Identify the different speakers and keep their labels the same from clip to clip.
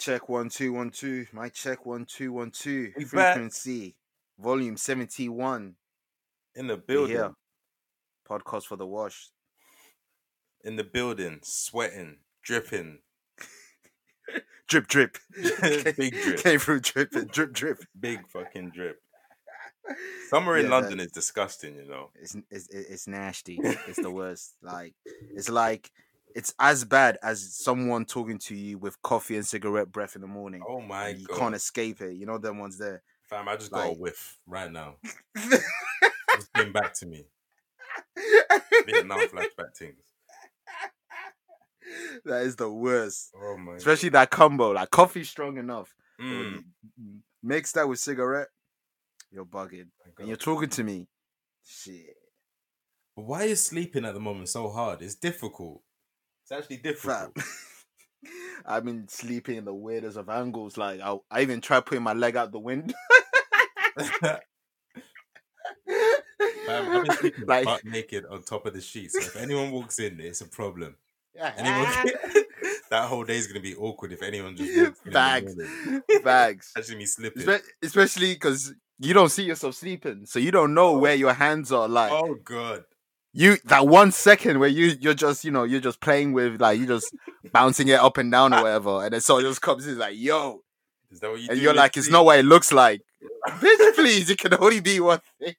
Speaker 1: Check one two one two. My check one two one two.
Speaker 2: We back.
Speaker 1: Frequency, volume seventy one.
Speaker 2: In the building.
Speaker 1: Yeah. Podcast for the wash.
Speaker 2: In the building. Sweating. Dripping.
Speaker 1: Drip drip.
Speaker 2: Big drip.
Speaker 1: Came through dripping. Drip drip.
Speaker 2: Big fucking drip. Summer in
Speaker 1: Yeah,
Speaker 2: London is disgusting, you know.
Speaker 1: It's it's it's nasty. It's the worst. Like it's like it's as bad as someone talking to you with coffee and cigarette breath in the morning.
Speaker 2: Oh my
Speaker 1: And you
Speaker 2: god.
Speaker 1: can't escape it. You know them ones there.
Speaker 2: Fam, I just got a
Speaker 1: like-
Speaker 2: whiff right now. It came back to me. Vietnam flashback things.
Speaker 1: that is the worst.
Speaker 2: Oh my
Speaker 1: Especially that combo. Like coffee strong enough. but
Speaker 2: god.
Speaker 1: when
Speaker 2: Mm,
Speaker 1: you Mix that with cigarette. You're bugging.
Speaker 2: my
Speaker 1: And
Speaker 2: God.
Speaker 1: you're talking to me. Shit.
Speaker 2: But Why is sleeping at the moment so hard? It's difficult. It's actually
Speaker 1: Fam.
Speaker 2: difficult.
Speaker 1: I've been sleeping in the weirdest of angles. Like I, I even tried putting my leg out the window.
Speaker 2: Fam, I've been sleeping
Speaker 1: Like-
Speaker 2: butt naked on top of the sheets. if anyone walks in, it's a problem.
Speaker 1: Ah,
Speaker 2: Anyone that whole day is gonna be awkward if anyone just walks in in the
Speaker 1: bags,
Speaker 2: morning.
Speaker 1: bags.
Speaker 2: Actually, me slipping.
Speaker 1: Espe- especially because you don't see yourself sleeping, so you don't know where your hands are. Like
Speaker 2: Oh god.
Speaker 1: you, that one second where you you're just you know you're just playing with like you just bouncing it up and down or whatever, and then someone just comes in like yo,
Speaker 2: Is that what you
Speaker 1: and
Speaker 2: do
Speaker 1: you're
Speaker 2: in your
Speaker 1: like it's
Speaker 2: sleep?
Speaker 1: not what it looks like. Bitch, please, it can only be one thing.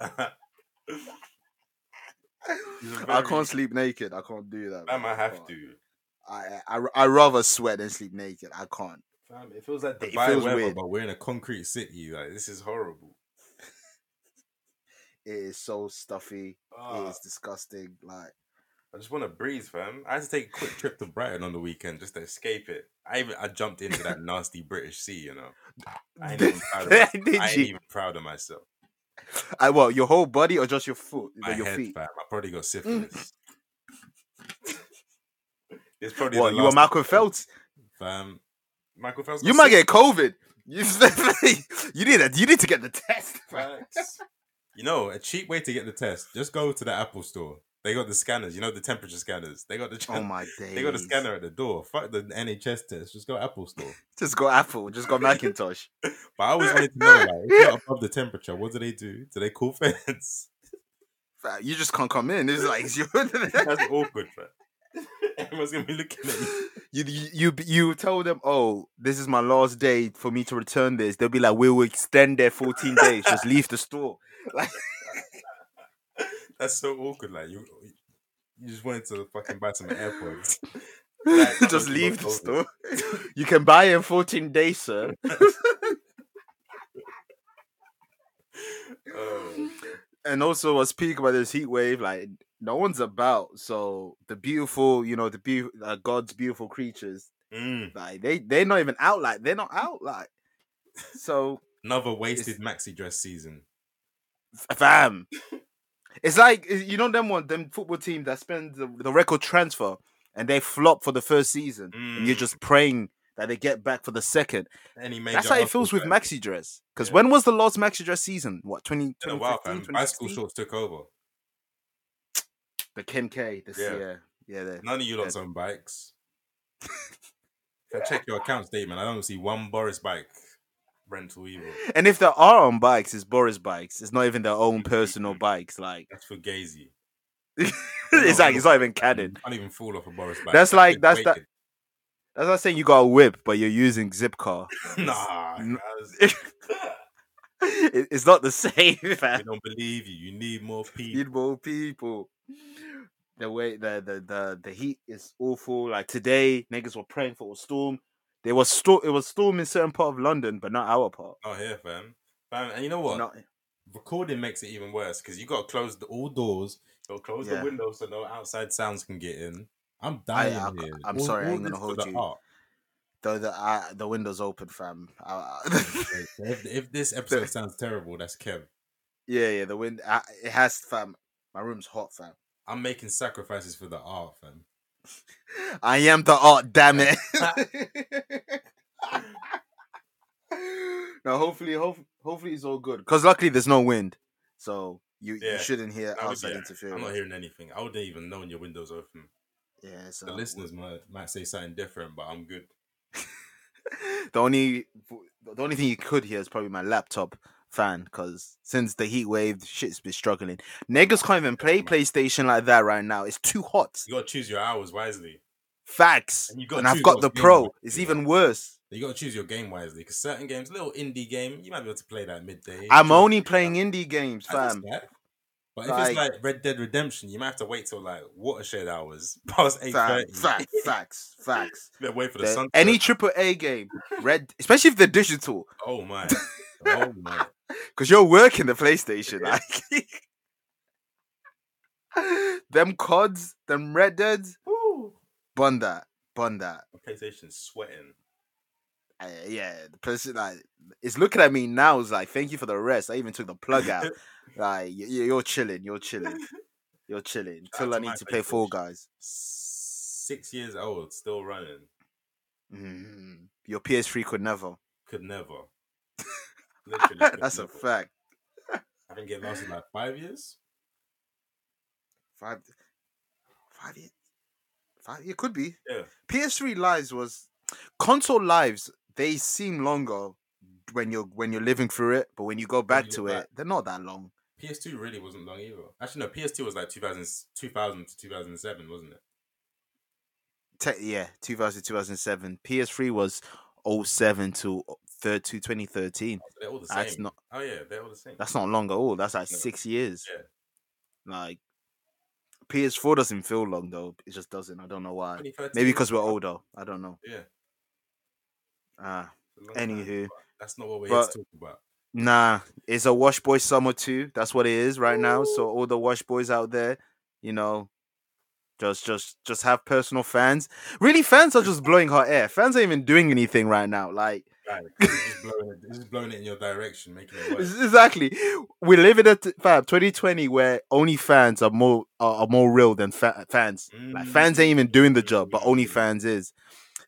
Speaker 1: I can't sleep naked. I can't do that.
Speaker 2: I
Speaker 1: man. I
Speaker 2: might have
Speaker 1: can't.
Speaker 2: to.
Speaker 1: I, I I rather sweat than sleep naked. I can't.
Speaker 2: Fam, it feels like
Speaker 1: It
Speaker 2: Dubai
Speaker 1: feels
Speaker 2: weather,
Speaker 1: weird.
Speaker 2: but we're in a concrete city. Like this is horrible.
Speaker 1: It is so stuffy.
Speaker 2: Ah,
Speaker 1: It is disgusting. Like
Speaker 2: I just want to breeze, fam. I had to take a quick trip to Brighton on the weekend just to escape it. I even I jumped into that nasty British sea, you know. I ain't even proud of myself.
Speaker 1: Did
Speaker 2: I ain't
Speaker 1: you?
Speaker 2: even proud of myself.
Speaker 1: I, well, your whole body or just your foot?
Speaker 2: My
Speaker 1: your
Speaker 2: head,
Speaker 1: feet. Mm.
Speaker 2: fam. I probably got syphilis. it's probably
Speaker 1: What
Speaker 2: the
Speaker 1: you were
Speaker 2: last
Speaker 1: Michael Phelps?
Speaker 2: fam. Michael Phelps.
Speaker 1: You
Speaker 2: got
Speaker 1: might get COVID. You you need a, you need to get the test. fam.
Speaker 2: Facts. you know, a cheap way to get the test, just go to the Apple store. They got the scanners, you know, the temperature scanners. They got the
Speaker 1: Oh my days.
Speaker 2: they got a scanner at the door. Fuck the NHS test. Just go Apple store.
Speaker 1: Just go Apple. Just go Macintosh.
Speaker 2: But I always wanted to know, like, if you're above the temperature, what do they do? Do they call fans?
Speaker 1: Fam, You just can't come in. It's like it's your,
Speaker 2: That's awkward, man. Everyone's gonna be looking at you.
Speaker 1: you, you you you tell them, oh, this is my last day for me to return this. They'll be like, we will extend their fourteen days. Just leave the store.
Speaker 2: That's so awkward. Like you, you just wanted to fucking buy some AirPods. Like, I'm
Speaker 1: just
Speaker 2: looking
Speaker 1: leave the
Speaker 2: for
Speaker 1: store. You can buy in 14 days, sir.
Speaker 2: Oh,
Speaker 1: and also, I speak about this heat wave, like no one's about. So the beautiful, you know, the be- uh, God's beautiful creatures,
Speaker 2: mm,
Speaker 1: like they they're not even out. Like they're not out. Like so,
Speaker 2: another wasted maxi dress season.
Speaker 1: fam. It's like i- you know them one them football team that spend the, the record transfer and they flop for the first season, and you're
Speaker 2: Mm.
Speaker 1: just praying that they get back for the second.
Speaker 2: Any major
Speaker 1: That's how it
Speaker 2: hustle,
Speaker 1: feels with
Speaker 2: fam.
Speaker 1: maxi dress. Because
Speaker 2: Yeah.
Speaker 1: when was the last maxi dress season? What 20,
Speaker 2: It's been a while,
Speaker 1: 2015,
Speaker 2: fam. Bicycle
Speaker 1: 2016?
Speaker 2: shorts took over.
Speaker 1: The Kim K. This,
Speaker 2: Yeah.
Speaker 1: yeah, yeah, the-
Speaker 2: None of you lots
Speaker 1: Yeah.
Speaker 2: on bikes. if I check your account statement, I don't see one Boris bike rental either.
Speaker 1: And if there are on bikes, it's Boris bikes. It's not even their
Speaker 2: Mm,
Speaker 1: own personal bikes. Like
Speaker 2: That's for gazy.
Speaker 1: it's like it's not even canon.
Speaker 2: You can't even fall off a Boris bike.
Speaker 1: That's like-
Speaker 2: just
Speaker 1: that's that-
Speaker 2: weighted.
Speaker 1: That's like saying you got a whip, but you're using Zipcar.
Speaker 2: Nah,
Speaker 1: N-
Speaker 2: guys.
Speaker 1: It- it's not the same.
Speaker 2: we
Speaker 1: fam.
Speaker 2: don't believe you. You need more people.
Speaker 1: Need more people. The way the, the the the heat is awful. Like today, niggas were praying for a storm. There was storm. It was storm in certain part of London, but not our part.
Speaker 2: Not here, fam. Fam, and you know what?
Speaker 1: Not-
Speaker 2: Recording makes it even worse because you got to close the, all doors. You got to close
Speaker 1: Yeah.
Speaker 2: the windows so no outside sounds can get in. I'm dying
Speaker 1: I-
Speaker 2: here.
Speaker 1: I'm sorry, I ain't
Speaker 2: this
Speaker 1: gonna
Speaker 2: for
Speaker 1: hold
Speaker 2: the
Speaker 1: you.
Speaker 2: art.
Speaker 1: though the uh, the windows open, fam. Uh,
Speaker 2: Like, if, if this episode sounds terrible, that's Kev.
Speaker 1: yeah, yeah. The wind. Uh, it has, fam. My room's hot, fam.
Speaker 2: I'm making sacrifices for the art, fam.
Speaker 1: I am the art, damn it. no, hopefully, hope, hopefully it's all good. Cause luckily there's no wind, so you,
Speaker 2: Yeah.
Speaker 1: you shouldn't hear
Speaker 2: I'll be
Speaker 1: outside
Speaker 2: there.
Speaker 1: interference.
Speaker 2: I'm not hearing anything. I wouldn't even know when your window's open.
Speaker 1: Yeah, so
Speaker 2: The listeners might, might say something different, but I'm good.
Speaker 1: the only the only thing you could hear is probably my laptop fan because since the heat wave, shit's been struggling. Niggas can't even play PlayStation like that right now. It's too hot.
Speaker 2: You gotta choose your hours wisely.
Speaker 1: Facts.
Speaker 2: And
Speaker 1: And,
Speaker 2: you gotta choose
Speaker 1: I've got
Speaker 2: what
Speaker 1: the
Speaker 2: game
Speaker 1: Pro.
Speaker 2: you-
Speaker 1: It's
Speaker 2: yeah.
Speaker 1: even worse.
Speaker 2: You gotta choose your game wisely because certain games, little indie game, you might be able to play that midday.
Speaker 1: I'm
Speaker 2: Choose-
Speaker 1: only playing indie games,
Speaker 2: That's
Speaker 1: fam.
Speaker 2: fair. But if it's
Speaker 1: Like-
Speaker 2: like Red Dead Redemption, you might have to wait till like watershed hours, past eight
Speaker 1: Fam,
Speaker 2: thirty.
Speaker 1: fact, facts, facts.
Speaker 2: Then wait for the
Speaker 1: The-
Speaker 2: sun.
Speaker 1: any triple A game, red, especially if they're digital,
Speaker 2: Oh my! Oh my!
Speaker 1: because you're working the PlayStation.
Speaker 2: Yeah.
Speaker 1: Like them cods, them red deads,
Speaker 2: Woo.
Speaker 1: bun that, bun that.
Speaker 2: PlayStation's sweating.
Speaker 1: Uh, yeah, the person like is looking at me now. Is like, thank you for the rest. I even took the plug out. like, y- y- you're chilling, you're chilling, you're chilling.
Speaker 2: out
Speaker 1: Till I
Speaker 2: to my
Speaker 1: need to play Fall
Speaker 2: PlayStation.
Speaker 1: Guys.
Speaker 2: Six years old, still running.
Speaker 1: Mhm. Your PS3 could never.
Speaker 2: Could never. Literally, could
Speaker 1: That's a
Speaker 2: never.
Speaker 1: fact.
Speaker 2: I think it lasted like five years.
Speaker 1: Five, five years. Five. It could be.
Speaker 2: Yeah.
Speaker 1: PS3 lives was console lives. They seem longer when you're when you're living through it, but when you go back
Speaker 2: you
Speaker 1: to
Speaker 2: look
Speaker 1: it, they're not that long.
Speaker 2: PS2 really wasn't long either. Actually, no. PS2 was like 2000, 2000 to 2007, wasn't it?
Speaker 1: Te- yeah, 2000 2007. PS3 was 07 to 30, 2013.
Speaker 2: They're all the same.
Speaker 1: That's not
Speaker 2: Oh yeah, they're all the same.
Speaker 1: that's not long at all. That's like
Speaker 2: No.
Speaker 1: six years.
Speaker 2: Yeah.
Speaker 1: Like PS4 doesn't feel long though. It just doesn't. I don't know why.
Speaker 2: 2013.
Speaker 1: Maybe because we're older. I don't know.
Speaker 2: Yeah.
Speaker 1: Ah,
Speaker 2: It's a long time,
Speaker 1: Anywho.
Speaker 2: but that's not what we're here
Speaker 1: But-
Speaker 2: to talk about.
Speaker 1: nah. It's a Wash Boy summer too. That's what it is right now. So all the Wash Boys out there, you know, just just just have personal fans. Really, fans are just blowing hot air. Fans aren't even doing anything right now. Like
Speaker 2: Like, it's just blowing it, it's just blowing it in your direction, making it worse.
Speaker 1: exactly. We live in a t- fab 2020 where only fans are more are, are more real than fa- fans. Like fans ain't even doing the job, but only
Speaker 2: Mm.
Speaker 1: fans is.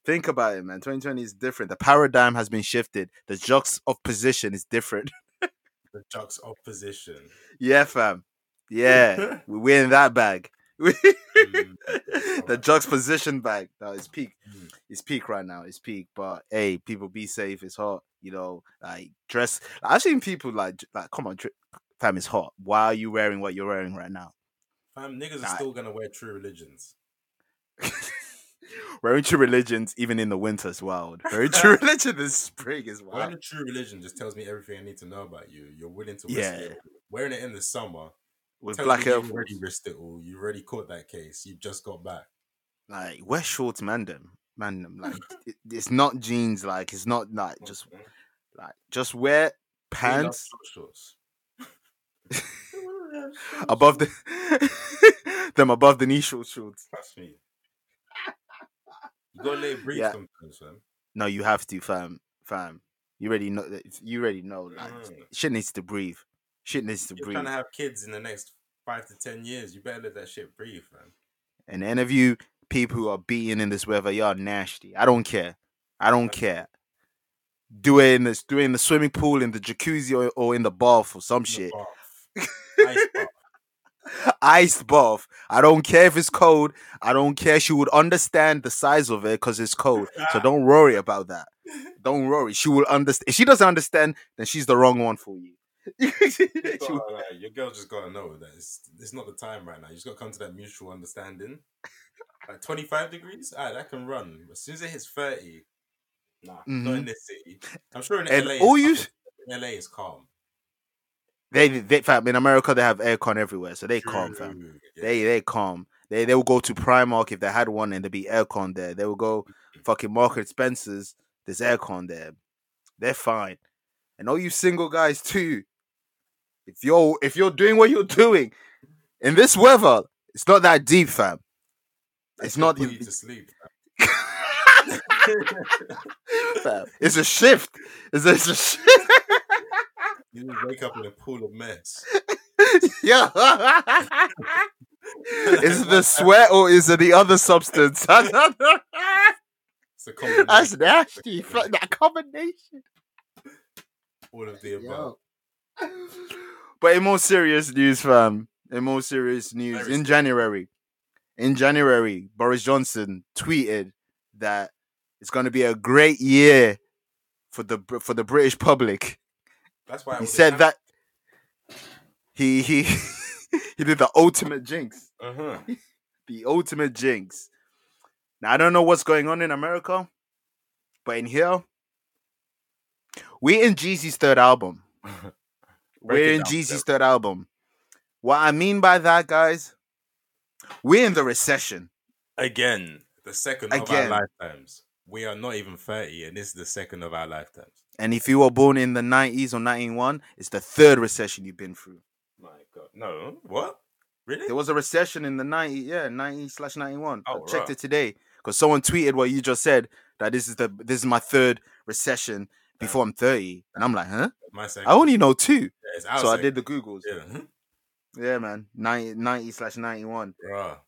Speaker 1: Think about it, man. 2020 is different. The paradigm has been shifted. The jocks of position is different.
Speaker 2: The jocks opposition.
Speaker 1: Yeah, fam. Yeah, we- we're in that bag.
Speaker 2: Mm.
Speaker 1: the jocks position bag. No, it's peak.
Speaker 2: Mm.
Speaker 1: It's peak right now. It's peak. But hey, people, be safe. It's hot. You know, like dress. I've seen people like j- like come on, dr- fam. It's hot. Why are you wearing what you're wearing right now?
Speaker 2: Fam, niggas
Speaker 1: Nah.
Speaker 2: are still gonna wear true religions.
Speaker 1: Wearing true religions, even in the winter, is wild. Wearing true religion in spring is
Speaker 2: Wearing
Speaker 1: wild.
Speaker 2: a true religion just tells me everything I need to know about you. You're willing to risk
Speaker 1: Yeah.
Speaker 2: it. Wearing it in the summer.
Speaker 1: With
Speaker 2: tells
Speaker 1: black
Speaker 2: me
Speaker 1: Air
Speaker 2: you
Speaker 1: Force.
Speaker 2: already risked it all. You already caught that case. You just got back.
Speaker 1: Like, wear shorts, man. Them, man. Them. Like, it, it's not jeans. Like, it's not like just
Speaker 2: Okay. We
Speaker 1: like just wear
Speaker 2: love
Speaker 1: pants.
Speaker 2: Mm-hmm. short shorts.
Speaker 1: above the them above the knee short shorts.
Speaker 2: Trust me. You gotta let it breathe
Speaker 1: Yeah.
Speaker 2: sometimes, man.
Speaker 1: No, you have to, fam, fam. You already know. that- You already know. Like
Speaker 2: Mm.
Speaker 1: shit needs to breathe. Shit needs to
Speaker 2: You're
Speaker 1: breathe.
Speaker 2: trying to have kids in the next five to ten years. You better let that shit breathe, man.
Speaker 1: and any of you people who are beaten in this weather, y'all nasty. I don't care. I don't
Speaker 2: Yeah.
Speaker 1: care. Do it in this, do it in the swimming pool, in the jacuzzi, or, or in the bath or some
Speaker 2: In the
Speaker 1: shit.
Speaker 2: bath. Ice bath.
Speaker 1: Ice bath. I don't care if it's cold. I don't care. She would understand the size of it because it's cold. So don't worry about that. Don't worry. She will understand. If she doesn't understand, then she's the wrong one for you. She
Speaker 2: You
Speaker 1: will-
Speaker 2: gotta, Ah, like, your girl just gotta know that it's, it's not the time right now. You just gotta come to that mutual understanding. Like 25 degrees, ah, that can run. As soon as it hits 30, nah, not in
Speaker 1: Mhm.
Speaker 2: this city. I'm sure in
Speaker 1: And
Speaker 2: LA,
Speaker 1: all you-
Speaker 2: it's calm. LA is calm.
Speaker 1: they, they, fam, in America, they have aircon everywhere, so they calm, fam.
Speaker 2: True. Yeah.
Speaker 1: They, they calm. They, they will go to Primark if they had one, and there'd be aircon there. They will go
Speaker 2: Mm-hmm.
Speaker 1: fucking Market Spencers. There's aircon there. They're fine. And all you single guys too. If you're if you're doing what you're doing in this weather, it's not that deep, fam.
Speaker 2: That
Speaker 1: It's
Speaker 2: shit
Speaker 1: not.
Speaker 2: put you to sleep.
Speaker 1: fam. It's a shift. It's a, it's a shift.
Speaker 2: You just wake up in a pool of mess.
Speaker 1: Yeah. is it the sweat or is it the other substance? I don't know.
Speaker 2: It's a combination
Speaker 1: That's
Speaker 2: of
Speaker 1: nasty. fam, That combination.
Speaker 2: all of the above.
Speaker 1: But in more serious news, fam. In more serious news,
Speaker 2: Very
Speaker 1: in January, in January, Boris Johnson tweeted that It's going to be a great year for the Br- for the British public.
Speaker 2: That's why I
Speaker 1: He
Speaker 2: was-
Speaker 1: said that he he he did the ultimate jinx,
Speaker 2: Uh-huh.
Speaker 1: the ultimate jinx. Now I don't know what's going on in America, but in here, we're in Jeezy's third album.
Speaker 2: Break
Speaker 1: we're
Speaker 2: it
Speaker 1: in
Speaker 2: down,
Speaker 1: Jeezy's third album. What I mean by that, guys, we're in the recession.
Speaker 2: Again, the second
Speaker 1: Again.
Speaker 2: of our lifetimes. We are not even 30, and this is the second of our lifetimes.
Speaker 1: And if you were born in the 90s or 91, it's the third recession you've been through.
Speaker 2: My God. No. What? Really?
Speaker 1: There was a recession in the 90, yeah, 90 slash 91.
Speaker 2: Oh,
Speaker 1: I checked
Speaker 2: right.
Speaker 1: it today because someone tweeted what you just said that this is the this is my third recession before I'm 30. And I'm like, huh?
Speaker 2: My second.
Speaker 1: I only know two.
Speaker 2: Yeah, it's our
Speaker 1: so I
Speaker 2: second.
Speaker 1: did the Googles. Yeah,
Speaker 2: Yeah. Hmm?
Speaker 1: man. 90 90 slash 91.
Speaker 2: Bruh.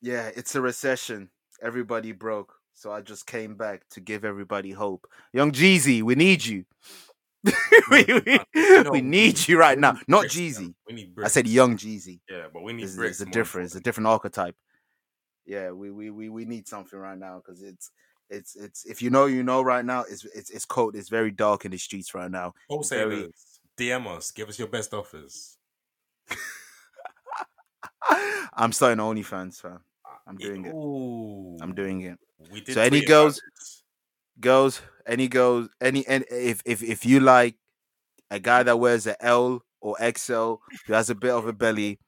Speaker 1: Yeah, it's a recession. Everybody broke. So I just came back to give everybody hope. Young Jeezy, we need you. we, we,
Speaker 2: No,
Speaker 1: we need you right
Speaker 2: we
Speaker 1: now.
Speaker 2: need
Speaker 1: Not
Speaker 2: bricks,
Speaker 1: Jeezy.
Speaker 2: man. We need
Speaker 1: I
Speaker 2: bricks.
Speaker 1: said young Jeezy.
Speaker 2: yeah, but we need
Speaker 1: There's,
Speaker 2: bricks.
Speaker 1: there's a
Speaker 2: more
Speaker 1: difference, a
Speaker 2: important.
Speaker 1: different archetype. Yeah, we we we, we need something right now because it's it's it's if you know you know right now it's it's it's cold. It's very dark in the streets right now.
Speaker 2: Wholesalers, DM us. Give us your best offers.
Speaker 1: I'm starting OnlyFans, fam. I'm
Speaker 2: Yeah,
Speaker 1: doing it.
Speaker 2: Ooh.
Speaker 1: I'm doing it.
Speaker 2: We did
Speaker 1: So any
Speaker 2: tweet about
Speaker 1: girls-
Speaker 2: it.
Speaker 1: Girls, any girls, any and if if if you like a guy that wears a L or XL who has a bit of a belly.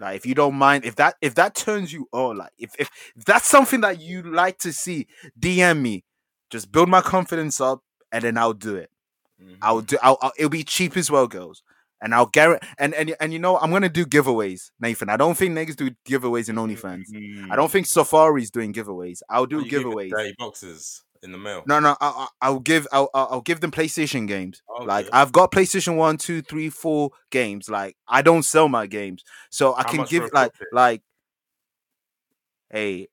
Speaker 1: Like if you don't mind, if that if that turns you on, like if, if if that's something that you like to see, DM me. Just build my confidence up, and then I'll do it.
Speaker 2: Mhm.
Speaker 1: I'll do. I'll, I'll it'll be cheap as well, girls. And I'll guarantee. And and and you know, I'm gonna do giveaways, Nathan. I don't think niggas do giveaways in OnlyFans. I don't think Safari's doing giveaways. I'll do
Speaker 2: Mm-hmm. Mm. You give us
Speaker 1: giveaways.
Speaker 2: Thirty boxes in the mail.
Speaker 1: No, no, I, I, I'll give. I'll, I'll I'll give them PlayStation games.
Speaker 2: Okay.
Speaker 1: Like I've got PlayStation one, two, three, four games. Like I don't sell my games, so I
Speaker 2: How
Speaker 1: can
Speaker 2: much
Speaker 1: give
Speaker 2: for a
Speaker 1: like
Speaker 2: profit?
Speaker 1: like. Hey,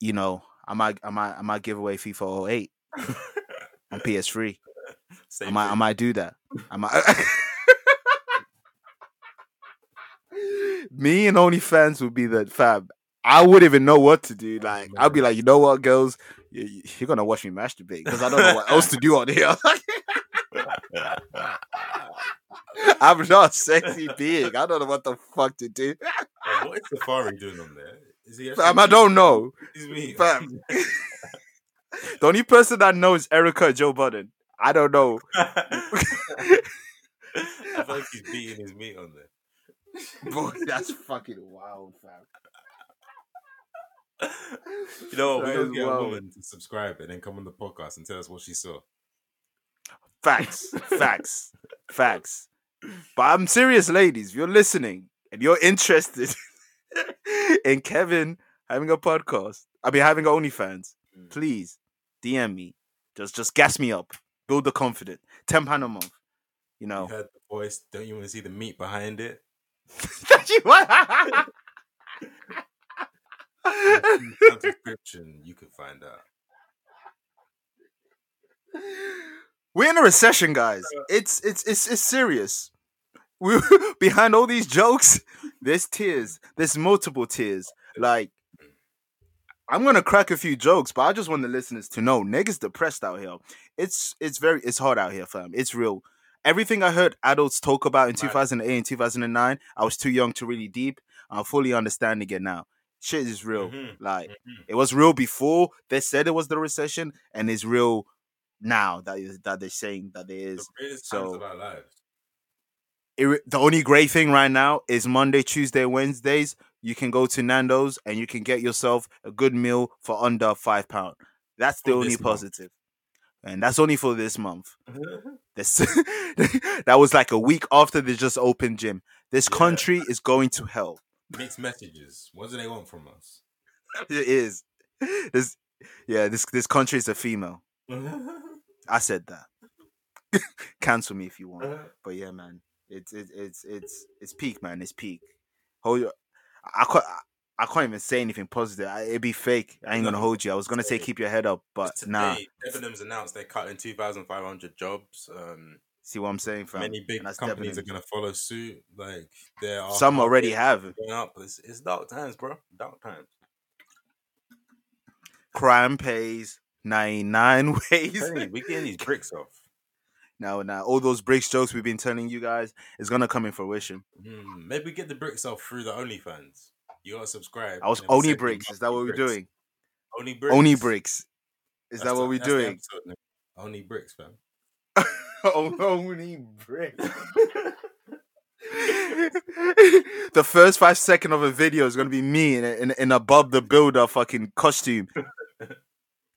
Speaker 1: you know, I might I might I might give away FIFA 08 on PS3. I
Speaker 2: Same
Speaker 1: might, I
Speaker 2: thing.
Speaker 1: might do that. I might. Me and OnlyFans would be the fab. I wouldn't even know what to do. Like, I'd be like, you know what, girls, you, are gonna watch me masturbate because I don't know what else to do on here. I'm not a sexy being. I don't know what the fuck to do.
Speaker 2: Like, what is Safari doing on there? Is he?
Speaker 1: Fam,
Speaker 2: actually-
Speaker 1: I don't know.
Speaker 2: Is me?
Speaker 1: Fam. The only person that knows Erica and Joe Budden. I don't know.
Speaker 2: I feel like he's beating his meat on there.
Speaker 1: Boy, that's fucking wild, fam.
Speaker 2: You know what?
Speaker 1: That
Speaker 2: We don't
Speaker 1: is
Speaker 2: get a
Speaker 1: wild.
Speaker 2: woman to subscribe and then come on the podcast and tell us what she saw.
Speaker 1: Facts, facts, facts. But I'm serious, ladies. If you're listening and you're interested in Kevin having a podcast, I mean having OnlyFans,
Speaker 2: Mm.
Speaker 1: please DM me. Just just gas me up. Build the confidence. Ten pound a month. You
Speaker 2: You
Speaker 1: know.
Speaker 2: heard the voice. Don't you want to see the meat behind it? Without description, you can find out.
Speaker 1: We're in a recession, guys. It's it's it's it's serious. We behind all these jokes, there's tears. There's multiple tears. Like I'm gonna crack a few jokes, but I just want the listeners to know niggas depressed out here. It's it's very it's hard out here, fam. It's real. Everything I heard adults talk about in
Speaker 2: Mad.
Speaker 1: 2008 and 2009, I was too young to really deep. I'm fully understanding it now. Shit is real.
Speaker 2: Mhm,
Speaker 1: Like
Speaker 2: mhm.
Speaker 1: it was real before they said it was the recession, and it's real now that is, that they're saying that there
Speaker 2: The
Speaker 1: is.
Speaker 2: greatest times
Speaker 1: so-
Speaker 2: of our lives.
Speaker 1: It, the only great thing right now is Monday, Tuesday, Wednesdays. You can go to Nando's and you can get yourself a good meal for under five pound. That's the
Speaker 2: For
Speaker 1: only
Speaker 2: this month.
Speaker 1: positive, and that's only for this month. This that was like a week after they just opened gym. This
Speaker 2: Yeah.
Speaker 1: country is going to hell.
Speaker 2: Mixed messages. What do they want from us?
Speaker 1: It is. This, yeah, this this country is a female. I said that. Cancel me if you
Speaker 2: Uh-huh.
Speaker 1: want. But yeah, man, it's it's it's it's it's peak, man. It's peak. Hold your, I I can't I- I can't even say anything positive. I, it'd be fake. I ain't gonna
Speaker 2: No,
Speaker 1: hold you. I was gonna say
Speaker 2: say-
Speaker 1: keep your head up, but
Speaker 2: Just
Speaker 1: nah.
Speaker 2: today, Debenhams announced they're cutting 2,500 jobs. Um,
Speaker 1: See what I'm saying, fam?
Speaker 2: many big
Speaker 1: And that's
Speaker 2: companies are
Speaker 1: definitely-
Speaker 2: going to follow suit. Like there are
Speaker 1: Some already
Speaker 2: markets
Speaker 1: have
Speaker 2: going up. It's, it's dark times, bro. Dark times.
Speaker 1: crime pays, 99 ways.
Speaker 2: Tell you, we're getting these bricks off.
Speaker 1: Now, now, all those bricks jokes we've been telling you guys is gonna come in fruition.
Speaker 2: Hmm, maybe we get the bricks off through the OnlyFans. You gotta subscribe.
Speaker 1: I was
Speaker 2: and then
Speaker 1: only
Speaker 2: send them
Speaker 1: bricks.
Speaker 2: off
Speaker 1: Is that
Speaker 2: to
Speaker 1: what we're
Speaker 2: bricks.
Speaker 1: doing?
Speaker 2: Only bricks.
Speaker 1: Only bricks. Is
Speaker 2: That's
Speaker 1: that what
Speaker 2: the-
Speaker 1: we're
Speaker 2: that's the
Speaker 1: doing?
Speaker 2: episode name. Only bricks, fam.
Speaker 1: only bricks. the first five second of a video is gonna be me in a, in, a- in a Bob the Builder fucking costume,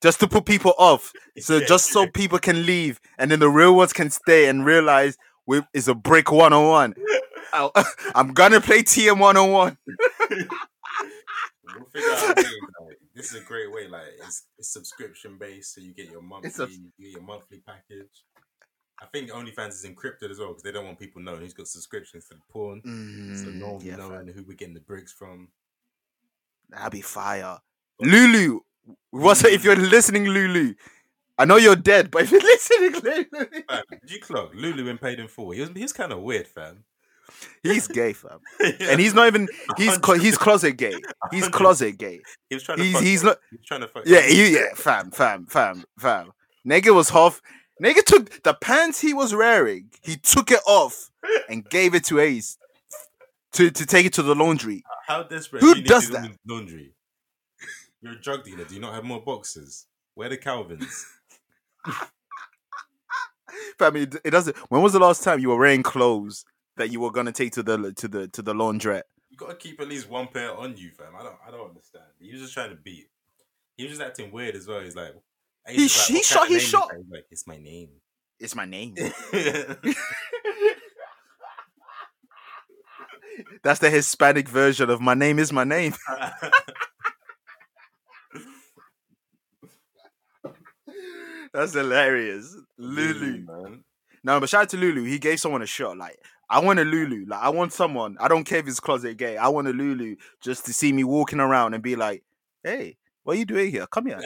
Speaker 1: just to put people off. So
Speaker 2: Yeah,
Speaker 1: just so
Speaker 2: yeah.
Speaker 1: people can leave, and then the real ones can stay and realize we is a brick one on one. I'm gonna play TM one on one.
Speaker 2: We'll figure out a way, like, this is a great way. Like it's, it's subscription based, so you get your monthly,
Speaker 1: It's a-
Speaker 2: you get your monthly package. I think OnlyFans is encrypted as well because they don't want people knowing who's got subscriptions to the porn. so no one
Speaker 1: Mm, Mm-hmm. yeah,
Speaker 2: knowing who we're getting the bricks from.
Speaker 1: That'd be fire. Lulu, what's if you're listening, Lulu? I know you're dead, but if you're listening, Lulu,
Speaker 2: Fam, Did you clock Lulu been paid in full? He was he was kind of weird, fam.
Speaker 1: he's gay, fam,
Speaker 2: Yeah.
Speaker 1: and he's not even he's co- he's closet gay. He's closet gay.
Speaker 2: he was trying to
Speaker 1: He's
Speaker 2: fuck
Speaker 1: he's
Speaker 2: her.
Speaker 1: not.
Speaker 2: he was trying to fuck.
Speaker 1: Yeah,
Speaker 2: her.
Speaker 1: he, yeah, fam, fam, fam, fam. Nigga was half. Nigga took the pants he was wearing. He took it off and gave it to Ace to to take it to the laundry.
Speaker 2: How desperate?
Speaker 1: Who
Speaker 2: do you need
Speaker 1: does
Speaker 2: to do Laundry. You're a drug dealer. Do you not have more boxes? Where the Calvins?
Speaker 1: Fam, it, it doesn't. When was the last time you were wearing clothes that you were gonna take to the to the to the laundrette?
Speaker 2: You gotta keep at least one pair on you, fam. I don't, I don't understand. He was just trying to beat. He was just acting weird as well. He's like, Ace
Speaker 1: He
Speaker 2: was
Speaker 1: sh-
Speaker 2: like,
Speaker 1: he
Speaker 2: "What
Speaker 1: shot- he shot."
Speaker 2: kind of name is that?" He's like, it's my name.
Speaker 1: It's my name. That's the Hispanic version of my name is my name. That's hilarious. Lulu.
Speaker 2: man.
Speaker 1: No, but shout out to Lulu. He gave someone a shot. Like, I want a Lulu. Like, I want someone. I don't care if it's closet gay. I want a Lulu just to see me walking around and be like, hey, what are you doing here? Come here.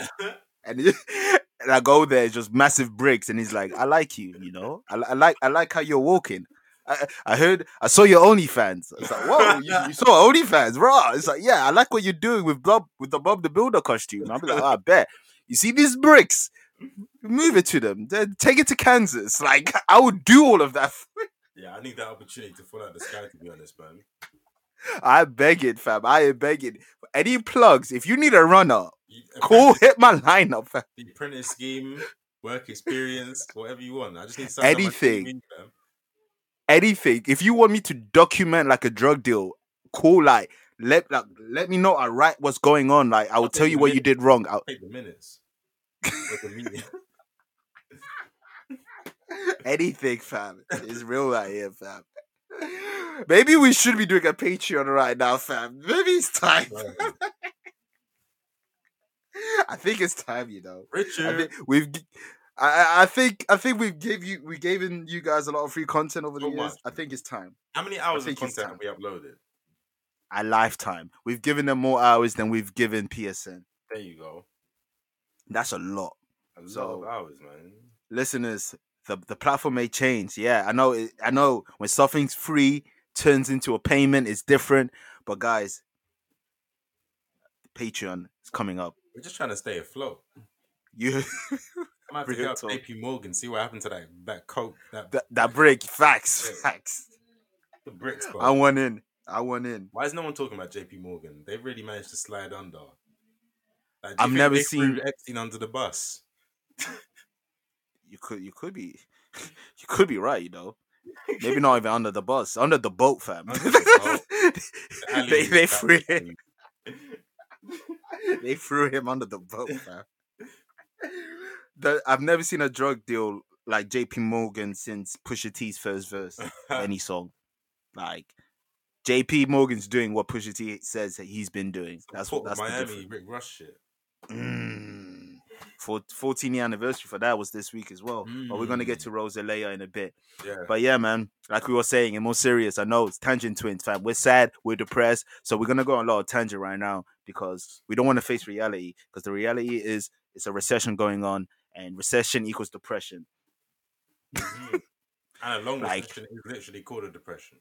Speaker 1: And, and I go there, it's just massive bricks. And he's like, I like you, you know? I, li- I like I like how you're walking. I, I heard, I saw your OnlyFans. It's like, whoa, you, you saw OnlyFans, raw. It's like, yeah, I like what you're doing with Bob, with the Bob the Builder costume. I'm like, oh, I bet. You see these bricks? Move it to them. Then Take it to Kansas. Like, I would do all of that.
Speaker 2: Yeah, I need that opportunity to fall out the sky. To be honest, man.
Speaker 1: I beg it, fam. I beg it. Any plugs? If you need a runner,
Speaker 2: You-
Speaker 1: call, hit my line up, fam.
Speaker 2: the apprentice scheme, work experience, whatever you want. I just need something on my
Speaker 1: Anything.
Speaker 2: TV, fam.
Speaker 1: anything. If you want me to document like a drug deal, cool. Like let like let me know. I write what's going on. Like I will
Speaker 2: Okay,
Speaker 1: tell you
Speaker 2: you
Speaker 1: what you
Speaker 2: ready?
Speaker 1: did wrong. I'll,
Speaker 2: Take the minutes. Take the meeting.
Speaker 1: anything, fam. It's real right here, fam. Maybe we should be doing a Patreon right now, fam. Maybe it's time.
Speaker 2: Right.
Speaker 1: I think it's time, you know. I
Speaker 2: Richard,
Speaker 1: think we've. g- I, I- I think I think we've gave you we given you guys a lot of free content over the
Speaker 2: So
Speaker 1: years.
Speaker 2: much.
Speaker 1: I think it's time.
Speaker 2: how many hours of
Speaker 1: think it's
Speaker 2: content have we uploaded?
Speaker 1: A lifetime. We've given them more hours than we've given PSN.
Speaker 2: There you go.
Speaker 1: That's a lot.
Speaker 2: A lot
Speaker 1: So-
Speaker 2: of hours, man.
Speaker 1: listeners, the, the platform may change. Yeah, I know. It, I know when something's free turns into a payment, it's different. But guys, Patreon is coming up.
Speaker 2: We're just trying to stay afloat.
Speaker 1: You
Speaker 2: I might have to
Speaker 1: Real
Speaker 2: go up
Speaker 1: talk.
Speaker 2: JP Morgan, see what happened to that that coke, that
Speaker 1: that, that break facts,
Speaker 2: Yeah.
Speaker 1: facts.
Speaker 2: the bricks.
Speaker 1: I
Speaker 2: Bro.
Speaker 1: want in. I want in.
Speaker 2: Why is no one talking about JP Morgan? They really managed to slide under. Like, do you
Speaker 1: I've
Speaker 2: think
Speaker 1: never
Speaker 2: they
Speaker 1: seen-
Speaker 2: threw Epstein under the bus.
Speaker 1: You could. You could be. You could be right. You know. Maybe not even under the bus, under the boat, fam.
Speaker 2: Under the Alley
Speaker 1: they
Speaker 2: was
Speaker 1: they
Speaker 2: that
Speaker 1: threw him.
Speaker 2: thing.
Speaker 1: they threw him under the boat, man. The- I've never seen a drug deal like JP Morgan since Pusha T's first verse of any song. Like JP Morgan's doing what Pusha T says that he's been doing. That's what
Speaker 2: Port
Speaker 1: that's the
Speaker 2: Miami
Speaker 1: difference.
Speaker 2: Rick Rush shit.
Speaker 1: Mm. For 14 year anniversary for that was this week as well. But we're gonna get
Speaker 2: Mm.
Speaker 1: to Rosalea in a bit.
Speaker 2: Yeah.
Speaker 1: But yeah, man, like we were saying, and more serious, I know it's tangent twins, fam. We're sad, we're depressed, so we're gonna go on a lot of tangent right now because we don't want to face reality. Because the reality is it's a recession going on, and recession equals depression.
Speaker 2: Mhm. and a long
Speaker 1: Like-
Speaker 2: depression is literally called a depression.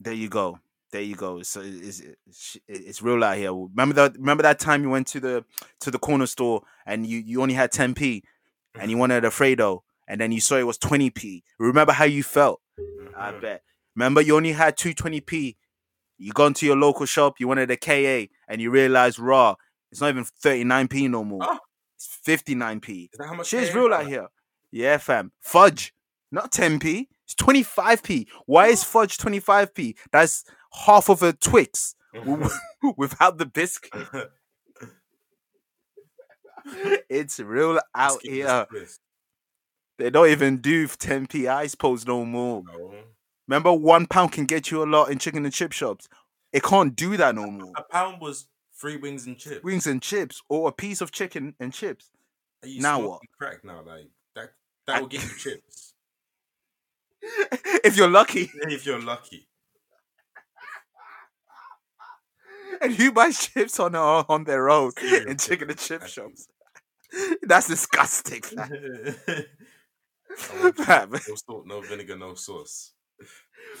Speaker 1: There you go. There you go. So it's, it's it's real out here. Remember that remember that time you went to the to the corner store and you you only had 10p and you wanted a Fredo and then you saw it was 20p. Remember how you felt? I
Speaker 2: Mhm.
Speaker 1: bet. Remember you only had 220p. You gone to your local shop, you wanted a KA and you realized raw, it's not even 39p no more.
Speaker 2: Ah.
Speaker 1: It's 59p.
Speaker 2: Is that how much?
Speaker 1: Shit's
Speaker 2: KA
Speaker 1: real
Speaker 2: is
Speaker 1: out
Speaker 2: that?
Speaker 1: here. Yeah, fam. Fudge. Not 10p. It's 25p. Why is fudge 25p? That's half of a Twix w- without the biscuit. It's real out
Speaker 2: Let's keep this
Speaker 1: here.
Speaker 2: twist.
Speaker 1: They don't even do 10p ice poles no more.
Speaker 2: No.
Speaker 1: Remember, one pound can get you a lot in chicken and chip shops. It can't do that no more.
Speaker 2: A pound was three wings and chips.
Speaker 1: Wings and chips, or a piece of chicken and chips.
Speaker 2: Are you
Speaker 1: Now
Speaker 2: smoking
Speaker 1: what?
Speaker 2: Crack now, like that. That will get you chips
Speaker 1: if you're lucky.
Speaker 2: if you're lucky.
Speaker 1: And who buys chips on uh, on their own
Speaker 2: Cereal
Speaker 1: in chicken and chip
Speaker 2: I think.
Speaker 1: shops? That's disgusting.
Speaker 2: no,
Speaker 1: fam.
Speaker 2: salt,
Speaker 1: Fam.
Speaker 2: no vinegar, no sauce.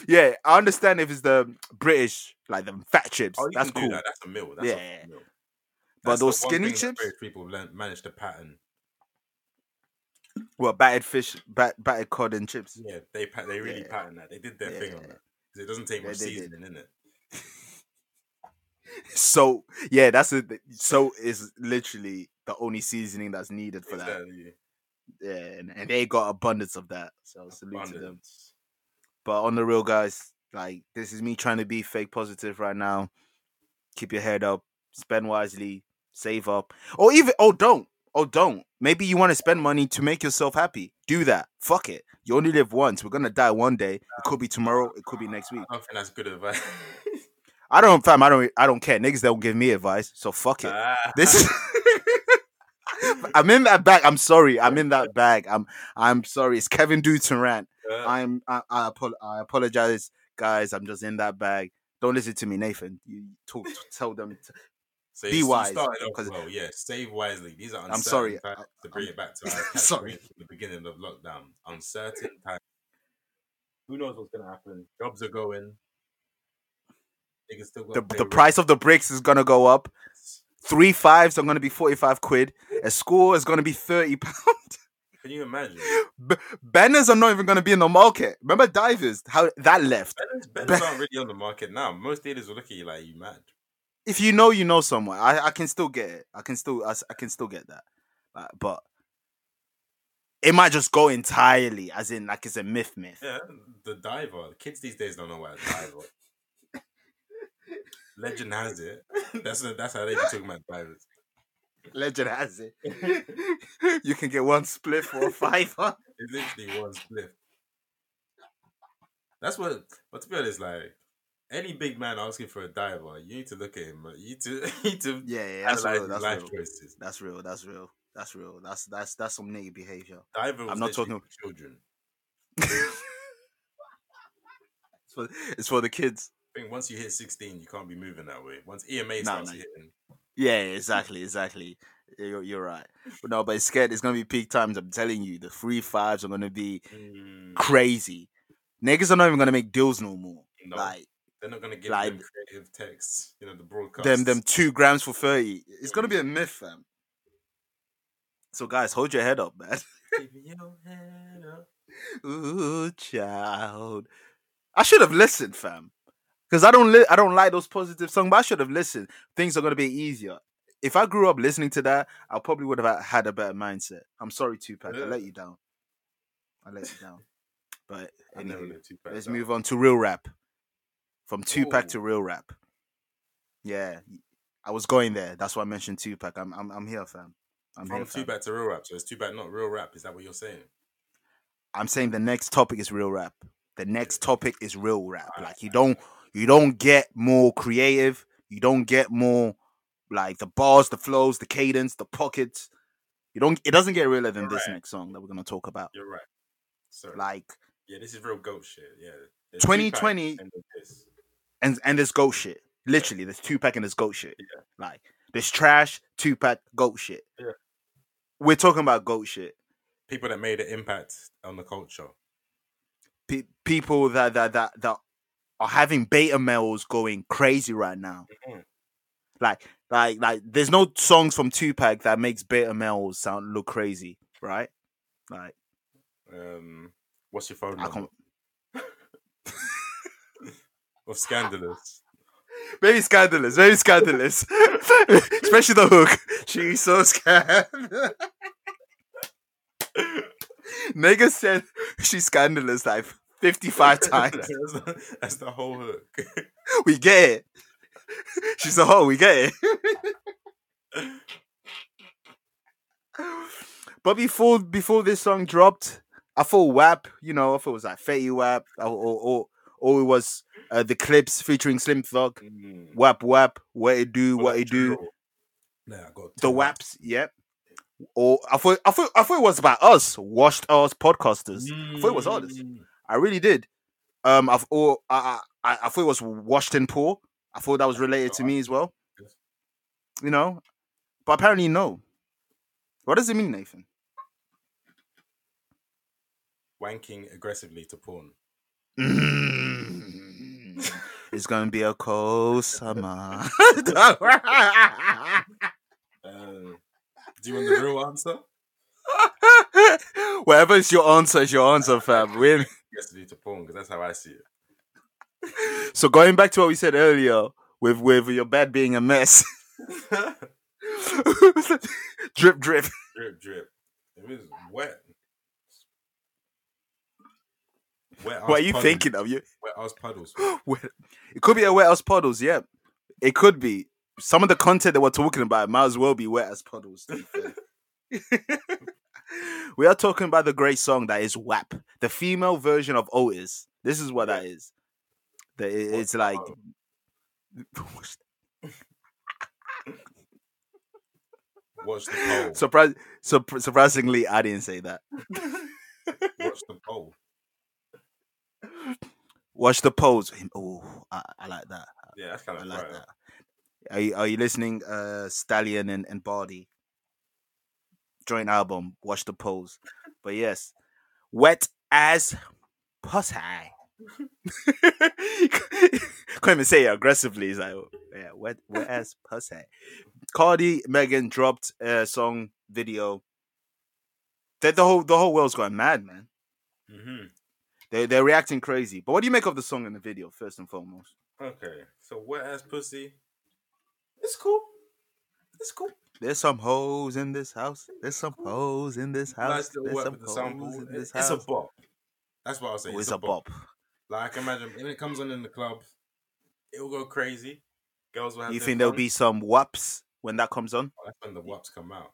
Speaker 1: Yeah, I understand if it's the British, like the fat chips.
Speaker 2: Oh, you
Speaker 1: That's
Speaker 2: can
Speaker 1: cool.
Speaker 2: do that. That's a meal. That's
Speaker 1: Yeah.
Speaker 2: a meal.
Speaker 1: But
Speaker 2: That's the
Speaker 1: those
Speaker 2: one
Speaker 1: skinny
Speaker 2: thing that
Speaker 1: chips?
Speaker 2: British people learn, manage to pattern.
Speaker 1: Well, battered fish, bat, battered cod and chips.
Speaker 2: Yeah, they pat. They really
Speaker 1: Yeah.
Speaker 2: pattern that. They did their thing on
Speaker 1: Yeah.
Speaker 2: that. 'Cause It doesn't take
Speaker 1: Yeah,
Speaker 2: much
Speaker 1: they did.
Speaker 2: seasoning in it.
Speaker 1: So yeah, that's it. So is literally the only seasoning that's needed for that.
Speaker 2: Exactly.
Speaker 1: Yeah, and, and they got abundance of that. So salute to them.
Speaker 2: Abundance.
Speaker 1: But on the real, guys, like this is me trying to be fake positive right now. Keep your head up, spend wisely, save up, or even oh don't, oh don't. Maybe you want to spend money to make yourself happy. Do that. Fuck it. You only live once. We're gonna die one day. It could be tomorrow. It could be next week.
Speaker 2: I don't think that's good advice.
Speaker 1: I don't, fam. I don't. I don't care. Niggas don't give me advice. So fuck it.
Speaker 2: Ah.
Speaker 1: This is. I'm in that bag. I'm sorry. I'm in that bag. I'm. I'm sorry. It's Kevin Durant. I'm I, I, apo- I apologize, guys. I'm just in that bag. Don't listen to me, Nathan. You talk, tell them. t-
Speaker 2: So
Speaker 1: Be
Speaker 2: you
Speaker 1: wise,
Speaker 2: started off
Speaker 1: because-
Speaker 2: well, yeah. Save wisely. These are uncertain
Speaker 1: I'm sorry,
Speaker 2: times. to bring it back to
Speaker 1: I'm
Speaker 2: our
Speaker 1: sorry.
Speaker 2: sorry the beginning of lockdown. Uncertain times. Who knows what's gonna happen? Jobs are going. Niggas still got
Speaker 1: the the price of the bricks is gonna go up. Three fives are gonna be forty five quid. A score is gonna be thirty pound.
Speaker 2: Can you imagine?
Speaker 1: B- banners are not even gonna be in the market. Remember divers? How that left.
Speaker 2: Banners, banners aren't really on the market now. Most dealers will look at you like you mad.
Speaker 1: If you know, you know someone. I, I can still get it. I can still I, s- I can still get that. Uh, but it might just go entirely, as in like it's a myth myth.
Speaker 2: Yeah, the diver. The kids these days don't know why a diver. Legend has it. That's that's how they be talking about divers.
Speaker 1: Legend has it. you can get one split for a fiver.
Speaker 2: It's literally one split. That's what. But to be honest, like any big man asking for a diver, you need to look at him. but You need to you need to
Speaker 1: Yeah, yeah that's real.
Speaker 2: analyze his
Speaker 1: That's
Speaker 2: life
Speaker 1: real.
Speaker 2: choices.
Speaker 1: That's real. That's real. That's real. That's that's that's some nigga behavior.
Speaker 2: Diver. Was
Speaker 1: I'm not
Speaker 2: literally
Speaker 1: talking-
Speaker 2: for children.
Speaker 1: It's for, it's for the kids.
Speaker 2: I think once you hit 16, you can't be moving that way. Once EMA
Speaker 1: Nah,
Speaker 2: starts
Speaker 1: nah.
Speaker 2: hitting,
Speaker 1: Yeah, yeah, exactly, exactly. You're, you're right. But no, but it's scared. It's gonna be peak times. I'm telling you, the three fives are gonna be Ah,
Speaker 2: mm,
Speaker 1: crazy. Niggas are not even gonna make deals no more.
Speaker 2: no,
Speaker 1: Like
Speaker 2: they're not gonna give
Speaker 1: like-
Speaker 2: them creative texts. You know the broadcast.
Speaker 1: them them two grams for thirty. It's gonna be a myth, fam. So guys, hold your head up, man.
Speaker 2: Keeping your head up.
Speaker 1: Ooh, child. I should have listened, fam. Because I don't li- I don't like those positive songs, but I should have listened. Things are gonna be easier. If I grew up listening to that, I probably would have had a better mindset. I'm sorry, Tupac. I
Speaker 2: Yeah.
Speaker 1: let you down. I let you down. But
Speaker 2: I never
Speaker 1: anyway,
Speaker 2: knew two
Speaker 1: let's
Speaker 2: move
Speaker 1: move on to real rap. From Tupac
Speaker 2: Ooh.
Speaker 1: to real rap. Yeah, I was going there. That's why I mentioned Tupac. I'm I'm, I'm here, fam. I'm
Speaker 2: From
Speaker 1: here, fam.
Speaker 2: two back to real rap. So it's two back not real rap. Is that what you're saying?
Speaker 1: I'm saying the next topic is real rap. The next topic is real rap.
Speaker 2: Alright,
Speaker 1: Like you don't you don't get more creative. You don't get more like the bars, the flows, the cadence, the pockets. You don't it doesn't get realer than this
Speaker 2: Correct.
Speaker 1: next song that we're gonna talk about.
Speaker 2: You're right. Sorry.
Speaker 1: Like
Speaker 2: Yeah, this is real goat shit. Yeah. There's
Speaker 1: 2020
Speaker 2: Tupac and there's this.
Speaker 1: and and there's goat shit. Literally, there's two pack and there's goat shit. Like there's trash, two pack, goat shit.
Speaker 2: Yeah.
Speaker 1: We're talking about goat shit.
Speaker 2: People that made an impact on the culture.
Speaker 1: Pe- people that that that that are having beta males going crazy right now.
Speaker 2: Mhm.
Speaker 1: Like, like, like, there's no songs from Tupac that makes beta males sound look crazy, right? Like,
Speaker 2: Um, what's your phone
Speaker 1: I
Speaker 2: number?
Speaker 1: can't.
Speaker 2: Of scandalous.
Speaker 1: Very scandalous, very scandalous. Especially the hook. She's so scared. Nigga said she's scandalous like 55 times.
Speaker 2: that's, the, that's the whole hook.
Speaker 1: We get it. She's a hoe, "Oh, we get it. but before before this song dropped, I thought WAP, you know, I thought it was like Fetty WAP, or, or, or, or it was uh, the clips featuring Slim Thug.
Speaker 2: Mm.
Speaker 1: WAP WAP, what it do, what it do.
Speaker 2: Nah, I got
Speaker 1: The
Speaker 2: two.
Speaker 1: WAPs, yep. Or I thought I thought I thought it was about us, washed us
Speaker 2: Mm-hmm.
Speaker 1: podcasters. I thought it was ours.
Speaker 2: Mm.
Speaker 1: I really did. Um, I've or I I, I- I thought it was washed and poor. I thought that was related to me as well. You know, but apparently no. What does it mean, Nathan?
Speaker 2: Wanking aggressively to porn.
Speaker 1: Mm. it's gonna be a cold summer.
Speaker 2: Um, do you want the real answer?
Speaker 1: Whatever is your answer, is your answer, fam. We're-
Speaker 2: Aggressively to porn, because that's how I see it.
Speaker 1: So going back to what we said earlier, with with your bed being a mess, drip drip.
Speaker 2: drip, drip. It was wet. Wet
Speaker 1: what are
Speaker 2: ass
Speaker 1: you
Speaker 2: puddles.
Speaker 1: thinking of? You
Speaker 2: Wet ass puddles.
Speaker 1: Well, it could be a wet ass puddles. Yeah, it could be. Some of the content that we're talking about might as well be wet as puddles. to be fair. we are talking about the great song that is WAP, the female version of Otis. This is what that is. The, it- it's like.
Speaker 2: Watch the pole.
Speaker 1: Surprise! surp- surprisingly, I didn't say that.
Speaker 2: Watch the pole.
Speaker 1: Watch the polls. Oh, I, I like that.
Speaker 2: Yeah, that's kind
Speaker 1: I
Speaker 2: of
Speaker 1: like
Speaker 2: right.
Speaker 1: that. Are you, are you listening, uh, Stallion and, and Bardi? Joint album, Watch the Pose. But yes, Wet as Pussy. Can't even say it aggressively. It's like, yeah, wet, wet as Pussy. Cardi, Megan dropped a song video. That the whole the whole world's going mad, man.
Speaker 2: hmm
Speaker 1: They they're reacting crazy. But what do you make of the song and the video first and foremost?
Speaker 2: Okay, so wet ass pussy. It's cool. It's cool.
Speaker 1: There's some hoes in this house. There's some hoes in this house.
Speaker 2: nice little
Speaker 1: There's
Speaker 2: work
Speaker 1: some
Speaker 2: with the sample.
Speaker 1: hoes in
Speaker 2: It-
Speaker 1: this
Speaker 2: It's
Speaker 1: house.
Speaker 2: a bop. That's what I'll say.
Speaker 1: Oh, it's a bop.
Speaker 2: Like imagine when it comes on in the club, it will go crazy. Girls will have.
Speaker 1: You
Speaker 2: their
Speaker 1: think there'll
Speaker 2: fun.
Speaker 1: be some whaps when that comes on?
Speaker 2: Oh, that's when the whaps come out.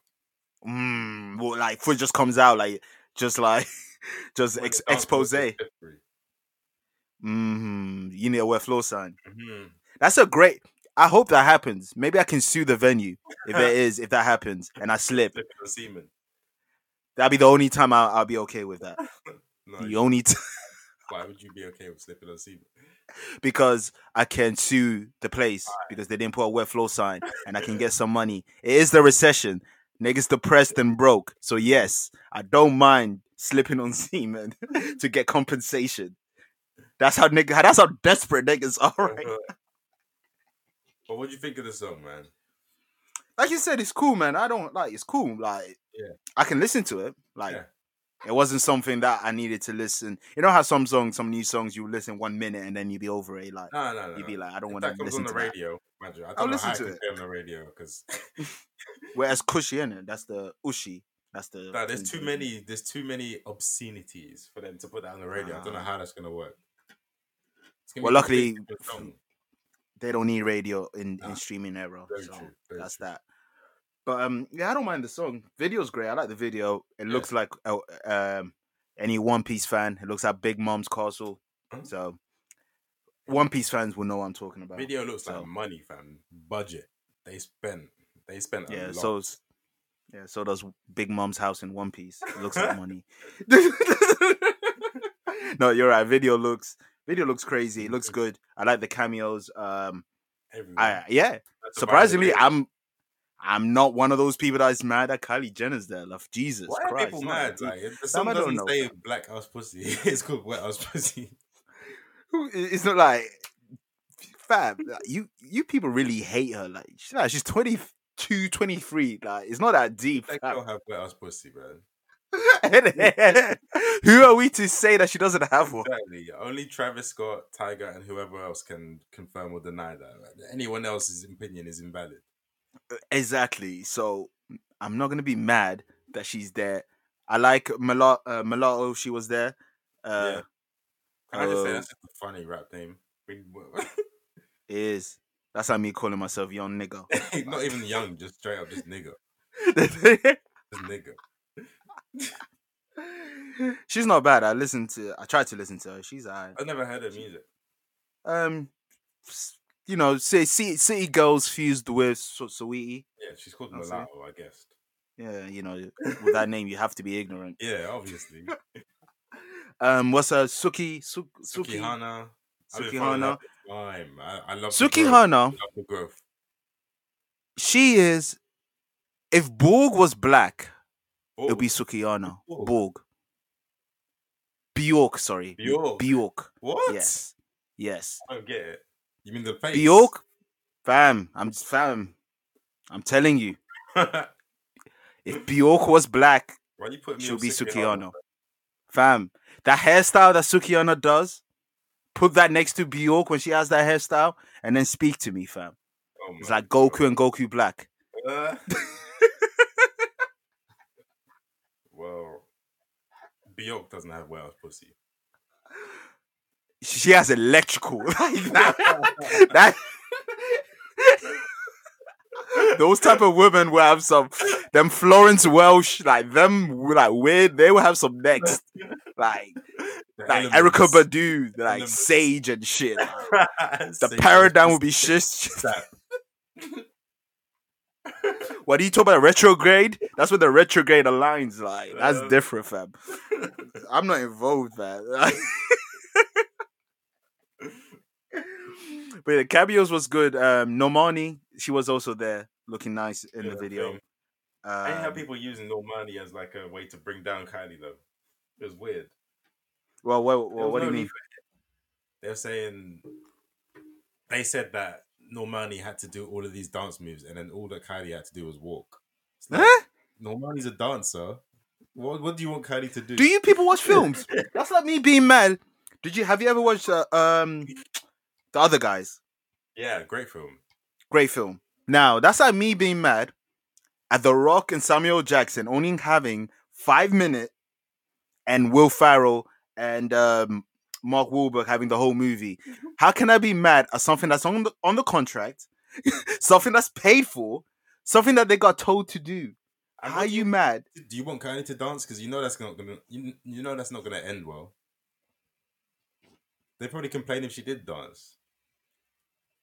Speaker 1: Mm, well, like foot just comes out, like just like just
Speaker 2: When
Speaker 1: ex-
Speaker 2: the dance floor
Speaker 1: expose.
Speaker 2: is slippery.
Speaker 1: Mm, you need a wear floor sign.
Speaker 2: Mhm.
Speaker 1: That's a great. I hope that happens. Maybe I can sue the venue if it is if that happens and I slip.
Speaker 2: Slip and semen.
Speaker 1: That'll be the only time I'll, I'll be okay with that.
Speaker 2: No,
Speaker 1: The only time
Speaker 2: why would you be okay with slipping on semen?
Speaker 1: because I can sue the place because they didn't put a wet floor sign and I can get some money. It is the recession. Niggas depressed and broke. So yes, I don't mind slipping on semen to get compensation. That's how nigga that's how desperate niggas are right.
Speaker 2: but what do you think of the song, man?
Speaker 1: Like you said, it's cool, man. I don't like it's cool. Like
Speaker 2: Yeah.
Speaker 1: I can listen to it. Like
Speaker 2: Yeah.
Speaker 1: it wasn't something that I needed to listen. You know how some songs, some new songs you listen one minute and then you be over it. Like
Speaker 2: No, no, no.
Speaker 1: you
Speaker 2: no.
Speaker 1: be like, I don't
Speaker 2: If
Speaker 1: want
Speaker 2: that
Speaker 1: to
Speaker 2: comes
Speaker 1: listen
Speaker 2: on
Speaker 1: to
Speaker 2: the
Speaker 1: that.
Speaker 2: radio, imagine. I don't
Speaker 1: I'll
Speaker 2: know
Speaker 1: listen
Speaker 2: how
Speaker 1: to
Speaker 2: it could
Speaker 1: it.
Speaker 2: be on the radio because
Speaker 1: Whereas Cushy, in it, that's the Ushi. That's the.
Speaker 2: Nah, there's too
Speaker 1: Indian-
Speaker 2: many. There's too many obscenities for them to put that on the radio. I don't know
Speaker 1: Ah.
Speaker 2: how that's gonna work. It's gonna
Speaker 1: Well,
Speaker 2: be
Speaker 1: luckily,
Speaker 2: completely different song.
Speaker 1: They don't need radio in,
Speaker 2: Nah.
Speaker 1: in streaming era.
Speaker 2: Very
Speaker 1: so
Speaker 2: true, very
Speaker 1: that's
Speaker 2: true.
Speaker 1: that. But um, yeah, I don't mind the song. Video's great. I like the video. It
Speaker 2: Yeah.
Speaker 1: looks like uh, um any One Piece fan. It looks like Big Mom's castle.
Speaker 2: Huh?
Speaker 1: So One Piece fans will know what I'm talking about.
Speaker 2: video looks like
Speaker 1: so-
Speaker 2: money, fam. Budget they spent. They spent.
Speaker 1: yeah.
Speaker 2: a lot.
Speaker 1: So it's, yeah. So does Big Mom's house in One Piece. It looks like money. no, you're right. Video looks video looks crazy. It looks good. I like the cameos. Um,
Speaker 2: everyone.
Speaker 1: I yeah.
Speaker 2: That's about
Speaker 1: surprisingly,
Speaker 2: it.
Speaker 1: I'm I'm not one of those people that is mad at Kylie Jenner's there. Love Jesus
Speaker 2: Why are
Speaker 1: Christ!
Speaker 2: people
Speaker 1: no,
Speaker 2: mad?
Speaker 1: dude.
Speaker 2: Like, if the song
Speaker 1: I don't
Speaker 2: doesn't
Speaker 1: know,
Speaker 2: say black ass pussy. It's called wet ass pussy.
Speaker 1: It's not like fab. Like, you you people really hate her. Like she's, like, she's 22, 23. Like it's not that deep.
Speaker 2: That
Speaker 1: fam.
Speaker 2: girl have wet ass pussy, bro.
Speaker 1: Who are we to say that she doesn't have one?
Speaker 2: Exactly. Only Travis Scott, Tiger, and whoever else can confirm or deny that. Like, anyone else's opinion is invalid.
Speaker 1: Exactly. So I'm not gonna be mad that she's there. I like Mulat- uh, Mulatto. She was there. Uh,
Speaker 2: Can I just say
Speaker 1: Um,
Speaker 2: that's just a funny rap name? We-
Speaker 1: Is that's like me calling myself young nigga.
Speaker 2: Not even young, just straight up, just nigga, just nigga.
Speaker 1: she's not bad. I listened to. I tried to listen to her. She's alright.
Speaker 2: I've never heard her music.
Speaker 1: Um, s- you know, city city girls fused with Su- Saweetie.
Speaker 2: Yeah, she's called
Speaker 1: I'll see.
Speaker 2: Mulatto, I guess.
Speaker 1: Yeah, you know, with that name, you have to be ignorant.
Speaker 2: Yeah, obviously.
Speaker 1: Um, what's her Suki Su- Suki Suki
Speaker 2: Sukihana.
Speaker 1: Sukihana?
Speaker 2: Time. I, I love the growth.
Speaker 1: Sukihana.
Speaker 2: I love the growth.
Speaker 1: She is. If Borg was black,
Speaker 2: Oh,
Speaker 1: it'll be Sukiyana.
Speaker 2: Borg.
Speaker 1: Borg. Bjork, sorry.
Speaker 2: Bjork.
Speaker 1: Bjork.
Speaker 2: what?
Speaker 1: Yes. Yes.
Speaker 2: I don't get it. You mean the face?
Speaker 1: Bjork. Fam. I'm fam. I'm telling you.
Speaker 2: Why
Speaker 1: If Bjork was black,
Speaker 2: are you putting me
Speaker 1: she'll
Speaker 2: on
Speaker 1: be
Speaker 2: Sukihana?
Speaker 1: Sukiyano. Fam. That hairstyle that Sukiyana does, put that next to Bjork when she has that hairstyle, and then speak to me, fam.
Speaker 2: Oh my
Speaker 1: It's like
Speaker 2: God.
Speaker 1: Goku and Goku Black.
Speaker 2: Uh, well, Bjork doesn't have well pussy.
Speaker 1: She has electrical. Like, that- that- those type of women will have some them Florence Welsh, like them like weird, they will have some next. Like
Speaker 2: The
Speaker 1: like
Speaker 2: elements.
Speaker 1: Erica Badu, like
Speaker 2: Elements.
Speaker 1: Sage and shit. The
Speaker 2: Same
Speaker 1: paradigm
Speaker 2: as
Speaker 1: will be shit.
Speaker 2: that.
Speaker 1: What do you talk about retrograde? That's what the retrograde aligns like. That's
Speaker 2: Uh.
Speaker 1: different, fam. I'm not involved, man. Like- but the cameos was good. Um, Normani, she was also there, looking nice in
Speaker 2: Yeah,
Speaker 1: the
Speaker 2: I
Speaker 1: video.
Speaker 2: think. I didn't
Speaker 1: Um,
Speaker 2: have people using Normani as like a way to bring down Kylie though. It was weird.
Speaker 1: well, well,
Speaker 2: There
Speaker 1: well
Speaker 2: was
Speaker 1: what do
Speaker 2: no
Speaker 1: you
Speaker 2: need
Speaker 1: mean?
Speaker 2: for it. They were saying they said that Normani had to do all of these dance moves, and then all that Kylie had to do was walk. It's like,
Speaker 1: Huh?
Speaker 2: Normani's a dancer. What What do you want Kylie to do?
Speaker 1: Do you people watch films? That's like me being mad. Did you have you ever watched uh, um the other guys?
Speaker 2: Yeah, great film.
Speaker 1: Great film. Now that's like me being mad at The Rock and Samuel Jackson only having five minutes, and Will Farrell and um, Mark Wahlberg having the whole movie.
Speaker 2: Mm-hmm.
Speaker 1: How can I be mad at something that's on the on the contract, something that's paid for, something that they got told to do?
Speaker 2: And
Speaker 1: How
Speaker 2: what
Speaker 1: are
Speaker 2: do
Speaker 1: you mad?
Speaker 2: Do you want Kylie to dance? Because you know that's not gonna. You, you know that's not gonna end well. They probably complain if she did dance.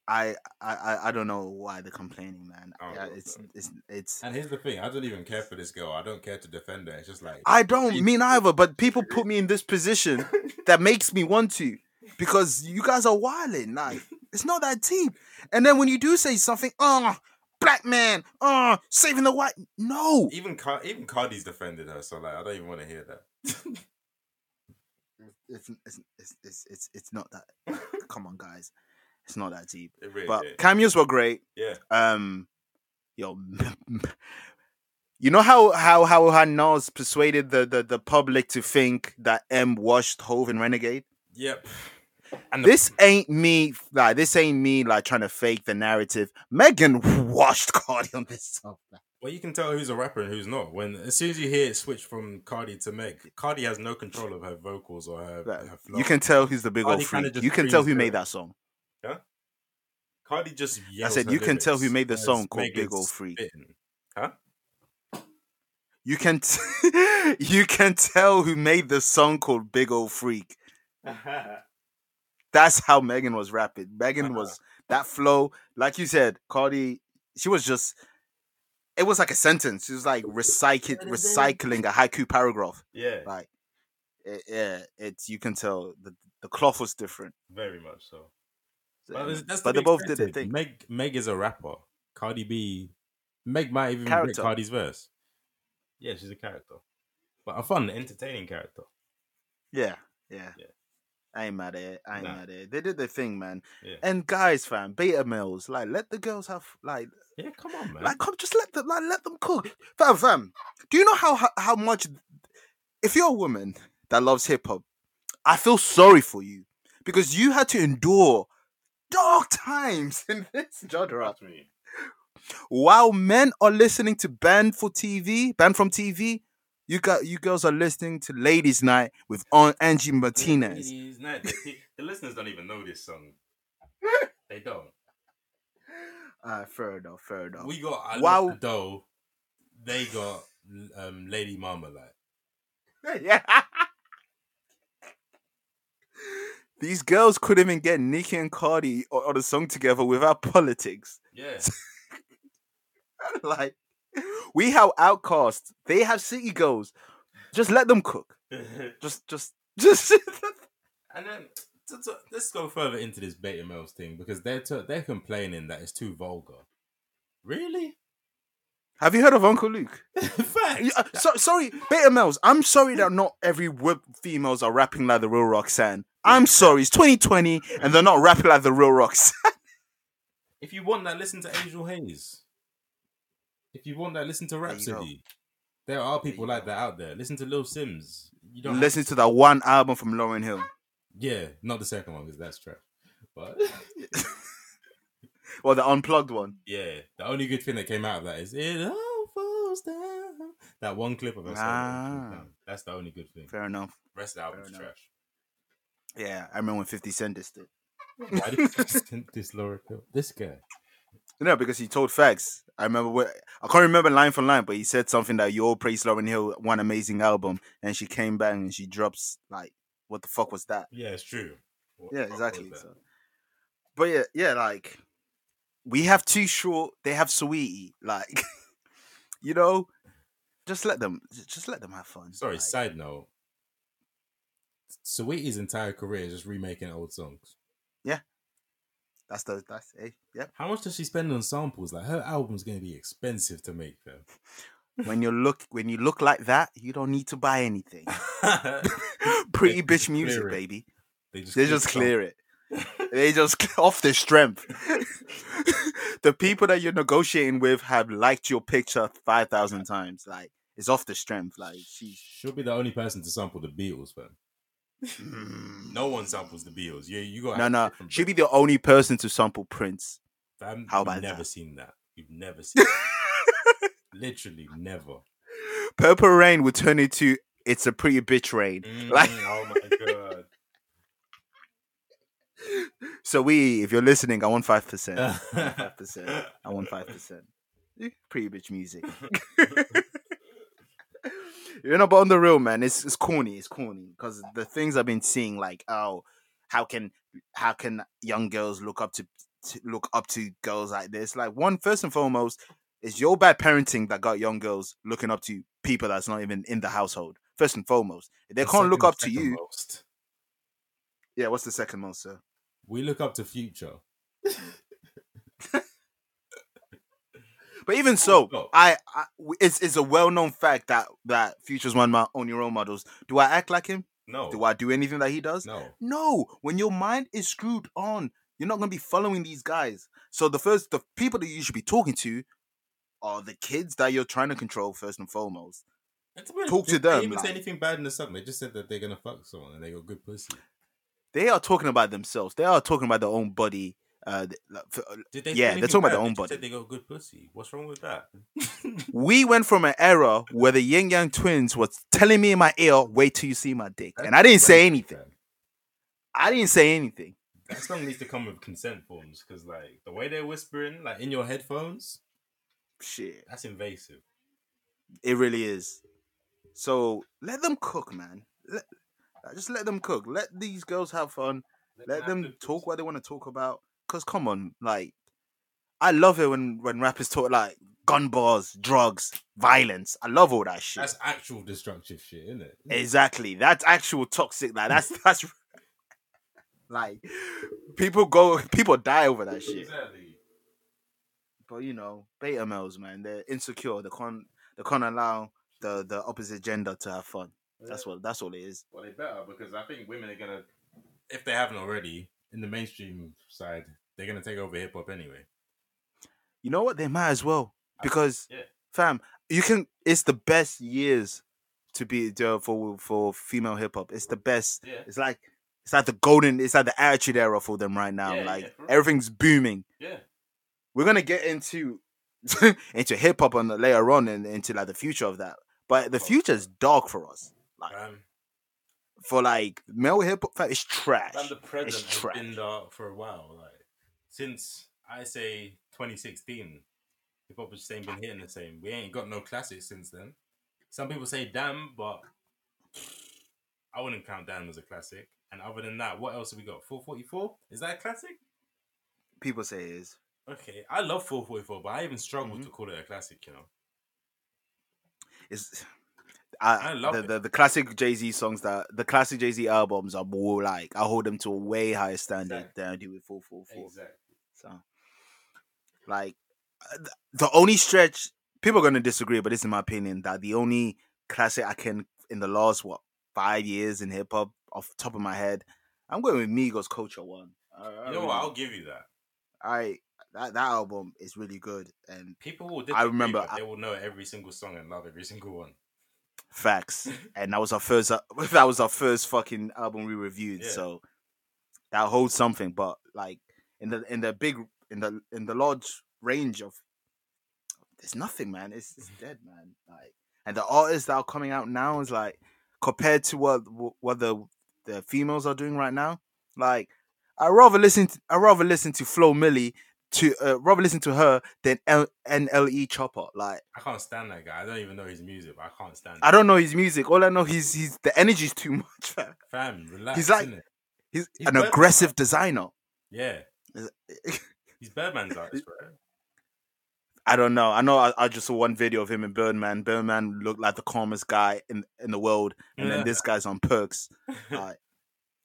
Speaker 1: I I I- I don't know why they're complaining, man.
Speaker 2: Oh,
Speaker 1: yeah,
Speaker 2: well
Speaker 1: it's
Speaker 2: done.
Speaker 1: it's it's.
Speaker 2: And here's the thing: I don't even care for this girl. I don't care to defend her. It's just like
Speaker 1: I don't
Speaker 2: you-
Speaker 1: mean either, but people put me in this position that makes me want to, because you guys are wilding. Like it's not that deep. And then when you do say something, oh, black man, oh, saving the white. No,
Speaker 2: even Car- even Cardi's defended her. So like, I don't even want to hear that.
Speaker 1: it's it's it's it's it's, it's not that. like, come on, guys, it's not that deep.
Speaker 2: it really
Speaker 1: But
Speaker 2: did.
Speaker 1: cameos were great.
Speaker 2: yeah,
Speaker 1: um yo you know how how how her Nas persuaded the, the the public to think that M washed Hove and Renegade.
Speaker 2: yep. And the-
Speaker 1: This ain't me like this ain't me like trying to fake the narrative. Megan washed Cardi on this song.
Speaker 2: well, you can tell who's a rapper and who's not. When as soon as you hear it switch from Cardi to Meg, Cardi has no control of her vocals or her,
Speaker 1: Like,
Speaker 2: her flow.
Speaker 1: you can tell who's the big
Speaker 2: Cardi
Speaker 1: old
Speaker 2: kinda
Speaker 1: freak.
Speaker 2: just
Speaker 1: You can tell who
Speaker 2: screams
Speaker 1: made
Speaker 2: there.
Speaker 1: that song.
Speaker 2: Cardi just
Speaker 1: I
Speaker 2: yells
Speaker 1: said
Speaker 2: her
Speaker 1: you can tell who
Speaker 2: lyrics
Speaker 1: made the
Speaker 2: as
Speaker 1: song called
Speaker 2: Meg
Speaker 1: Big
Speaker 2: is
Speaker 1: Old Freak.
Speaker 2: spitting.
Speaker 1: You can t- you can tell who made the song called Big Old Freak. that's how Megan was rapping. Megan
Speaker 2: Uh-huh.
Speaker 1: was that flow, like you said, Cardi. She was just. It was like a sentence. She was like recycling, recycling a haiku paragraph.
Speaker 2: yeah,
Speaker 1: Like, it, yeah, it's you can tell the the cloth was different.
Speaker 2: very much so. But,
Speaker 1: But,
Speaker 2: it's- that's to
Speaker 1: they
Speaker 2: be
Speaker 1: both did their
Speaker 2: expected.
Speaker 1: thing.
Speaker 2: Meg Meg is a rapper. Cardi B, Meg might even break
Speaker 1: Character.
Speaker 2: Cardi's verse. Yeah, she's a character, but a fun, entertaining character.
Speaker 1: Yeah, yeah.
Speaker 2: Yeah.
Speaker 1: I ain't mad at it. I ain't mad at it. They did their thing, man.
Speaker 2: Yeah.
Speaker 1: And guys, fam, beta males, like let the girls have like
Speaker 2: Yeah, come on, man.
Speaker 1: like come just let them like let them cook. Fam, fam. Do you know how how, how much if you're a woman that loves hip hop, I feel sorry for you because you had to endure dark times in this genre.
Speaker 2: Trust me.
Speaker 1: While men are listening to band for TV, band from TV, you got you girls are listening to Ladies Night with Aunt Angie Martinez.
Speaker 2: Ladies night. The, the listeners don't even know this song. They don't.
Speaker 1: Uh, fair enough, fair enough.
Speaker 2: We got I
Speaker 1: Wow.
Speaker 2: wow. the dough. They got um, Lady Marmalade.
Speaker 1: yeah. These girls couldn't even get Nicki and Cardi o- on a song together without politics.
Speaker 2: Yeah.
Speaker 1: like, we have outcasts. They have city girls. Just let them cook.
Speaker 2: and
Speaker 1: Just, just, just.
Speaker 2: then t- t- let's go further into this beta males thing because they're t- they're complaining that it's too vulgar. Really?
Speaker 1: have you heard of Uncle Luke?
Speaker 2: Facts.
Speaker 1: Yeah, uh, so, sorry, beta males. I'm sorry that not every whip females are rapping like the real Roxanne. I'm sorry, it's 2020 and they're not rapping like the real Roxanne.
Speaker 2: If you want that, listen to Angel Hayes. If you want that, listen to
Speaker 1: There you go.
Speaker 2: Rhapsody. There are people
Speaker 1: you
Speaker 2: like
Speaker 1: go.
Speaker 2: that out there. Listen to Lil Sims. You don't
Speaker 1: Listen to that one album from Lauren Hill.
Speaker 2: Yeah, not the second one because that's trash. But
Speaker 1: Well, the unplugged one.
Speaker 2: yeah, the only good thing that came out of that is it all falls down. That one clip of us.
Speaker 1: Ah.
Speaker 2: That's the only good thing.
Speaker 1: Fair enough.
Speaker 2: rest of the album's
Speaker 1: Fair
Speaker 2: trash.
Speaker 1: Yeah, I remember when 50 Cent dissed it.
Speaker 2: Why did you send this lyrical? This guy.
Speaker 1: No, because he told facts. I remember what I can't remember line for line, but he said something that you all praise Lauren Hill, one amazing album, and she came back and she drops like, what the fuck was that?
Speaker 2: Yeah, it's true. What
Speaker 1: Yeah,
Speaker 2: the fuck
Speaker 1: exactly.
Speaker 2: was that?
Speaker 1: So. But yeah, yeah, like we have too short, they have sweetie. Like, you know, just let them, j- just let them have fun.
Speaker 2: Sorry,
Speaker 1: like,
Speaker 2: side note. Sweetie's entire career is just remaking old songs.
Speaker 1: that's the that's eh, yeah.
Speaker 2: How much does she spend on samples? Like her album's gonna be expensive to make though.
Speaker 1: When you look when you look like that, you don't need to buy anything. Pretty
Speaker 2: They
Speaker 1: bitch
Speaker 2: just
Speaker 1: music,
Speaker 2: clear it.
Speaker 1: baby.
Speaker 2: They just
Speaker 1: They just
Speaker 2: clear
Speaker 1: clear it. They just off their strength. the people that you're negotiating with have liked your picture five thousand times. Like it's off the strength. Like
Speaker 2: songs.
Speaker 1: she's
Speaker 2: She'll be the only person to sample the Beatles, fam.
Speaker 1: no,
Speaker 2: No one samples the Beatles. Yeah, you got
Speaker 1: Mm. no. She'd be the only person to sample Prince.
Speaker 2: Fam,
Speaker 1: How
Speaker 2: you've
Speaker 1: about
Speaker 2: never
Speaker 1: that?
Speaker 2: seen that? You've never seen. that. Literally never.
Speaker 1: Purple Rain would turn into "It's a Pretty Bitch Rain." Like
Speaker 2: Mm, oh my god.
Speaker 1: so, we if you're listening, I want five percent. Five percent. I want five percent. Eh, Pretty bitch music. you know, but on the real man, it's it's corny. It's corny because the things I've been seeing, like oh, how can how can young girls look up to, to look up to girls like this? Like one first and foremost, it's your bad parenting that got young girls looking up to people that's not even in the household. First and foremost, if they
Speaker 2: The
Speaker 1: can't look
Speaker 2: second-
Speaker 1: up to
Speaker 2: second
Speaker 1: you.
Speaker 2: most.
Speaker 1: Yeah, what's the second most, sir?
Speaker 2: We look up to Future.
Speaker 1: But even so,
Speaker 2: no.
Speaker 1: I, I w- it's it's a well known fact that that Future's one of my only role models. Do I act like him?
Speaker 2: No.
Speaker 1: Do I do anything that he does?
Speaker 2: Oh. No.
Speaker 1: No, when your mind is screwed on, you're not gonna be following these guys. So the first the people that you should be talking to are the kids that you're trying to control first and foremost.
Speaker 2: And be honest,
Speaker 1: Talk to
Speaker 2: they- They
Speaker 1: them,
Speaker 2: didn't even say
Speaker 1: like-
Speaker 2: anything bad in the song. They just said that they're gonna fuck someone and they got good pussy.
Speaker 1: They are talking about themselves. They are talking about their own body. Uh, th- like, f- uh,
Speaker 2: Did they? say
Speaker 1: Yeah, they're
Speaker 2: anything
Speaker 1: talking about
Speaker 2: bad?
Speaker 1: their
Speaker 2: They
Speaker 1: own
Speaker 2: just said
Speaker 1: body.
Speaker 2: They got good pussy. What's wrong with that?
Speaker 1: we went from an era where the Yin Yang twins was telling me in my ear, "Wait till you see my dick," and I didn't say anything. I didn't say anything.
Speaker 2: That song needs to come with consent forms because, like, the way they're whispering, like in your headphones,
Speaker 1: Shit,
Speaker 2: that's invasive.
Speaker 1: it really is. So let them cook, man. Let, uh, just let them cook. Let these girls have fun. Let
Speaker 2: have
Speaker 1: them
Speaker 2: good
Speaker 1: talk
Speaker 2: pussy.
Speaker 1: what they want to talk about. Cause come on, like I love it when when rappers talk like gun bars, drugs, violence. I love all that shit.
Speaker 2: That's actual destructive shit, isn't it?
Speaker 1: Exactly. That's actual toxic. Like that's that's like people go people die over that shit.
Speaker 2: Exactly.
Speaker 1: But you know, beta males, man, they're insecure. They can't they can't allow the the opposite gender to have fun. That's what that's all it is.
Speaker 2: Well, they better because I think women are gonna if they haven't already, in the mainstream side, they're gonna take over hip hop anyway.
Speaker 1: You know what? They might as well because,
Speaker 2: yeah.
Speaker 1: fam, you can. It's the best years to be there for for female hip hop. It's the best.
Speaker 2: Yeah.
Speaker 1: It's like it's like the golden. It's like the attitude era for them right now.
Speaker 2: Yeah,
Speaker 1: like
Speaker 2: yeah, for real.
Speaker 1: everything's booming.
Speaker 2: Yeah,
Speaker 1: We're gonna get into into hip hop on the, later on and into like the future of that. But the
Speaker 2: Oh.
Speaker 1: future's dark for us. Like
Speaker 2: um,
Speaker 1: for like male hip hop, it's trash.
Speaker 2: and the present has
Speaker 1: trash.
Speaker 2: been dark for a while. Like since I say 2016, hip hop has just ain't been hitting the same. We ain't got no classics since then. Some people say Damn, but I wouldn't count Damn as a classic. And other than that, what else have we got? 444 is that a classic?
Speaker 1: People say it is.
Speaker 2: Okay, I love 444, but I even struggle
Speaker 1: Mhm.
Speaker 2: to call it a classic. You know,
Speaker 1: It's I,
Speaker 2: I love
Speaker 1: the,
Speaker 2: it.
Speaker 1: the the classic Jay Z songs that the classic Jay Z albums are more like I hold them to a way higher standard
Speaker 2: Exactly.
Speaker 1: than I do with four four four.
Speaker 2: exactly.
Speaker 1: So, like, uh, th- the only stretch people are going to disagree, but this is my opinion that the only classic I can in the last what five years in hip hop off the top of my head, I'm going with Migos Culture One. I, I
Speaker 2: You know
Speaker 1: really-
Speaker 2: what? I'll give you that.
Speaker 1: I- that that album is really good and
Speaker 2: People will.
Speaker 1: I
Speaker 2: disagree,
Speaker 1: remember
Speaker 2: but
Speaker 1: I-
Speaker 2: they will know every single song and love every single one.
Speaker 1: facts. and that was our first uh, that was our first fucking album we reviewed,
Speaker 2: Yeah.
Speaker 1: so that holds something. But like in the in the big in the in the large range of there's nothing, man. It's it's dead, man. Like and the artists that are coming out now is like compared to what what the the females are doing right now. Like I rather listen to, I rather listen to Flo Millie to uh, rather listen to her than L- NLE Chopper. Like
Speaker 2: I can't stand that guy. I don't even know his music. But I can't stand.
Speaker 1: I
Speaker 2: it.
Speaker 1: don't know his music. All I know he's he's the energy's too much. Fam.
Speaker 2: Fam, relax.
Speaker 1: He's like-
Speaker 2: innit?
Speaker 1: He's,
Speaker 2: He's
Speaker 1: an
Speaker 2: Birdman,
Speaker 1: aggressive designer.
Speaker 2: yeah. He's Birdman's artist, bro.
Speaker 1: I don't know. I know. I, I just saw one video of him in Birdman. Birdman looked like the calmest guy in in the world, and then this guy's on Perks, like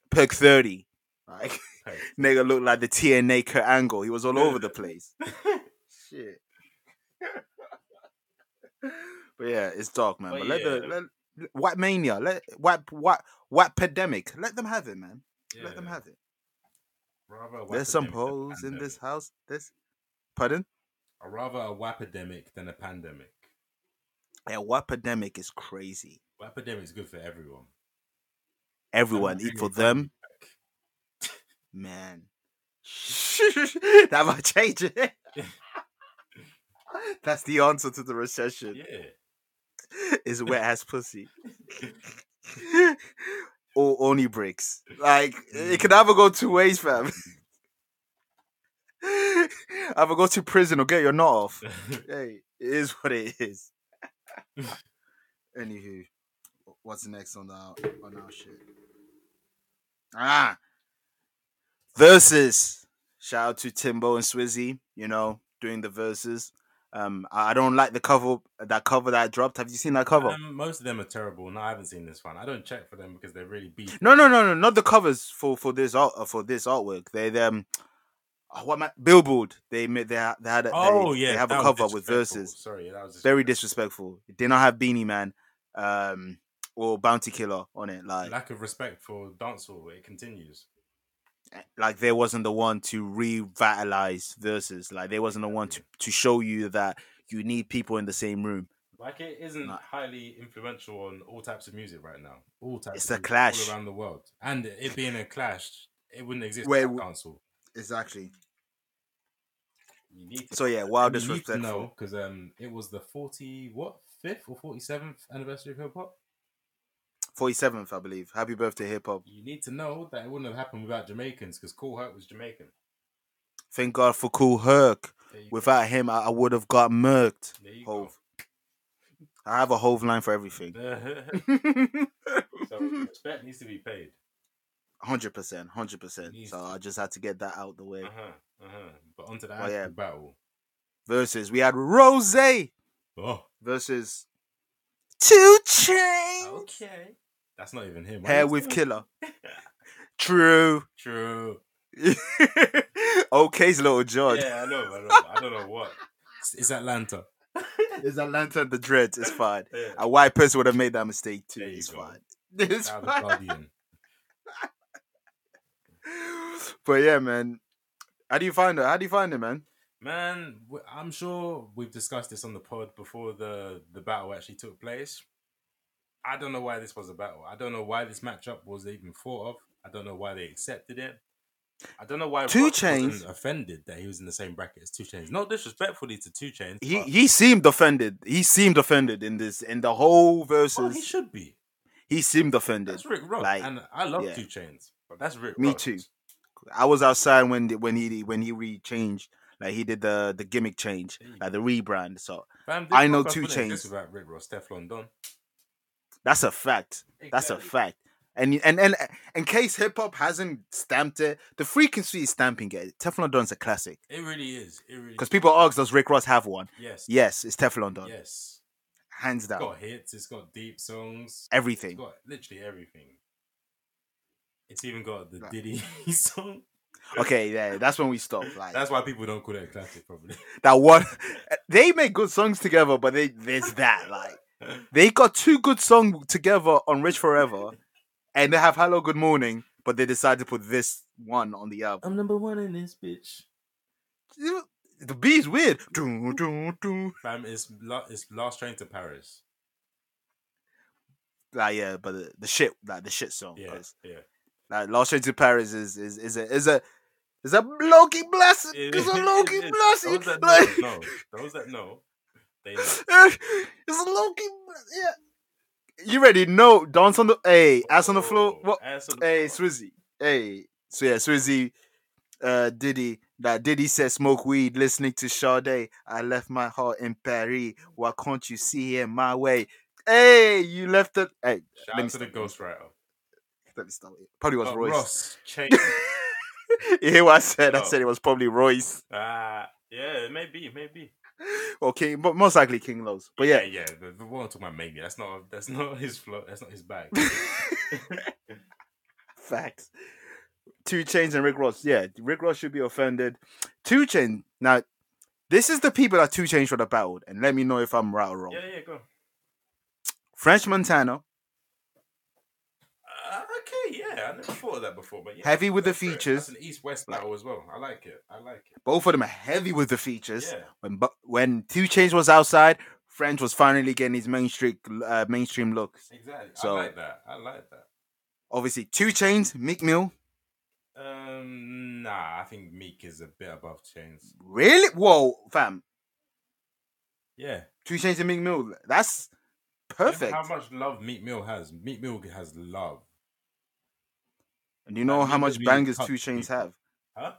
Speaker 1: Perk Thirty. Like
Speaker 2: Perks.
Speaker 1: nigga looked like the TNA Kurt Angle. He was all over the place. Shit. but yeah, it's dark, man. But,
Speaker 2: But
Speaker 1: let the
Speaker 2: yeah.
Speaker 1: let, let- white mania, let white white white pandemic. Let them have it, man. Let them have it.
Speaker 2: Rather a
Speaker 1: There's some
Speaker 2: wapidemic than a
Speaker 1: holes in this
Speaker 2: pandemic.
Speaker 1: house. This, pardon.
Speaker 2: I'd rather a wapidemic than a pandemic.
Speaker 1: Yeah, wapidemic is crazy.
Speaker 2: Wapidemic is good for everyone.
Speaker 1: Everyone
Speaker 2: bringing
Speaker 1: eat for
Speaker 2: it back.
Speaker 1: them. Man. that might change it. That's the answer to the recession.
Speaker 2: Yeah.
Speaker 1: Is wet ass pussy. or only bricks. Like it
Speaker 2: Mm.
Speaker 1: can either go two ways, fam.
Speaker 2: Mm.
Speaker 1: either go to prison or get your knot off. hey, it is what it is. Anywho, what's next on our on our shit? Ah, verses. Shout out to Timbo and Swizzy. You know, doing the verses. Um, I I don't like the cover that cover that I dropped. Have you seen that cover?
Speaker 2: Um, most of them are terrible. No, I haven't seen this one. I don't check for them because they're really beef.
Speaker 1: no, no, no, no, not the covers for for this art uh, for this artwork. They them. Um, what am I- Billboard? They made they ha- they had a,
Speaker 2: oh
Speaker 1: they,
Speaker 2: yeah,
Speaker 1: they have a
Speaker 2: that was
Speaker 1: cover with
Speaker 2: disrespectful.
Speaker 1: verses.
Speaker 2: Sorry, that was
Speaker 1: very disrespectful. It did not have Beanie Man um, or Bounty Killer on it. Like,
Speaker 2: lack of respect for dancehall. It continues.
Speaker 1: eh, like they wasn't the one to revitalize verses. Like they wasn't the one to, to show you that you need people in the same room.
Speaker 2: Like it isn't
Speaker 1: Nah.
Speaker 2: highly influential on all types of music right now. All types.
Speaker 1: It's
Speaker 2: of
Speaker 1: a
Speaker 2: music
Speaker 1: clash.
Speaker 2: all around the world, and it being a clash, it wouldn't exist
Speaker 1: Where w-
Speaker 2: without dancehall.
Speaker 1: Exactly.
Speaker 2: You need to,
Speaker 1: So yeah, wild
Speaker 2: you need to
Speaker 1: disrespectful.
Speaker 2: know because um, it was the forty what fifth or forty seventh anniversary of hip hop.
Speaker 1: Forty seventh, I believe. Happy birthday, hip hop.
Speaker 2: You need to know that it wouldn't have happened without Jamaicans because Cool Herc was Jamaican.
Speaker 1: Thank God for Cool Herc.
Speaker 2: There you,
Speaker 1: Without him, I, I would have got murked.
Speaker 2: there you go.
Speaker 1: Hove. I have a Hove line for everything.
Speaker 2: so respect needs to be paid.
Speaker 1: Hundred percent, hundred percent.
Speaker 2: Needs
Speaker 1: So
Speaker 2: to.
Speaker 1: I just had to get that out the way.
Speaker 2: Uh huh. Uh huh. But onto the
Speaker 1: Oh, yeah.
Speaker 2: actual battle.
Speaker 1: Versus, we had Rose.
Speaker 2: Oh,
Speaker 1: versus Two Chain.
Speaker 2: okay. That's not even him. Oh, Why
Speaker 1: Hair
Speaker 2: is
Speaker 1: with
Speaker 2: that-
Speaker 1: Killer. True.
Speaker 2: True.
Speaker 1: OK's little George.
Speaker 2: Yeah, I know, I know. I don't know what. It's, it's Atlanta.
Speaker 1: It's Atlanta and the Dreads. It's fine.
Speaker 2: Yeah.
Speaker 1: A white person would have made that mistake too.
Speaker 2: There you
Speaker 1: It's
Speaker 2: go.
Speaker 1: fine. It's
Speaker 2: Out of
Speaker 1: fine.
Speaker 2: Guardian.
Speaker 1: But yeah, man. How do you find it? How do you find it, man?
Speaker 2: Man, w- I'm sure we've discussed this on the pod before the the battle actually took place. I don't know why this was a battle. I don't know why this matchup was even thought of. I don't know why they accepted it. I don't know why
Speaker 1: Two
Speaker 2: Rock wasn't
Speaker 1: Chainz-
Speaker 2: offended that he was in the same bracket as Two Chains. Not disrespectfully to Two Chains.
Speaker 1: He
Speaker 2: but,
Speaker 1: he seemed offended. He seemed offended in this in the whole
Speaker 2: well, Oh, he
Speaker 1: versus.
Speaker 2: should be.
Speaker 1: He seemed offended.
Speaker 2: That's Rick Ross,
Speaker 1: like,
Speaker 2: and I love
Speaker 1: yeah.
Speaker 2: Two Chains, but that's Rick.
Speaker 1: Me
Speaker 2: Ross.
Speaker 1: too. I was outside when the- when he when he re-changed. Like he did the the gimmick change,
Speaker 2: There you
Speaker 1: like the rebrand. So
Speaker 2: Fam, this
Speaker 1: I know
Speaker 2: podcast
Speaker 1: Two
Speaker 2: wouldn't exist
Speaker 1: Chainz.
Speaker 2: without Rick Ross, Teflon Don.
Speaker 1: that's a fact. That's a fact. And and and in case hip hop hasn't stamped it, the frequency is stamping it. Teflon Don's a classic
Speaker 2: It really is. It really.
Speaker 1: because people ask, does Rick Ross have one?
Speaker 2: Yes.
Speaker 1: Yes, it's Teflon Don,
Speaker 2: Yes.
Speaker 1: hands
Speaker 2: It's
Speaker 1: down.
Speaker 2: got hits. It's got deep songs. It's
Speaker 1: Everything.
Speaker 2: got literally everything. It's even got the
Speaker 1: Nah.
Speaker 2: Diddy song.
Speaker 1: Okay, yeah, that's when we stop. Like
Speaker 2: That's why people don't call it a classic, probably.
Speaker 1: that one. They make good songs together, but they there's that like. They got two good songs together on Rich Forever, and they have Hello Good Morning, but they decide to put this one on the album.
Speaker 2: I'm number one in this bitch.
Speaker 1: The beat's weird. Do, do, do.
Speaker 2: Fam, it's, la- it's Last Train to Paris.
Speaker 1: Like yeah, but the, the shit, like the shit song.
Speaker 2: Yeah,
Speaker 1: 'cause,
Speaker 2: yeah.
Speaker 1: Like Lost Train to Paris is is is a is a is a Loki blessing.
Speaker 2: It
Speaker 1: It's a
Speaker 2: is-
Speaker 1: Loki
Speaker 2: it is.
Speaker 1: blessing.
Speaker 2: Those that
Speaker 1: Like
Speaker 2: know, know. Those that know, they know.
Speaker 1: it's a Loki. bless- Yeah. You ready? No, dance on the hey, ass on the floor.
Speaker 2: Oh,
Speaker 1: What?
Speaker 2: Ass on the
Speaker 1: Hey,
Speaker 2: floor.
Speaker 1: Swizzy. Hey, so yeah, Swizzy. Uh, Diddy. That Diddy said, "Smoke weed, listening to Sade. I left my heart in Paris. Why can't you see it my way?" Hey, you left it. Hey,
Speaker 2: Shout
Speaker 1: Let
Speaker 2: out
Speaker 1: me
Speaker 2: to the
Speaker 1: stop this.
Speaker 2: ghostwriter.
Speaker 1: let me stop it. Probably was
Speaker 2: Oh,
Speaker 1: Royce.
Speaker 2: Ross Chain.
Speaker 1: you hear what I said? I
Speaker 2: Oh.
Speaker 1: said it was probably Royce.
Speaker 2: Ah, yeah, maybe, maybe.
Speaker 1: Okay, but most likely King Lowe's. But yeah,
Speaker 2: yeah. The, the one I'm talking about, maybe. That's not. That's not his flow. That's not his bag.
Speaker 1: facts. Two Chains and Rick Ross. Yeah, Rick Ross should be offended. Two Chain. Now, this is the people that Two Chains should have battled, and let me know if I'm right or wrong.
Speaker 2: yeah, yeah, go.
Speaker 1: French Montana,
Speaker 2: Uh, okay, yeah, I never thought of that before, but yeah,
Speaker 1: Heavy with
Speaker 2: go
Speaker 1: the
Speaker 2: for it.
Speaker 1: features.
Speaker 2: That's an East-West battle as well. I like it. I like it.
Speaker 1: both of them are heavy with the features.
Speaker 2: Yeah,
Speaker 1: When bu- when Two Chains was outside, French was finally getting his mainstream uh, mainstream look.
Speaker 2: exactly.
Speaker 1: So-
Speaker 2: I like that. I like that.
Speaker 1: Obviously, Two Chains, Meek Mill.
Speaker 2: Um, nah, I think Meek is a bit above Chains.
Speaker 1: Really? Whoa, fam.
Speaker 2: Yeah,
Speaker 1: Two Chains and Meek Mill. That's
Speaker 2: Remember
Speaker 1: perfect.
Speaker 2: How much love Meek Mill has? Meek Mill has love,
Speaker 1: And you know
Speaker 2: Like,
Speaker 1: how
Speaker 2: Meek
Speaker 1: much
Speaker 2: really
Speaker 1: bangers
Speaker 2: touched
Speaker 1: Two Chains
Speaker 2: people.
Speaker 1: have.
Speaker 2: huh?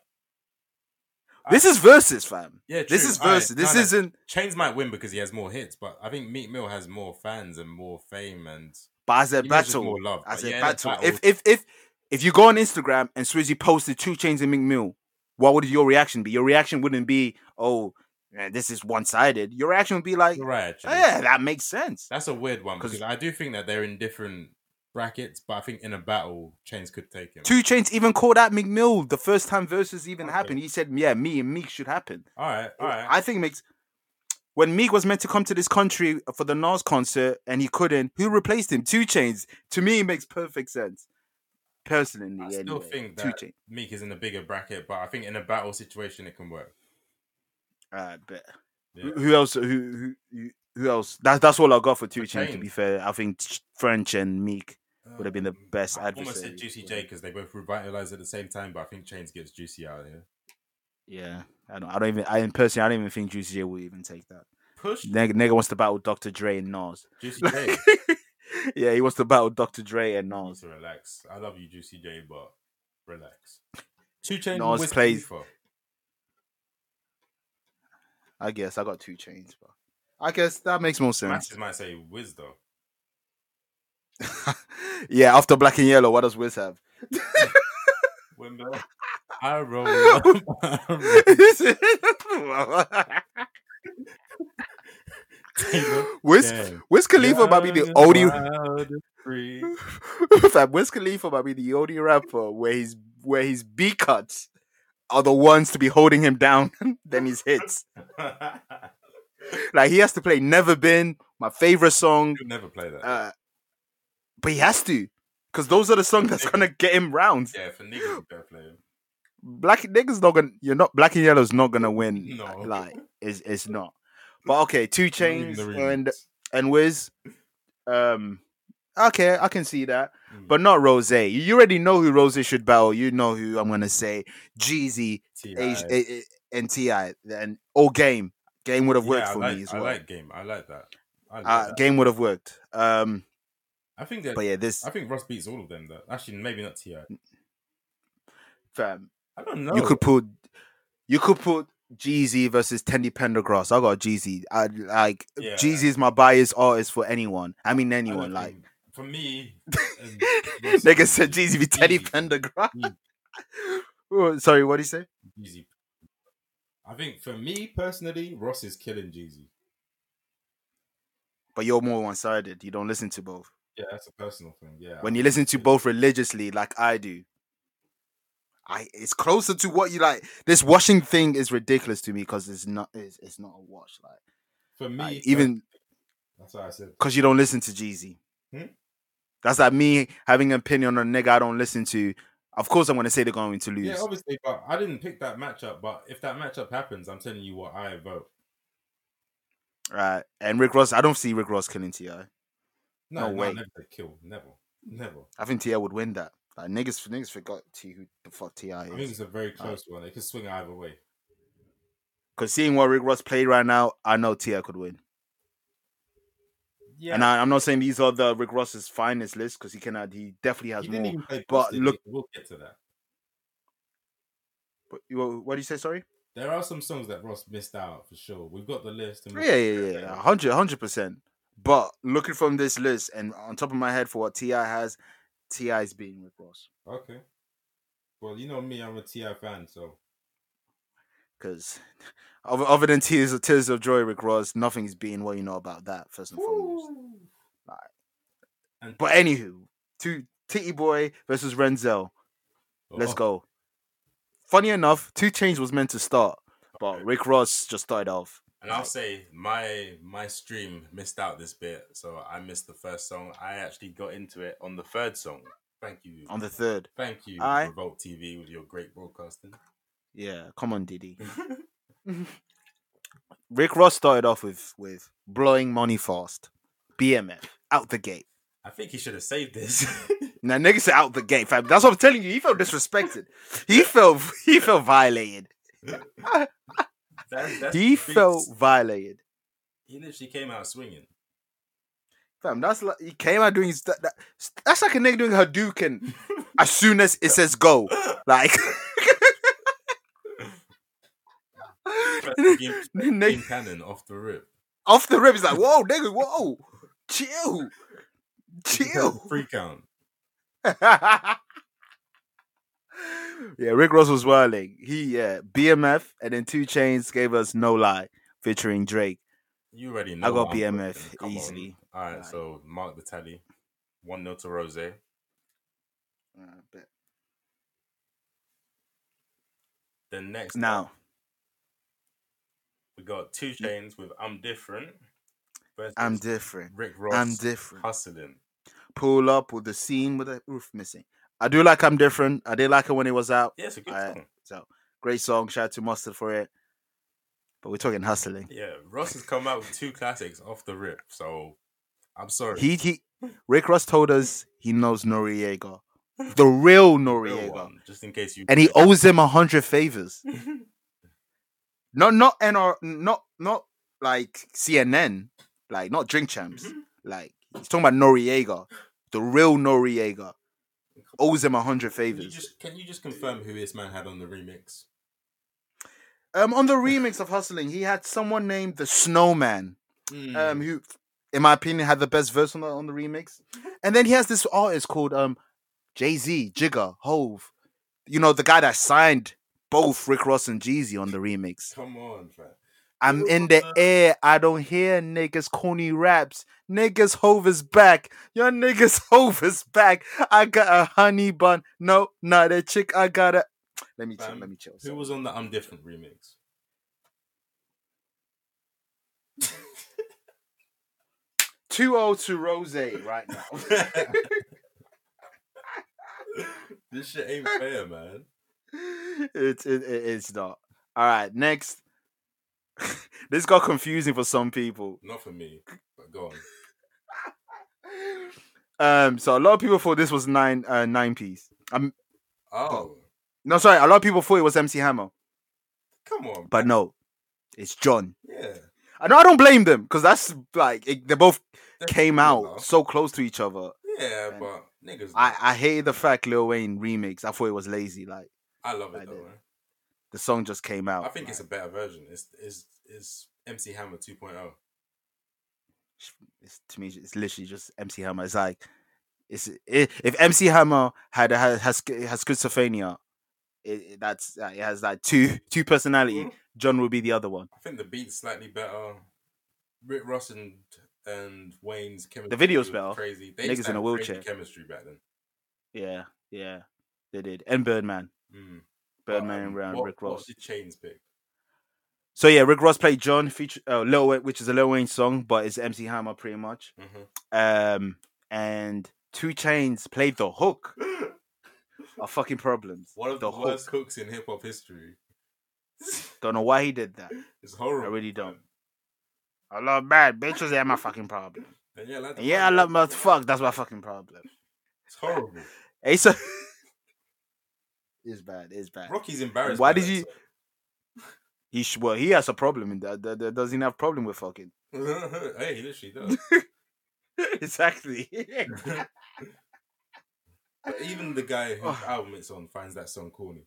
Speaker 1: This is versus, fam.
Speaker 2: Yeah, true.
Speaker 1: This is
Speaker 2: Alright,
Speaker 1: versus. This
Speaker 2: no, no.
Speaker 1: isn't.
Speaker 2: Chains might win because he has more hits, but I think Meek Mill has more fans and more fame and
Speaker 1: But as a
Speaker 2: he has just
Speaker 1: battle,
Speaker 2: more love.
Speaker 1: as
Speaker 2: But
Speaker 1: a
Speaker 2: yeah, in a
Speaker 1: battle. If if if if you go on Instagram and Swizzy posted two chains and Meek Mill, what would your reaction be? Your reaction wouldn't be, "Oh, man, this is one sided." Your reaction would be like,
Speaker 2: you're
Speaker 1: "Oh,
Speaker 2: right, actually.
Speaker 1: "Yeah, that makes sense."
Speaker 2: That's a weird one
Speaker 1: 'Cause-
Speaker 2: because I do think that they're in different brackets, but I think in a battle, Chains could take him.
Speaker 1: Two Chains even called out Meek Mill the first time verses even
Speaker 2: Okay.
Speaker 1: happened. He said, "Yeah, me and Meek should happen."
Speaker 2: All right, all right.
Speaker 1: I think it makes. When Meek was meant to come to this country for the Nas concert and he couldn't, who replaced him? Two Chains. To me, it makes perfect sense. Personally,
Speaker 2: I still
Speaker 1: anyway.
Speaker 2: think
Speaker 1: Two
Speaker 2: that-
Speaker 1: Chains.
Speaker 2: Meek is in a bigger bracket, but I think in a battle situation, it can work.
Speaker 1: Uh, but
Speaker 2: Yeah.
Speaker 1: who who else? Who who who- who else? That's that's all I got for two chains. To
Speaker 2: Chainz.
Speaker 1: be fair, I think Ch- French and Meek would have been the
Speaker 2: Um,
Speaker 1: best
Speaker 2: I almost
Speaker 1: adversary.
Speaker 2: said Juicy J because they both revitalized at the same time, but I think Chains gets Juicy out here.
Speaker 1: Yeah, I don't. I don't even. I personally, I don't even think Juicy J will even take that.
Speaker 2: Push
Speaker 1: Neg- nigga wants to battle Dr. Dre and Nas.
Speaker 2: Juicy J.
Speaker 1: yeah, he wants to battle Dr. Dre and
Speaker 2: You need
Speaker 1: Nas.
Speaker 2: to relax. I love you, Juicy J, but relax. Two Chains
Speaker 1: Nas
Speaker 2: with
Speaker 1: plays-
Speaker 2: FIFA.
Speaker 1: I guess I got two chains, but I guess that makes more sense.
Speaker 2: Matches might say Wiz though.
Speaker 1: yeah, after Black and Yellow, what does Wiz have?
Speaker 2: Wimble. I roll. up. I roll. Taylor.
Speaker 1: Wiz,
Speaker 2: Yeah.
Speaker 1: Wiz Khalifa might be the
Speaker 2: Young,
Speaker 1: only
Speaker 2: wild, free.
Speaker 1: Fam, Wiz Khalifa might be the only rapper where his where his B cuts are the ones to be holding him down than his hits.
Speaker 2: You'll
Speaker 1: Like he has to play "Never Been," my favorite song,
Speaker 2: never play that.
Speaker 1: uh, but he has to because those are the songs that's gonna get him rounds.
Speaker 2: yeah, for niggas, you better play him.
Speaker 1: black niggas not gonna you're not black and yellow's not gonna win.
Speaker 2: No.
Speaker 1: Like it's it's not. But okay, two
Speaker 2: Leaving
Speaker 1: chains
Speaker 2: the
Speaker 1: and
Speaker 2: remix.
Speaker 1: and Wiz. Um okay, I can see that.
Speaker 2: Mm,
Speaker 1: But not Rose. You already know who Rose should battle. You know who I'm gonna say. Jeezy
Speaker 2: T.I..
Speaker 1: H- A- A- and Ti and or game. Game would have worked
Speaker 2: Yeah, I
Speaker 1: for
Speaker 2: like,
Speaker 1: me as
Speaker 2: I
Speaker 1: well.
Speaker 2: like game. I like that. I, like
Speaker 1: uh,
Speaker 2: that.
Speaker 1: game would have worked. Um
Speaker 2: I think that.
Speaker 1: but yeah, this
Speaker 2: I think Ross beats all of them though. Actually, maybe not Ti.
Speaker 1: fam,
Speaker 2: I don't know.
Speaker 1: You could put, you could put Jeezy versus Tendy Pendergrass. I got Jeezy. I like
Speaker 2: Yeah.
Speaker 1: Jeezy is my bias artist for anyone. I mean
Speaker 2: I don't
Speaker 1: anyone. Like
Speaker 2: think- for me, um, Ross
Speaker 1: nigga
Speaker 2: is
Speaker 1: said, Jeezy be Teddy
Speaker 2: Jeezy. Hmm.
Speaker 1: Pendergrass. Oh, Sorry, what did he say?
Speaker 2: Jeezy. I think for me personally, Ross is killing Jeezy.
Speaker 1: But you're more one-sided. You don't listen to both.
Speaker 2: Yeah, that's a personal thing. Yeah.
Speaker 1: When you listen to both religiously, like I do, I it's closer to what you like. This washing thing is ridiculous to me because it's not it's, it's not a wash. Like,
Speaker 2: for me,
Speaker 1: like even
Speaker 2: that's what I said.
Speaker 1: because you don't listen to Jeezy.
Speaker 2: Hmm?
Speaker 1: That's like me having an opinion on a nigga I don't listen to. Of course, I'm gonna say they're going to lose.
Speaker 2: Yeah, obviously, but I didn't pick that matchup. But if that matchup happens, I'm telling you what I vote.
Speaker 1: right? And Rick Ross, I don't see Rick Ross killing Ti. No
Speaker 2: No, no
Speaker 1: way.
Speaker 2: never said kill, never, never.
Speaker 1: I think Ti would win that. Like niggas, niggas forgot T who the fuck Ti
Speaker 2: I think it's
Speaker 1: is.
Speaker 2: a very close one. It could swing either way.
Speaker 1: Because seeing what Rick Ross played right now, I know Ti could win.
Speaker 2: Yeah,
Speaker 1: And I, I'm not saying these are the Rick Ross's finest list because he cannot. He definitely has
Speaker 2: he
Speaker 1: more.
Speaker 2: didn't even play.
Speaker 1: but
Speaker 2: But look,
Speaker 1: look-
Speaker 2: we'll get to that.
Speaker 1: But you- What do you say? Sorry.
Speaker 2: There are some songs that Ross missed out for sure. We've got the list. And we'll-
Speaker 1: Yeah, yeah, yeah. 100 percent. But looking from this list and on top of my head for what Ti has, Ti is being Rick Ross.
Speaker 2: Okay. Well, you know me, I'm a Ti fan, so
Speaker 1: because other, other than tears of tears of joy, Rick Ross, nothing's being what you know about that first and foremost. Right.
Speaker 2: And-
Speaker 1: But anywho, two Titty Boy versus Renzel. Let's
Speaker 2: Oh,
Speaker 1: go. Funny enough, two change was meant to start, but
Speaker 2: okay.
Speaker 1: Rick Ross just started off.
Speaker 2: And I'll say my my stream missed out this bit, so I missed the first song. I actually got into it on the third song. Thank you.
Speaker 1: on the third.
Speaker 2: Thank you,
Speaker 1: Aye.
Speaker 2: Revolt TV, with your great broadcasting.
Speaker 1: Yeah, come on, Diddy. Rick Ross started off with with blowing money fast. BMF out the gate.
Speaker 2: I think he should have saved this.
Speaker 1: Now niggas said out the gate, fam. That's what I'm telling you. He felt disrespected. he felt he felt violated.
Speaker 2: That- that's
Speaker 1: he
Speaker 2: the big-
Speaker 1: felt violated.
Speaker 2: He literally came out swinging.
Speaker 1: Fam, that's like he came out doing that, that, that's like a nigga doing Hadouken as soon as it says go. Like
Speaker 2: Game,
Speaker 1: Nigga-
Speaker 2: cannon off the rip.
Speaker 1: off the rip, he's like, whoa, nigga, whoa, chill. Chill.
Speaker 2: Free count.
Speaker 1: yeah, Rick Ross was whirling. He yeah, BMF and then two chains gave us no lie featuring Drake.
Speaker 2: You already know.
Speaker 1: I got
Speaker 2: what I'm
Speaker 1: BMF
Speaker 2: putting. Come on.
Speaker 1: easily.
Speaker 2: All right,
Speaker 1: Right.
Speaker 2: so mark the tally. 1 0 to Rose. The next up,
Speaker 1: Now,
Speaker 2: we got two chains with I'm different versus
Speaker 1: I'm different.
Speaker 2: Rick Ross
Speaker 1: I'm different.
Speaker 2: hustling.
Speaker 1: Pull up with the scene with the roof missing. I do like I'm different. I did like it when it was out.
Speaker 2: Yeah, it's a good
Speaker 1: Aye.
Speaker 2: song.
Speaker 1: So great song. Shout out to Mustard for it. But we're talking hustling.
Speaker 2: Yeah, Ross has come out with two classics off the rip, so I'm sorry.
Speaker 1: He he Rick Ross told us he knows Noriega. The real
Speaker 2: Real
Speaker 1: Noriega.
Speaker 2: one, just in case you
Speaker 1: And he owes him a hundred favors. Not not NR not not like CNN. Like not drink champs.
Speaker 2: Mm-hmm.
Speaker 1: Like he's talking about Noriega. The real Noriega. Owes him a hundred
Speaker 2: can you
Speaker 1: favors.
Speaker 2: just can you just confirm who this man had on the remix?
Speaker 1: Um on the remix of Hustling, he had someone named the Snowman. um,
Speaker 2: Mm,
Speaker 1: who, in my opinion, had the best verse on the, on the remix. And then he has this artist called um, Jay Z, Jigga, Hove. You know, the guy that signed both Rick Ross and Jeezy on the remix.
Speaker 2: come on, fam.
Speaker 1: I'm in the
Speaker 2: uh-huh.
Speaker 1: air. I don't hear niggas corny raps. Niggas Hove is back. Your niggas Hove is back. I got a honey bun. No, not a chick. I got a. Let me chill.
Speaker 2: Fam,
Speaker 1: Let me chill.
Speaker 2: Who was on the I'm different remix?
Speaker 1: Two O to Rose right now.
Speaker 2: this shit ain't fair, man.
Speaker 1: it's it, it- it's not. All right, next. this got confusing for some people.
Speaker 2: Not for me, but go on.
Speaker 1: Um, so a lot of people thought this was nine uh nine piece. Um,
Speaker 2: Oh,
Speaker 1: no, sorry, a lot of people thought it was MC Hammer,
Speaker 2: come on.
Speaker 1: but no, it's John.
Speaker 2: yeah.
Speaker 1: And I don't blame them because that's like it, they both
Speaker 2: that's
Speaker 1: came
Speaker 2: cool,
Speaker 1: out
Speaker 2: though.
Speaker 1: so close to each other.
Speaker 2: Yeah,
Speaker 1: And
Speaker 2: but niggas.
Speaker 1: I
Speaker 2: love it.
Speaker 1: I hated the fact Lil Wayne remix. I thought it was lazy. Like
Speaker 2: I love
Speaker 1: I
Speaker 2: it though.
Speaker 1: did.
Speaker 2: man.
Speaker 1: the song just came out.
Speaker 2: I think it's a
Speaker 1: like,
Speaker 2: better version. It's it's it's MC Hammer oh. 2.0.
Speaker 1: it's to me it's literally just MC Hammer. It's like it's i if MC Hammer had has has, schi- has schizophrenia, it, it- that's uh, it has like two two personality.
Speaker 2: Mhm.
Speaker 1: John would be the other one.
Speaker 2: I think the beat's slightly better. Rick Ross and and Wayne's chemistry.
Speaker 1: video's
Speaker 2: was
Speaker 1: better.
Speaker 2: Crazy. They
Speaker 1: Niggas
Speaker 2: used to
Speaker 1: in a
Speaker 2: have crazy
Speaker 1: wheelchair.
Speaker 2: Chemistry back then.
Speaker 1: Yeah, yeah, they did. And Birdman,
Speaker 2: Mm. But,
Speaker 1: Birdman
Speaker 2: um,
Speaker 1: and
Speaker 2: what-
Speaker 1: Rick Ross.
Speaker 2: What did Chains pick?
Speaker 1: So yeah, Rick Ross played John, feature uh, Lil Wayne, which is a Lil Wayne song, but it's MC Hammer pretty much.
Speaker 2: hmm
Speaker 1: Um, and Two Chains played the hook. Are fucking problems.
Speaker 2: One of the,
Speaker 1: the
Speaker 2: worst
Speaker 1: hook.
Speaker 2: cooks in hip hop history.
Speaker 1: Don't know why he did that.
Speaker 2: it's horrible.
Speaker 1: I really don't. I love bad bitches. They're my fucking problem.
Speaker 2: And yeah, I like the
Speaker 1: And yeah, I
Speaker 2: vibe.
Speaker 1: love my fuck. That's my fucking problem.
Speaker 2: It's horrible.
Speaker 1: It's a. it's bad. It's bad.
Speaker 2: Rocky's embarrassed.
Speaker 1: Why
Speaker 2: by
Speaker 1: did
Speaker 2: that
Speaker 1: you- He sh- well, he has a problem. In that, that, that doesn't have problem with fucking.
Speaker 2: song. hey, he literally does.
Speaker 1: exactly.
Speaker 2: But even the guy whose
Speaker 1: Oh.
Speaker 2: album it's on finds that song corny.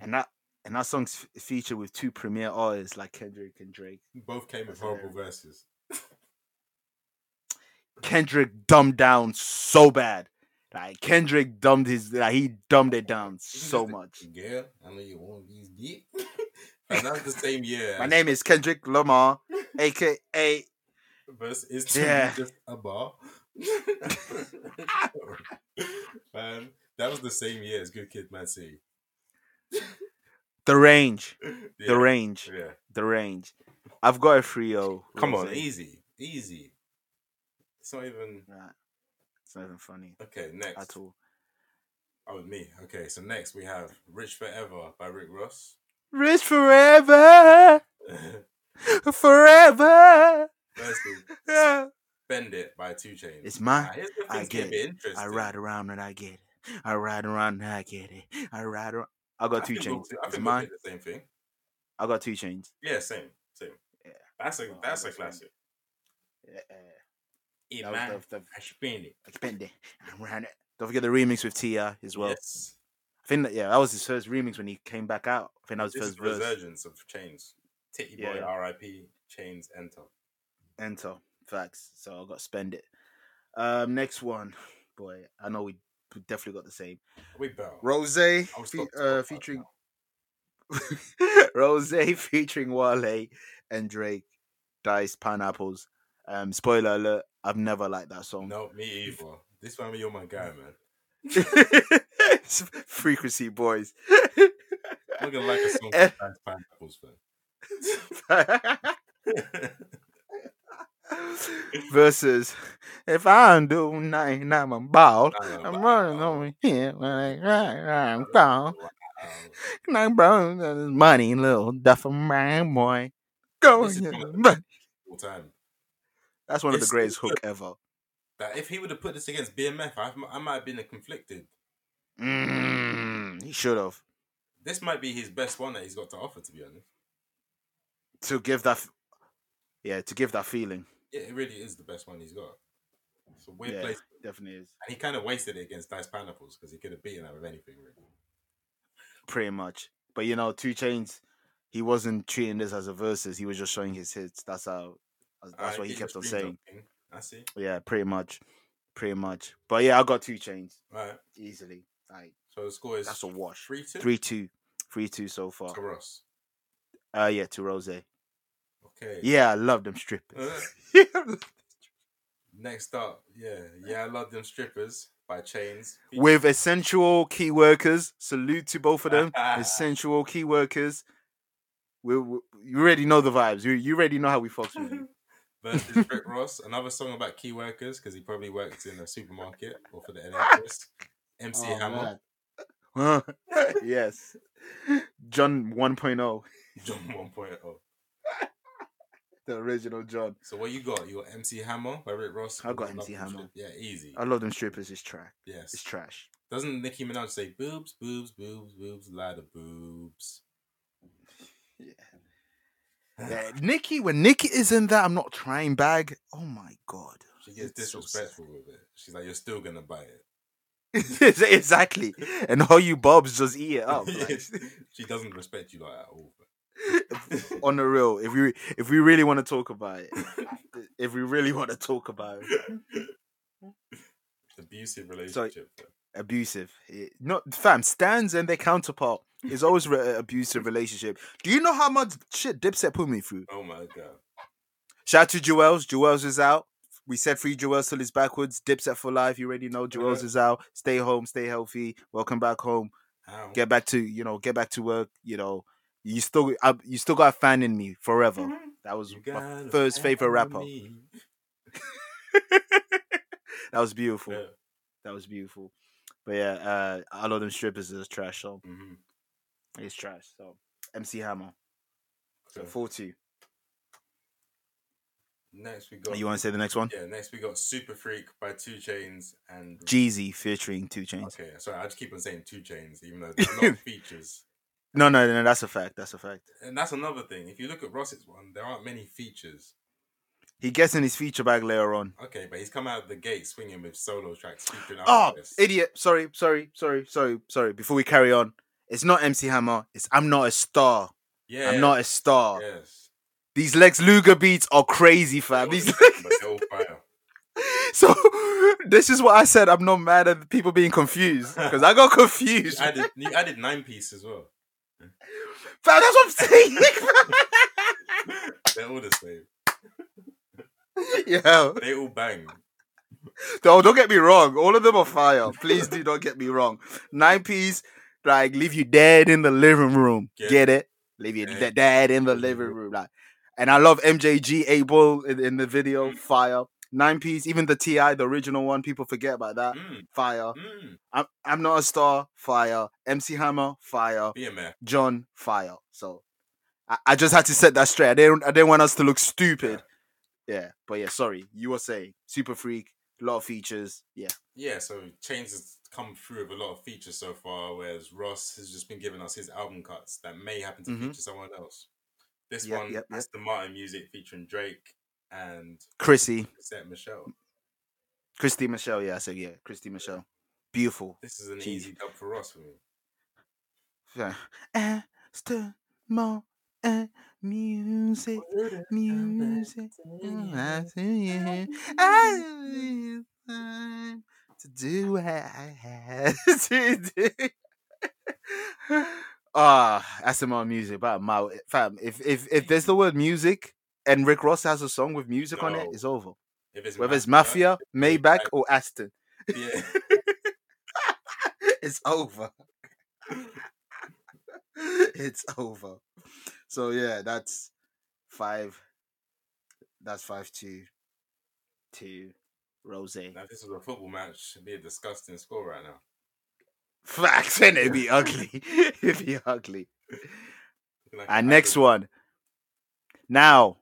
Speaker 1: and that and that song's f- featured with two premier artists like Kendrick and Drake.
Speaker 2: Both came with
Speaker 1: That's
Speaker 2: horrible verses.
Speaker 1: Kendrick dumbed down so bad. Like Kendrick dumbed his like he dumbed it down so much.
Speaker 2: Yeah, I know you want these deep. and that's the same year.
Speaker 1: My
Speaker 2: as-
Speaker 1: name is Kendrick Lamar, aka
Speaker 2: verse is to me
Speaker 1: Yeah.
Speaker 2: just a bar. Man, that was the same year as Good Kid, Man City.
Speaker 1: The Range.
Speaker 2: Yeah,
Speaker 1: The Range.
Speaker 2: yeah.
Speaker 1: The Range. I've got a trio.
Speaker 2: Come on,
Speaker 1: Rosé.
Speaker 2: easy, easy. It's not even
Speaker 1: Nah, it's not even funny
Speaker 2: okay. Next,
Speaker 1: at all.
Speaker 2: oh me. Okay, so next we have "Rich Forever" by Rick Ross.
Speaker 1: Rich forever, forever.
Speaker 2: Firstly, "Bend It" by Two Chainz.
Speaker 1: It's
Speaker 2: Now,
Speaker 1: mine.
Speaker 2: here's the
Speaker 1: I
Speaker 2: things
Speaker 1: get
Speaker 2: that get interesting.
Speaker 1: I ride around and I get it. I ride around and I get it. I ride around. I
Speaker 2: I
Speaker 1: got two
Speaker 2: think we'll
Speaker 1: chains.
Speaker 2: do- I
Speaker 1: It's
Speaker 2: think we'll
Speaker 1: mine.
Speaker 2: do the same thing.
Speaker 1: I got two chains.
Speaker 2: Yeah, same, same.
Speaker 1: Yeah.
Speaker 2: That's a
Speaker 1: Oh,
Speaker 2: that's a
Speaker 1: that's fine.
Speaker 2: classic.
Speaker 1: Yeah,
Speaker 2: Hey,
Speaker 1: that was
Speaker 2: man,
Speaker 1: the- the-
Speaker 2: I spend it.
Speaker 1: I spend it. I ran it. Don't forget the remix with Tia as well.
Speaker 2: Yes.
Speaker 1: I think that yeah, that was his first remix when he came back out. I think that was his
Speaker 2: This is
Speaker 1: first
Speaker 2: the
Speaker 1: verse.
Speaker 2: resurgence of Chains. Titty Boy,
Speaker 1: Yeah.
Speaker 2: R.I.P. Chains, enter.
Speaker 1: Enter facts. So I got spend it. Um, next one, boy. I know we we definitely got the same.
Speaker 2: We bow.
Speaker 1: Rose
Speaker 2: I'll
Speaker 1: fe-
Speaker 2: stop
Speaker 1: uh,
Speaker 2: Spotify
Speaker 1: featuring
Speaker 2: now.
Speaker 1: Rose featuring Wale and Drake, Dice Pineapples. Um, spoiler alert: I've never liked that song.
Speaker 2: No, me either. This one, you're my guy, man.
Speaker 1: Frequency boys.
Speaker 2: I'm not gonna like a song
Speaker 1: Eh.
Speaker 2: called Trans Pineapples, man.
Speaker 1: Versus, if I don't do nothing, I'm a ball.
Speaker 2: I don't know
Speaker 1: I'm
Speaker 2: about
Speaker 1: running
Speaker 2: that one.
Speaker 1: over here when I run, I'm down.
Speaker 2: Um,
Speaker 1: My bro, that is money, little duffer man boy. Go
Speaker 2: This is
Speaker 1: get
Speaker 2: one of
Speaker 1: the
Speaker 2: the
Speaker 1: money.
Speaker 2: All time.
Speaker 1: That's one of the
Speaker 2: It's-
Speaker 1: greatest hook ever.
Speaker 2: That if he would have put this against BMF, I, I might have been conflicted.
Speaker 1: Mm, he should have.
Speaker 2: This might be his best one that he's got to offer, to be honest.
Speaker 1: To give that f- yeah, to give that feeling.
Speaker 2: Yeah, it really is the best one he's got. It's a weird
Speaker 1: Yeah,
Speaker 2: place,
Speaker 1: definitely is.
Speaker 2: and he kind of wasted it against Dice Pineapples because he could have beaten that with anything. Really.
Speaker 1: Pretty much. But you know, Two Chains, he wasn't treating this as a versus, he was just showing his hits. That's how that's
Speaker 2: Alright,
Speaker 1: what he
Speaker 2: get your
Speaker 1: kept on
Speaker 2: streams
Speaker 1: saying.
Speaker 2: up, King. I see.
Speaker 1: Yeah, pretty much. Pretty much. But yeah, I got two chains
Speaker 2: All right.
Speaker 1: easily. Like
Speaker 2: So the score is
Speaker 1: that's a wash.
Speaker 2: three two
Speaker 1: Three two. Three two so far.
Speaker 2: to Ross.
Speaker 1: Uh yeah, to Rose.
Speaker 2: Okay.
Speaker 1: Yeah, I love them strippers.
Speaker 2: Uh, next up, yeah, yeah, I love them strippers by Chains.
Speaker 1: With essential key workers. Salute to both of them. essential key workers. We, we, you already know the vibes. You, you already know how we fucks with you.
Speaker 2: versus Rick Ross. Another song about key workers because he probably worked in a supermarket or for the NHS. MC
Speaker 1: Oh,
Speaker 2: Hammer.
Speaker 1: man. yes. John oh, 1.0,
Speaker 2: John oh. 1.0.
Speaker 1: the original John.
Speaker 2: So what you got? You got MC Hammer, Rick Ross.
Speaker 1: I got
Speaker 2: Love
Speaker 1: MC
Speaker 2: and
Speaker 1: Hammer.
Speaker 2: Shit. Yeah, easy.
Speaker 1: I love them strippers. It's trash. It's
Speaker 2: yes.
Speaker 1: trash.
Speaker 2: Doesn't Nicki Minaj say boobs, boobs, boobs, boobs, lot of boobs?
Speaker 1: Yeah, Nikki, when Nikki is in that, I'm not trying bag. Oh my god.
Speaker 2: She gets
Speaker 1: It's so
Speaker 2: disrespectful with it. She's like, you're still gonna buy it.
Speaker 1: exactly. And all you bobs just eat it up. Oh, like,
Speaker 2: she doesn't respect you like at all.
Speaker 1: on the real, if we if we really want to talk about it, if we really want to talk about it,
Speaker 2: Abusive relationship. bro.
Speaker 1: abusive. It, not fam. Stands and their counterpart is always re- abusive relationship. Do you know how much shit Dipset put me through?
Speaker 2: Oh my god.
Speaker 1: Shout out to Jewels. Jewels is out. We said free Jewels till it's backwards. Dipset for life. You already know Jewels is out. Stay home. Stay healthy. Welcome back home.
Speaker 2: How?
Speaker 1: Get back to you know. Get back to work. You know. You still I, you still got a fan in me forever. That was
Speaker 2: Mm-hmm. You
Speaker 1: my
Speaker 2: got a
Speaker 1: first favorite
Speaker 2: fan in
Speaker 1: rapper.
Speaker 2: me.
Speaker 1: That was beautiful.
Speaker 2: Yeah.
Speaker 1: That was beautiful. But yeah, uh, I love them strippers is trash. So
Speaker 2: Mhm.
Speaker 1: it's trash. So MC Hammer. So
Speaker 2: Okay.
Speaker 1: four two.
Speaker 2: Next we got
Speaker 1: You want to say the next one?
Speaker 2: Yeah, next we got Super Freak by Two Chains and
Speaker 1: Jeezy featuring Two Chains.
Speaker 2: Okay, sorry, I just keep on saying Two Chains, even though they're not features.
Speaker 1: No, no, no, that's a fact. That's a fact.
Speaker 2: And that's another thing. If you look at Ross's one, there aren't many features.
Speaker 1: He gets in his feature bag later on.
Speaker 2: Okay, but he's come out of the gate swinging with solo tracks featuring
Speaker 1: Oh,
Speaker 2: artists.
Speaker 1: idiot. Sorry, sorry, sorry, sorry, sorry. Before we carry on, it's not MC Hammer. It's I'm not a star.
Speaker 2: yeah,
Speaker 1: I'm not a star.
Speaker 2: Yes.
Speaker 1: These Lex Luger beats are crazy, fam. These
Speaker 2: But they're all fire.
Speaker 1: So this is what I said. I'm not mad at people being confused because I got
Speaker 2: You
Speaker 1: confused.
Speaker 2: added, you added nine piece as well.
Speaker 1: Fam, that's what I'm saying.
Speaker 2: They're all the same.
Speaker 1: yeah.
Speaker 2: They all bang.
Speaker 1: No, don't get me wrong. All of them are fire. Please do not get me wrong. Nine piece, like leave you dead in the living room.
Speaker 2: Get
Speaker 1: Get it? Leave you
Speaker 2: dead.
Speaker 1: de- dead in the living room. Like, and I love MJG Able in, in the video. Fire. Nine piece, even the Ti, the original one. People forget about that.
Speaker 2: Mm,
Speaker 1: Fire.
Speaker 2: mm.
Speaker 1: I'm, I'm not a star. Fire. MC Hammer. Fire.
Speaker 2: BMF.
Speaker 1: John Fire. So I, I just had to set that straight. I didn't I didn't want us to look stupid. Yeah, but yeah, sorry. You were saying super freak, lot of features. Yeah,
Speaker 2: Yeah, so Chains has come through with a lot of features so far, whereas Ross has just been giving us his album cuts that may happen to
Speaker 1: Mhm.
Speaker 2: feature someone else. This
Speaker 1: Yep,
Speaker 2: one,
Speaker 1: yep, yep.
Speaker 2: that's the Martin music featuring Drake and
Speaker 1: Chrissy,
Speaker 2: Set Michelle.
Speaker 1: Christy Michelle. Yeah, I said yeah, Christy Michelle. Beautiful.
Speaker 2: This is an
Speaker 1: Jeez.
Speaker 2: easy dub for Ross for me.
Speaker 1: Yeah. And still more and music, music.
Speaker 2: Mm-hmm.
Speaker 1: I see you. I see you. To do what I had to do. Ah, SMR music, but my fam. If if if there's the word music and Rick Ross has a song with music on it,
Speaker 2: No.
Speaker 1: it's over.
Speaker 2: If it's
Speaker 1: Whether it's Mafia, Maybach,
Speaker 2: Maybach.
Speaker 1: or Aston,
Speaker 2: yeah.
Speaker 1: it's over. it's over. So yeah, that's five. That's five two. Two, Rose.
Speaker 2: Now, if this was a football match, it'd be a disgusting score right now.
Speaker 1: Facts, and it'd be ugly. it'd be ugly.
Speaker 2: Like
Speaker 1: And next one. Now,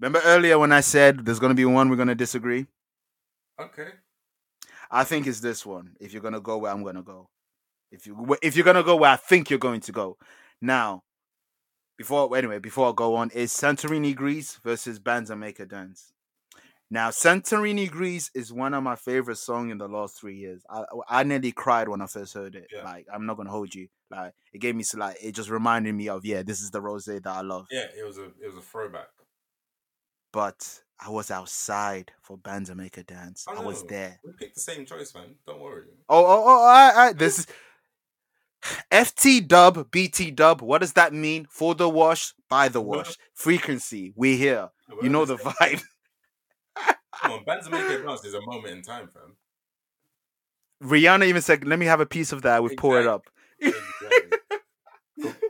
Speaker 1: remember earlier when I said there's going to be one we're going to disagree?
Speaker 2: Okay.
Speaker 1: I think it's this one. If you're going to go where I'm going to go. If you if you're going to go where I think you're going to go. Now, before anyway, before I go on is Santorini Greece versus Bands That Make a Dance. Now, Santorini Greece is one of my favorite songs in the last three years. I I nearly cried when I first heard it.
Speaker 2: Yeah.
Speaker 1: Like, I'm not gonna hold you. Like, it gave me so like it just reminded me of yeah, this is the rose that I love.
Speaker 2: Yeah, it was a it was a throwback.
Speaker 1: but I was outside for Bands and Make a Dance. I, was
Speaker 2: know.
Speaker 1: there.
Speaker 2: We picked the same choice, man. Don't worry.
Speaker 1: Oh, oh, oh, I, I, this is FT dub, BT dub. What does that mean? For the wash, by the
Speaker 2: Well-
Speaker 1: wash. Frequency, we here. You know the vibe.
Speaker 2: Come on, bands make it dance is a moment in time, fam.
Speaker 1: Rihanna even said, let me have a piece of that with Pour It Up.
Speaker 2: Exactly.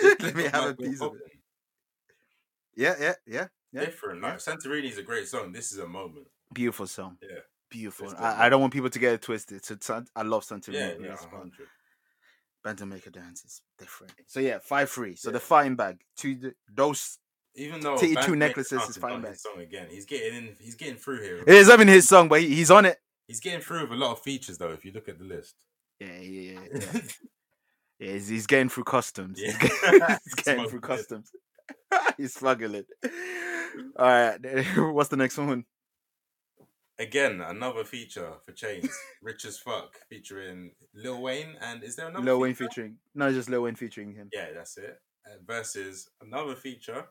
Speaker 1: let me have a piece of it. Yeah, yeah, yeah. Yeah.
Speaker 2: Different. Like Santorini's a great song. This is a moment.
Speaker 1: Beautiful song.
Speaker 2: Yeah.
Speaker 1: beautiful.
Speaker 2: Twisted
Speaker 1: I, I
Speaker 2: Metal.
Speaker 1: don't want people to get it twisted. So San- I love Santa
Speaker 2: Yeah,
Speaker 1: Maria.
Speaker 2: yeah, uh-huh.
Speaker 1: That's fun.
Speaker 2: 100.
Speaker 1: Bantam Maker dance is different. So yeah, five three. So the
Speaker 2: Yeah.
Speaker 1: fighting bag, two d- those.
Speaker 2: Even though
Speaker 1: Take two
Speaker 2: Bandmaker
Speaker 1: necklaces
Speaker 2: Hunt
Speaker 1: is
Speaker 2: has
Speaker 1: fine,
Speaker 2: done
Speaker 1: man.
Speaker 2: his Song again. He's getting in. He's getting through here.
Speaker 1: It is having his song, but he, he's on it.
Speaker 2: He's getting through with a lot of features though. If you look at the list,
Speaker 1: Yeah, yeah, yeah. yeah. Yeah, he's, he's getting through customs. He's
Speaker 2: Yeah.
Speaker 1: getting, he's
Speaker 2: He's
Speaker 1: getting through
Speaker 2: smuggling.
Speaker 1: customs. he's smuggling. All right, what's the next one?
Speaker 2: again another feature for Chains, Rich as Fuck, featuring Lil Wayne. And is there another
Speaker 1: Lil Wayne
Speaker 2: feature?
Speaker 1: featuring. No, it's just Lil Wayne featuring him.
Speaker 2: Yeah, that's it. Uh, versus another feature,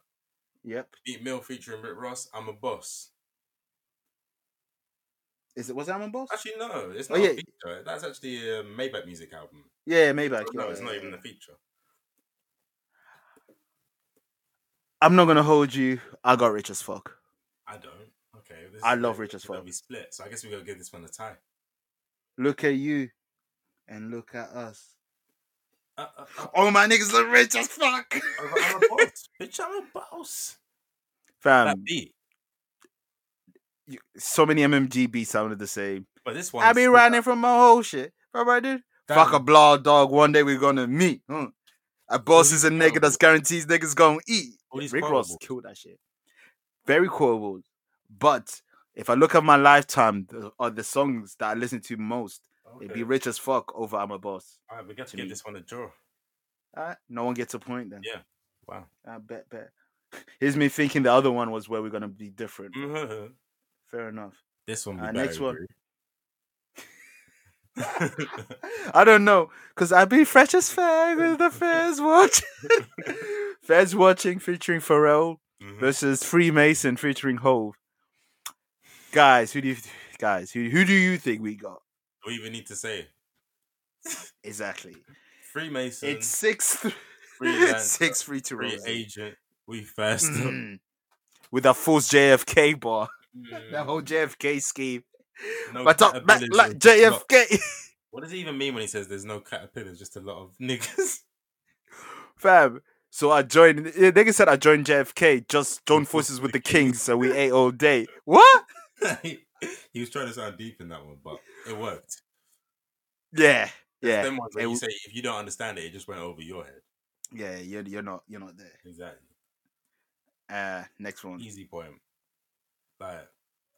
Speaker 1: Yep.
Speaker 2: Beat Mill featuring Rick Ross. I'm a boss.
Speaker 1: Is it was that on boss?
Speaker 2: Actually, no, it's
Speaker 1: Oh,
Speaker 2: not
Speaker 1: yeah.
Speaker 2: a feature. That's actually a Maybach music album.
Speaker 1: yeah, maybe. I
Speaker 2: No,
Speaker 1: yeah,
Speaker 2: it's not
Speaker 1: yeah,
Speaker 2: even
Speaker 1: yeah.
Speaker 2: a feature.
Speaker 1: I'm not gonna hold you. I got rich as fuck.
Speaker 2: I don't. Okay. This
Speaker 1: I
Speaker 2: is
Speaker 1: love
Speaker 2: like-
Speaker 1: Rich as
Speaker 2: gonna
Speaker 1: fuck.
Speaker 2: Be split. So I guess we gotta give this one a tie.
Speaker 1: Look at you, and look at us.
Speaker 2: Uh, uh, uh,
Speaker 1: All my niggas are rich as fuck.
Speaker 2: I'm a boss. Bitch, I'm a boss. that
Speaker 1: Fam,
Speaker 2: beat.
Speaker 1: you- so many MMG beats sounded the same.
Speaker 2: But this one.
Speaker 1: I
Speaker 2: is
Speaker 1: be
Speaker 2: split
Speaker 1: running
Speaker 2: up.
Speaker 1: from my whole shit. All right, dude. Fuck a
Speaker 2: Damn,
Speaker 1: blah dog. One day we're gonna meet. huh? A boss
Speaker 2: these
Speaker 1: is a nigga that's
Speaker 2: quotables.
Speaker 1: guarantees niggas gonna eat.
Speaker 2: all these
Speaker 1: Rick Ross
Speaker 2: quotables.
Speaker 1: killed that shit. Very quotable. But if I look at my lifetime, the, are the songs that I listen to most. It'd
Speaker 2: Okay.
Speaker 1: be rich as fuck over I'm a boss.
Speaker 2: All right, we got
Speaker 1: to
Speaker 2: to give
Speaker 1: me.
Speaker 2: this one a draw.
Speaker 1: Alright, no one gets a point then.
Speaker 2: Wow.
Speaker 1: I bet, bet. Here's me thinking the other one was where we're gonna be different.
Speaker 2: Mm.
Speaker 1: Fair enough.
Speaker 2: this one. we
Speaker 1: Alright, Uh, next
Speaker 2: better
Speaker 1: one.
Speaker 2: agree.
Speaker 1: I don't know, cause I be fresh as fuck with the Fez watch. Fez watching featuring Pharrell
Speaker 2: Mhm.
Speaker 1: versus Freemason featuring Hove. Guys, who do you guys who who do you think we got
Speaker 2: We even need to say
Speaker 1: exactly?
Speaker 2: Freemason.
Speaker 1: It's six th-
Speaker 2: freelancer,
Speaker 1: six free to
Speaker 2: free
Speaker 1: roll.
Speaker 2: agent. We first.
Speaker 1: Mm. With a false JFK bar.
Speaker 2: Mm,
Speaker 1: That whole JFK scheme.
Speaker 2: no
Speaker 1: but talk back
Speaker 2: caterpillars,
Speaker 1: like
Speaker 2: it's just a lot.
Speaker 1: JFK.
Speaker 2: What does he even mean when he says there's no caterpillars, just a lot of niggas?
Speaker 1: Fam. So I joined. yeah, Nigga said I joined JFK. Just joined forces with the kings. So we ate all day. What?
Speaker 2: he was trying to sound deep in that one, but it worked.
Speaker 1: Yeah. Yeah.
Speaker 2: Them ones where
Speaker 1: it
Speaker 2: you
Speaker 1: w-
Speaker 2: say if you don't understand it, it just went over your head.
Speaker 1: Yeah. You're, you're not. You're not there.
Speaker 2: Exactly.
Speaker 1: Uh. Next one.
Speaker 2: Easy point. Like,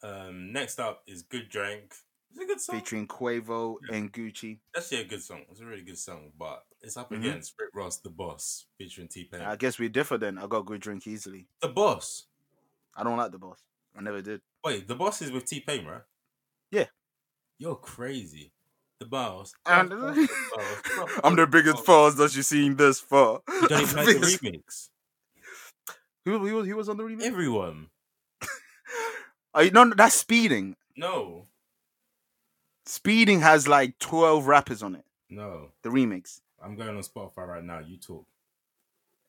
Speaker 2: um, next up is Good Drink. It's a good song.
Speaker 1: Featuring Quavo and Gucci.
Speaker 2: That's actually a good song. It's a really good song, but it's up
Speaker 1: Mhm.
Speaker 2: against Rick Ross, The Boss, featuring T Pain.
Speaker 1: I guess we differ then. I got good drink easily.
Speaker 2: the Boss.
Speaker 1: I don't like the boss. I never did.
Speaker 2: Wait, The Boss is with T Pain, right?
Speaker 1: Yeah.
Speaker 2: You're crazy. The Boss.
Speaker 1: And-
Speaker 2: The Boss.
Speaker 1: I'm the biggest falls that you've seen this far.
Speaker 2: You don't even like the remix.
Speaker 1: Who, who, was- who was on the remix?
Speaker 2: Everyone.
Speaker 1: Are you, no, no, that's speeding.
Speaker 2: No.
Speaker 1: Speeding has like 12 rappers on it.
Speaker 2: No.
Speaker 1: The remix.
Speaker 2: I'm going on Spotify right now. You talk.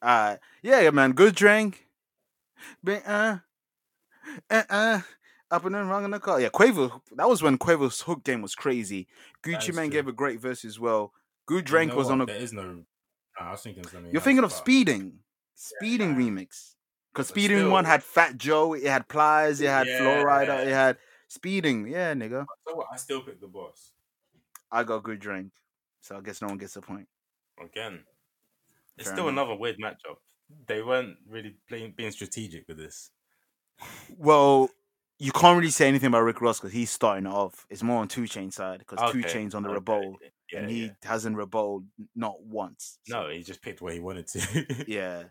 Speaker 1: Uh yeah, yeah, man. Good drink. Been, uh, uh, uh, up and then wrong in the car. Yeah, Quavo. That was when Quavo's hook game was crazy.
Speaker 2: That
Speaker 1: Gucci
Speaker 2: is
Speaker 1: Man
Speaker 2: true.
Speaker 1: gave a great verse as well. Good
Speaker 2: You
Speaker 1: drink
Speaker 2: know
Speaker 1: was
Speaker 2: what?
Speaker 1: on a.
Speaker 2: There is no. Nah, I was thinking something.
Speaker 1: You're
Speaker 2: else,
Speaker 1: thinking of
Speaker 2: but-
Speaker 1: speeding, speeding
Speaker 2: nah.
Speaker 1: remix. Because
Speaker 2: But
Speaker 1: speeding one
Speaker 2: still-
Speaker 1: had Fat Joe, it had Plies, it had Flow Rider,
Speaker 2: Yeah.
Speaker 1: it had speeding. Yeah, nigga.
Speaker 2: So what? I still pick the boss
Speaker 1: I got good drink, so I guess no one gets a point.
Speaker 2: again. It's
Speaker 1: Fair
Speaker 2: still
Speaker 1: enough.
Speaker 2: another weird matchup. They weren't really playing being strategic with this.
Speaker 1: Well, you can't really say anything about Rick Ross because he's starting it off. It's more on Two Chain side because Two
Speaker 2: Okay,
Speaker 1: Chain's on the
Speaker 2: okay,
Speaker 1: rebuttal,
Speaker 2: yeah,
Speaker 1: and he
Speaker 2: yeah.
Speaker 1: hasn't rebutted n- not once. So,
Speaker 2: no, he just picked what he wanted to.
Speaker 1: yeah,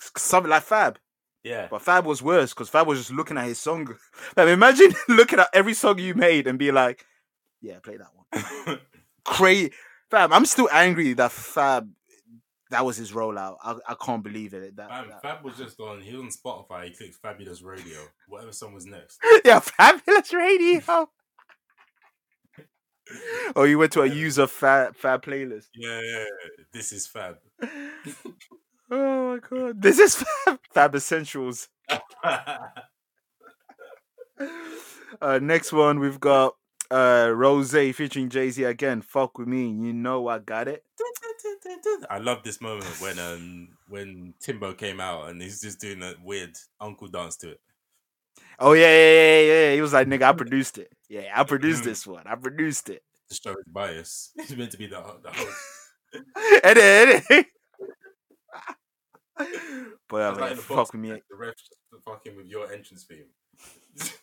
Speaker 1: S- s- something like Fab,
Speaker 2: yeah,
Speaker 1: but Fab was worse because Fab was just looking at his song. Like, imagine looking at every song you made and be like, "Yeah, play that one." Crazy, Fab. I'm still angry that Fab. That was his rollout. I, I can't believe it. That,
Speaker 2: Fam,
Speaker 1: that-
Speaker 2: Fab was just on. He was on Spotify. He clicked Fabulous Radio. Whatever song was next.
Speaker 1: yeah, fabulous radio. oh, you went to a user fab fab playlist.
Speaker 2: Yeah, yeah, yeah. this is Fab.
Speaker 1: oh my god, this is fab, fab essentials. Uh, next one we've got uh Rose featuring Jay Z again. Fuck with me, you know I got it.
Speaker 2: I love this moment when um when Timbo came out and he's just doing that weird uncle dance to it.
Speaker 1: Oh yeah, yeah, yeah, yeah, yeah. He was like, nigga, I produced it. Yeah, I
Speaker 2: Mm.
Speaker 1: produced this one. I produced it.
Speaker 2: to show his bias. He's meant to be the, the host.
Speaker 1: And then, and then. but
Speaker 2: I
Speaker 1: I
Speaker 2: was like
Speaker 1: mean,
Speaker 2: in the
Speaker 1: fuck
Speaker 2: box,
Speaker 1: with me.
Speaker 2: The ref's just fucking with your entrance theme.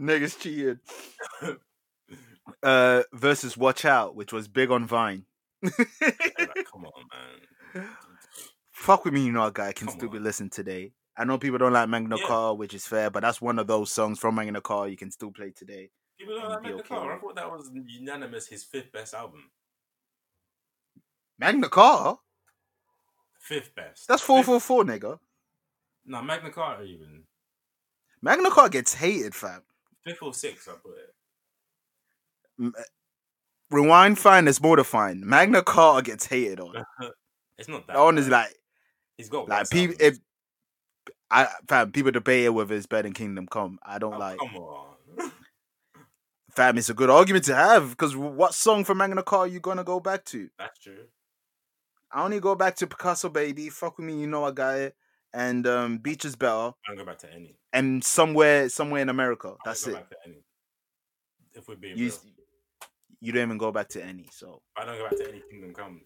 Speaker 1: Niggas cheated. Uh, versus Watch Out, which was big on Vine.
Speaker 2: Yeah, like, come on, man.
Speaker 1: Fuck with me, you know, a guy can
Speaker 2: Come
Speaker 1: still be
Speaker 2: on.
Speaker 1: listened today. I know people don't like Magna
Speaker 2: Yeah.
Speaker 1: Carta, which is fair, but that's one of those songs from Magna Carta you can still play today.
Speaker 2: People
Speaker 1: You'd
Speaker 2: don't
Speaker 1: be
Speaker 2: like
Speaker 1: okay
Speaker 2: the car. I
Speaker 1: with-
Speaker 2: thought that was unanimous. His fifth best album.
Speaker 1: Magna Carta?
Speaker 2: Fifth best.
Speaker 1: That's
Speaker 2: Fifth-
Speaker 1: 444, nigga.
Speaker 2: No, Magna Carta even.
Speaker 1: Magna Carta gets hated, fam.
Speaker 2: Fifth or sixth, I put it.
Speaker 1: Rewind Fine is more to find. Magna Carta gets hated on.
Speaker 2: It's not that.
Speaker 1: That one is
Speaker 2: bad.
Speaker 1: like,
Speaker 2: he's got
Speaker 1: like
Speaker 2: worse
Speaker 1: people,
Speaker 2: albums.
Speaker 1: it, I fam, people debate it whether it's better than Kingdom Come. I don't
Speaker 2: Oh,
Speaker 1: like,
Speaker 2: Come on.
Speaker 1: fam. It's a good argument to have because what song from Magna Carta you gonna go back to?
Speaker 2: That's true.
Speaker 1: I only go back to Picasso, baby. Fuck with me, you know I got it. And um, Beach is better.
Speaker 2: I don't go back to any.
Speaker 1: And somewhere, somewhere in America.
Speaker 2: I don't
Speaker 1: That's
Speaker 2: go
Speaker 1: it.
Speaker 2: Back to any. If we're being
Speaker 1: You,
Speaker 2: real,
Speaker 1: s- you don't even go back to any. So,
Speaker 2: I don't go back to any Kingdom Come.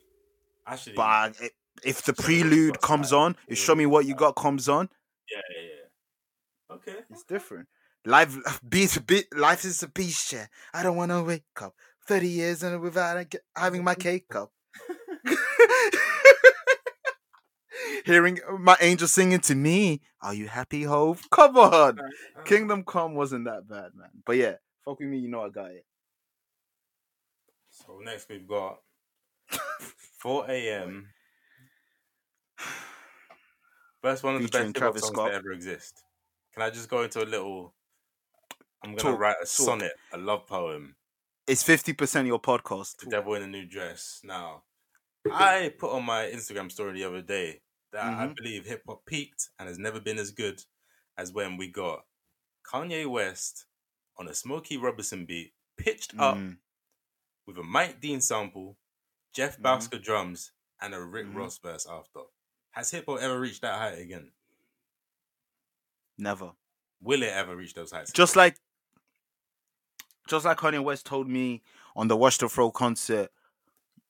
Speaker 2: Actually,
Speaker 1: but I, i- if the
Speaker 2: Show Me What You
Speaker 1: prelude
Speaker 2: Got
Speaker 1: comes
Speaker 2: style.
Speaker 1: on, if show me what you got comes on,
Speaker 2: yeah, yeah, yeah. Okay.
Speaker 1: It's different. Life, beat, beat, life is a beach chair. I don't want to wake up thirty years and without a ca- having my cake up. Hearing uh, my angel singing to me, "Are you happy, Hove?" Come on,
Speaker 2: Alright, alright.
Speaker 1: Kingdom Come wasn't that bad, man. But yeah, fuck with me, you know I got it.
Speaker 2: So next we've got 4 a.m. First one of the
Speaker 1: Featuring
Speaker 2: best hip hop
Speaker 1: Travis
Speaker 2: songs
Speaker 1: Scott.
Speaker 2: that ever exist. Can I just go into a little? I'm gonna
Speaker 1: Talk,
Speaker 2: write
Speaker 1: talk.
Speaker 2: a sonnet, a love poem.
Speaker 1: It's fifty percent your podcast.
Speaker 2: The devil in a new dress. Now, I put on my Instagram story the other day that I
Speaker 1: Mhm.
Speaker 2: believe hip hop peaked and has never been as good as when we got Kanye West on a Smokey Robinson beat, pitched up
Speaker 1: Mm.
Speaker 2: with a Mike Dean sample, Jeff
Speaker 1: Mhm.
Speaker 2: Bowsker drums, and a Rick
Speaker 1: Mhm.
Speaker 2: Ross verse after. Has hip hop ever reached that height again?
Speaker 1: Never.
Speaker 2: Will it ever reach those heights?
Speaker 1: just like just like Kanye West told me on the Watch the Throw concert,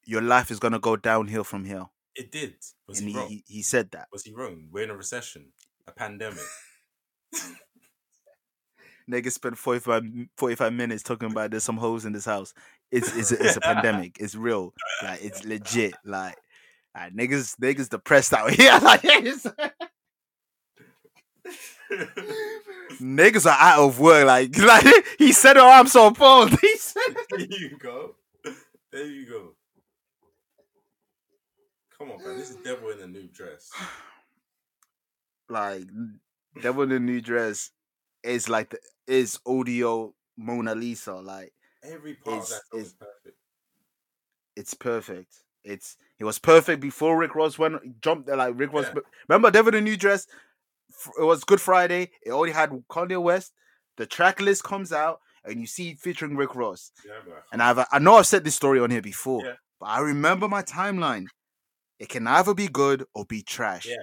Speaker 1: your life is gonna go downhill from here.
Speaker 2: it did. Was
Speaker 1: and
Speaker 2: he,
Speaker 1: he,
Speaker 2: wrong?
Speaker 1: he, he said that.
Speaker 2: Was he wrong? We're in a recession, a pandemic.
Speaker 1: Nigga spent 45, m- 45 minutes talking about there's some hoes in this house. It's it's, a- it's a pandemic. It's real. Like it's legit. Like, like niggas niggas depressed out here. like it's- niggas are out of work. Like like he said, "Oh, I'm so pumped." He said,
Speaker 2: there you go. There you go. Come on, man. This is Devil in a New Dress.
Speaker 1: like Devil in the New Dress is like the, is audio Mona Lisa. Like
Speaker 2: Every part
Speaker 1: It's-
Speaker 2: of that song
Speaker 1: it's-
Speaker 2: is perfect.
Speaker 1: it's perfect. It's it was perfect before Rick Ross went uh, jumped there. Like Rick Ross,
Speaker 2: Yeah.
Speaker 1: remember Devil in the New Dress? F- It was Good Friday. It already had Kanye West. The track list comes out, and you see it featuring Rick Ross.
Speaker 2: Yeah, I'm like,
Speaker 1: And I've I know I've said this story on here before,
Speaker 2: Yeah.
Speaker 1: but I remember my timeline. It can either be good or be trash.
Speaker 2: Yeah.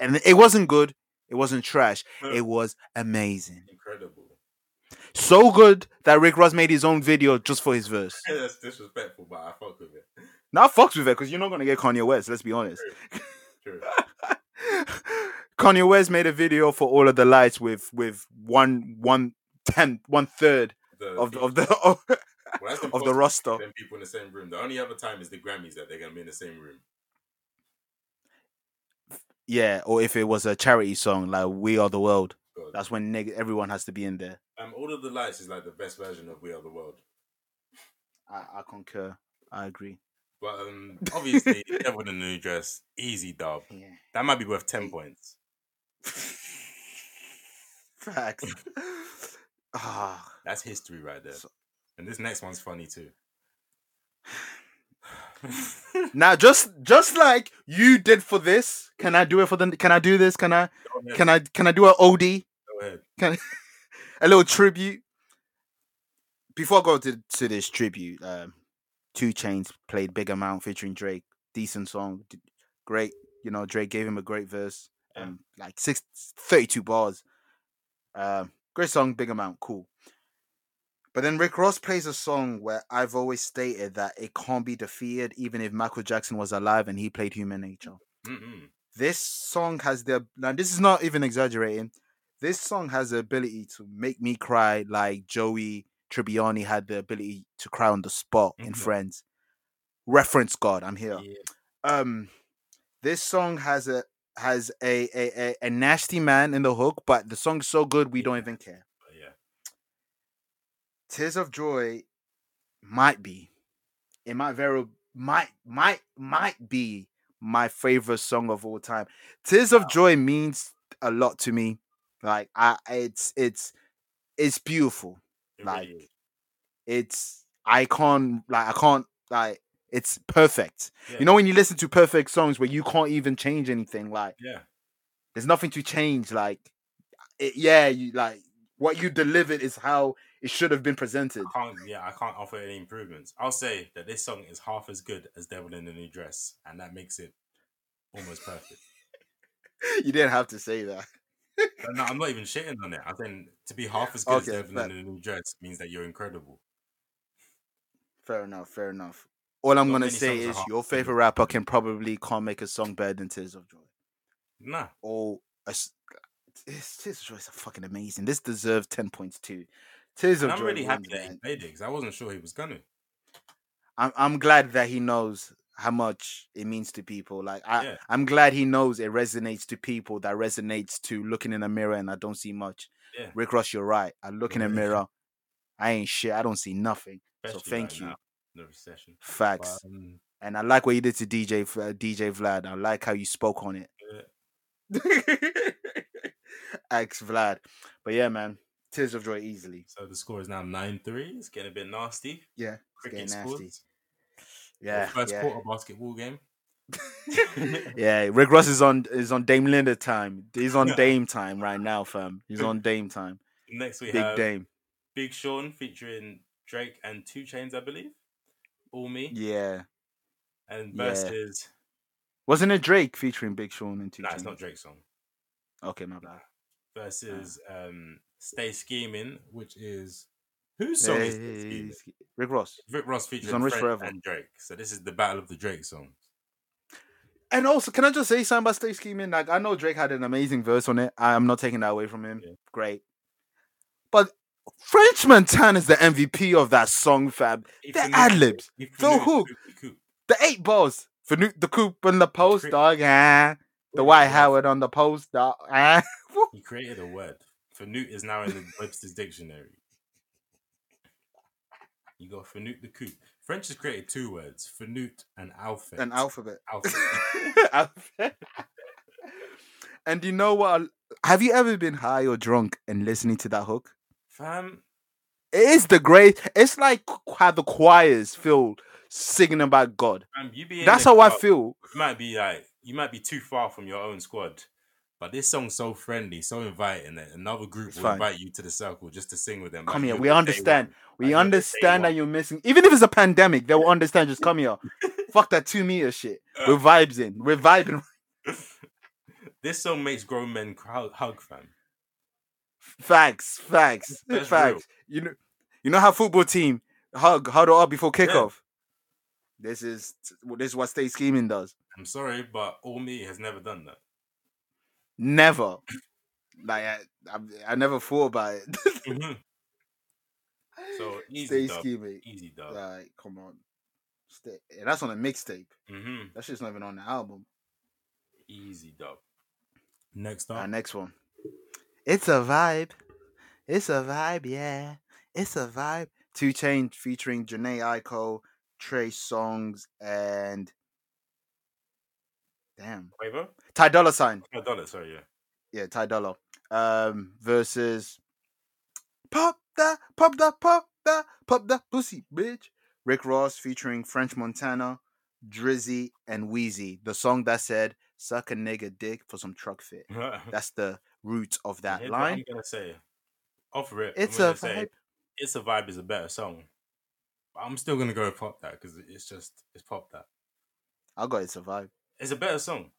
Speaker 1: And it wasn't good. It wasn't trash.
Speaker 2: No.
Speaker 1: It was amazing.
Speaker 2: incredible.
Speaker 1: so good that Rick Ross made his own video just for his verse.
Speaker 2: That's disrespectful, but I fuck with it.
Speaker 1: Now I fucks with it because you're not gonna get Kanye West. Let's be honest.
Speaker 2: True.
Speaker 1: Kanye West made a video for all of the lights with with one one tenth one third
Speaker 2: The
Speaker 1: of the,
Speaker 2: people-
Speaker 1: of the of,
Speaker 2: Well, that's
Speaker 1: of the
Speaker 2: impossible.
Speaker 1: roster.
Speaker 2: Them people in the same room. The only other time is the Grammys that they're gonna be in the same room.
Speaker 1: Yeah, or if it was a charity song like "We Are the World,"
Speaker 2: God.
Speaker 1: that's when nigga, everyone has to be in there.
Speaker 2: Um, all of the lights is like the best version of We Are the World.
Speaker 1: I, I concur. I agree.
Speaker 2: But um, obviously, Devil in a New Dress, easy dub.
Speaker 1: Yeah.
Speaker 2: That might be worth ten points.
Speaker 1: Facts. Ah.
Speaker 2: That's history right there.
Speaker 1: So-
Speaker 2: And this next one's funny too.
Speaker 1: Now, just just like you did for this, can I do it for the? Can I do this? Can I?
Speaker 2: Go ahead,
Speaker 1: Can I? Can I do an OD?
Speaker 2: go ahead.
Speaker 1: A little tribute. Before I go to, to this tribute, um, Two Chains played Big Amount featuring Drake. Decent song, d- great you know, Drake gave him a great verse. Um, like six, 32 bars. Um, great song, big amount, cool. But then Rick Ross plays a song where I've always stated that it can't be defeated, even if Michael Jackson was alive and he played Human Nature.
Speaker 2: Mm-mm.
Speaker 1: This song has the now. This is not even exaggerating. This song has the ability to make me cry like Joey Tribbiani had the ability to cry on the spot in
Speaker 2: Mhm.
Speaker 1: Friends. Reference God, I'm here
Speaker 2: Yeah.
Speaker 1: um this song has a has a a, a, a nasty man in the hook but the song's so good we don't even care
Speaker 2: but yeah.
Speaker 1: tears of joy might be it might very might might might be my favorite song of all time tears of joy means a lot to me like i it's it's it's beautiful
Speaker 2: It
Speaker 1: Like,
Speaker 2: really is.
Speaker 1: it's i can't like i can't like it's perfect
Speaker 2: Yeah.
Speaker 1: you know when you listen to perfect songs where you can't even change anything like
Speaker 2: Yeah.
Speaker 1: there's nothing to change like it, yeah you like what you delivered is how it should have been presented
Speaker 2: I can't, yeah, I can't offer any improvements. I'll say that this song is half as good as Devil in a New Dress, and that makes it almost perfect.
Speaker 1: you didn't have to say that
Speaker 2: But no, I'm not even shitting on it. I think to be half as good
Speaker 1: Okay,
Speaker 2: as Devil in a New Dress means that you're incredible.
Speaker 1: fair enough fair enough all i'm
Speaker 2: Not
Speaker 1: gonna
Speaker 2: many
Speaker 1: say
Speaker 2: songs are
Speaker 1: is
Speaker 2: hard
Speaker 1: your
Speaker 2: to do.
Speaker 1: favorite rapper can probably can't make a song better than tears of joy
Speaker 2: Nah.
Speaker 1: or a s- it's- tears of joy is fucking amazing this deserved 10 points too tears
Speaker 2: And
Speaker 1: of
Speaker 2: I'm
Speaker 1: joy
Speaker 2: really happy
Speaker 1: wins,
Speaker 2: that he
Speaker 1: man.
Speaker 2: played it because I wasn't sure he was gonna.
Speaker 1: I'm I'm glad that he knows how much it means to people. Like I,
Speaker 2: Yeah.
Speaker 1: I'm glad he knows it resonates to people that resonates to looking in a mirror and I don't see much.
Speaker 2: Yeah.
Speaker 1: Rick Ross, you're right. I look in a
Speaker 2: Yeah.
Speaker 1: mirror, I ain't shit. I don't see nothing.
Speaker 2: Especially
Speaker 1: so thank
Speaker 2: right
Speaker 1: you.
Speaker 2: now, the recession. But,
Speaker 1: Facts.
Speaker 2: um,
Speaker 1: And I like what you did to DJ F- uh, DJ Vlad. I like how you spoke on it.
Speaker 2: yeah,
Speaker 1: Ex Vlad. But yeah, man. Tears of joy easily.
Speaker 2: so the score is now nine three. It's getting a bit nasty.
Speaker 1: Yeah.
Speaker 2: Cricket
Speaker 1: getting nasty.
Speaker 2: scores.
Speaker 1: Yeah.
Speaker 2: First
Speaker 1: yeah.
Speaker 2: quarter basketball game.
Speaker 1: yeah, Rick Ross is on is on Dame Linda time. He's on Dame time right now, fam. He's on Dame time.
Speaker 2: Next we
Speaker 1: Big
Speaker 2: have
Speaker 1: Dame.
Speaker 2: Big Sean featuring Drake and Two Chains, I believe. All me
Speaker 1: Yeah.
Speaker 2: and
Speaker 1: yeah.
Speaker 2: versus.
Speaker 1: Wasn't it Drake featuring Big Sean and two?
Speaker 2: No, it's
Speaker 1: Chainz?
Speaker 2: not Drake's song.
Speaker 1: Okay, my bad.
Speaker 2: Versus
Speaker 1: Ah.
Speaker 2: um, Stay Scheming, which is whose song is Stay
Speaker 1: Hey,
Speaker 2: Scheming?
Speaker 1: Rick Ross.
Speaker 2: Rick Ross featuring
Speaker 1: on Rich
Speaker 2: French
Speaker 1: Forever.
Speaker 2: and Drake. So this is the battle of the Drake songs.
Speaker 1: And also, can I just say something about Stay Scheming? Like, I know Drake had an amazing verse on it. I'm not taking that away from him.
Speaker 2: Yeah.
Speaker 1: Great. But French Montana is the MVP of that song, fam.
Speaker 2: If
Speaker 1: The
Speaker 2: you knew-
Speaker 1: ad-libs.
Speaker 2: if you
Speaker 1: The
Speaker 2: knew,
Speaker 1: hook.
Speaker 2: you could.
Speaker 1: The eight balls. For the coop and the post
Speaker 2: Drake-
Speaker 1: dog. Ah. The
Speaker 2: Created
Speaker 1: White
Speaker 2: a word.
Speaker 1: Howard on the post dog. Ah.
Speaker 2: He created a word. Fanute is now in the Webster's dictionary. You got Fanute the coup. French has created two words, Fanute and Alpha.
Speaker 1: An alphabet.
Speaker 2: Alpha.
Speaker 1: Alphabet. and you know what? Have you ever been high or drunk and listening to that hook?
Speaker 2: Fam,
Speaker 1: It is the great. It's like how the choirs feel singing about God.
Speaker 2: fam, you be in
Speaker 1: That's
Speaker 2: the
Speaker 1: how I
Speaker 2: club,
Speaker 1: feel.
Speaker 2: You might be like, you might be too far from your own squad, but this song's so friendly, so inviting that another group
Speaker 1: It's
Speaker 2: will
Speaker 1: fine.
Speaker 2: invite you to the circle just to sing with them.
Speaker 1: Come
Speaker 2: like
Speaker 1: here.
Speaker 2: you're
Speaker 1: We
Speaker 2: the day
Speaker 1: understand.
Speaker 2: one. Like,
Speaker 1: We
Speaker 2: you're the day
Speaker 1: understand that
Speaker 2: one.
Speaker 1: you're missing. Even if it's a pandemic, they will understand. Just come here. Fuck that two meter shit.
Speaker 2: Uh.
Speaker 1: We're vibes in. We're vibing.
Speaker 2: This song makes grown men crowd hug, fam.
Speaker 1: Facts. Facts.
Speaker 2: That's
Speaker 1: facts. You know. You know how football team hug huddle up before
Speaker 2: Yeah.
Speaker 1: kickoff. This is this is what state scheming does.
Speaker 2: I'm sorry, but All Me has never done that.
Speaker 1: Never. Like I, I, I never thought about it.
Speaker 2: Mhm. So
Speaker 1: Stay
Speaker 2: easy dub.
Speaker 1: scheming.
Speaker 2: Easy dub.
Speaker 1: Like, come on. Stay. yeah, that's on a mixtape.
Speaker 2: hmm
Speaker 1: That shit's not even on the album.
Speaker 2: Easy dub. Next
Speaker 1: Our
Speaker 2: up,
Speaker 1: next one. It's a vibe. It's a vibe. Yeah. It's a vibe. Two Chain featuring Janae Aiko, Trey Songs, and damn
Speaker 2: Quavo.
Speaker 1: Ty Dolla Sign.
Speaker 2: Oh, dollar. Sorry, yeah.
Speaker 1: Yeah, Ty Dolla. Um, versus Pop that, pop that, pop that, pop that pussy, bitch. Rick Ross featuring French Montana, Drizzy, and Wheezy. The song that said, suck a nigga dick for some truck fit. That's the root of that
Speaker 2: Here's what
Speaker 1: line.
Speaker 2: I'm gonna say, offer it.
Speaker 1: It's
Speaker 2: I'm
Speaker 1: a
Speaker 2: gonna say,
Speaker 1: vibe.
Speaker 2: it's a vibe is a better song. But I'm still gonna go with pop that because it's just it's pop that.
Speaker 1: I got it's a vibe.
Speaker 2: It's a better song.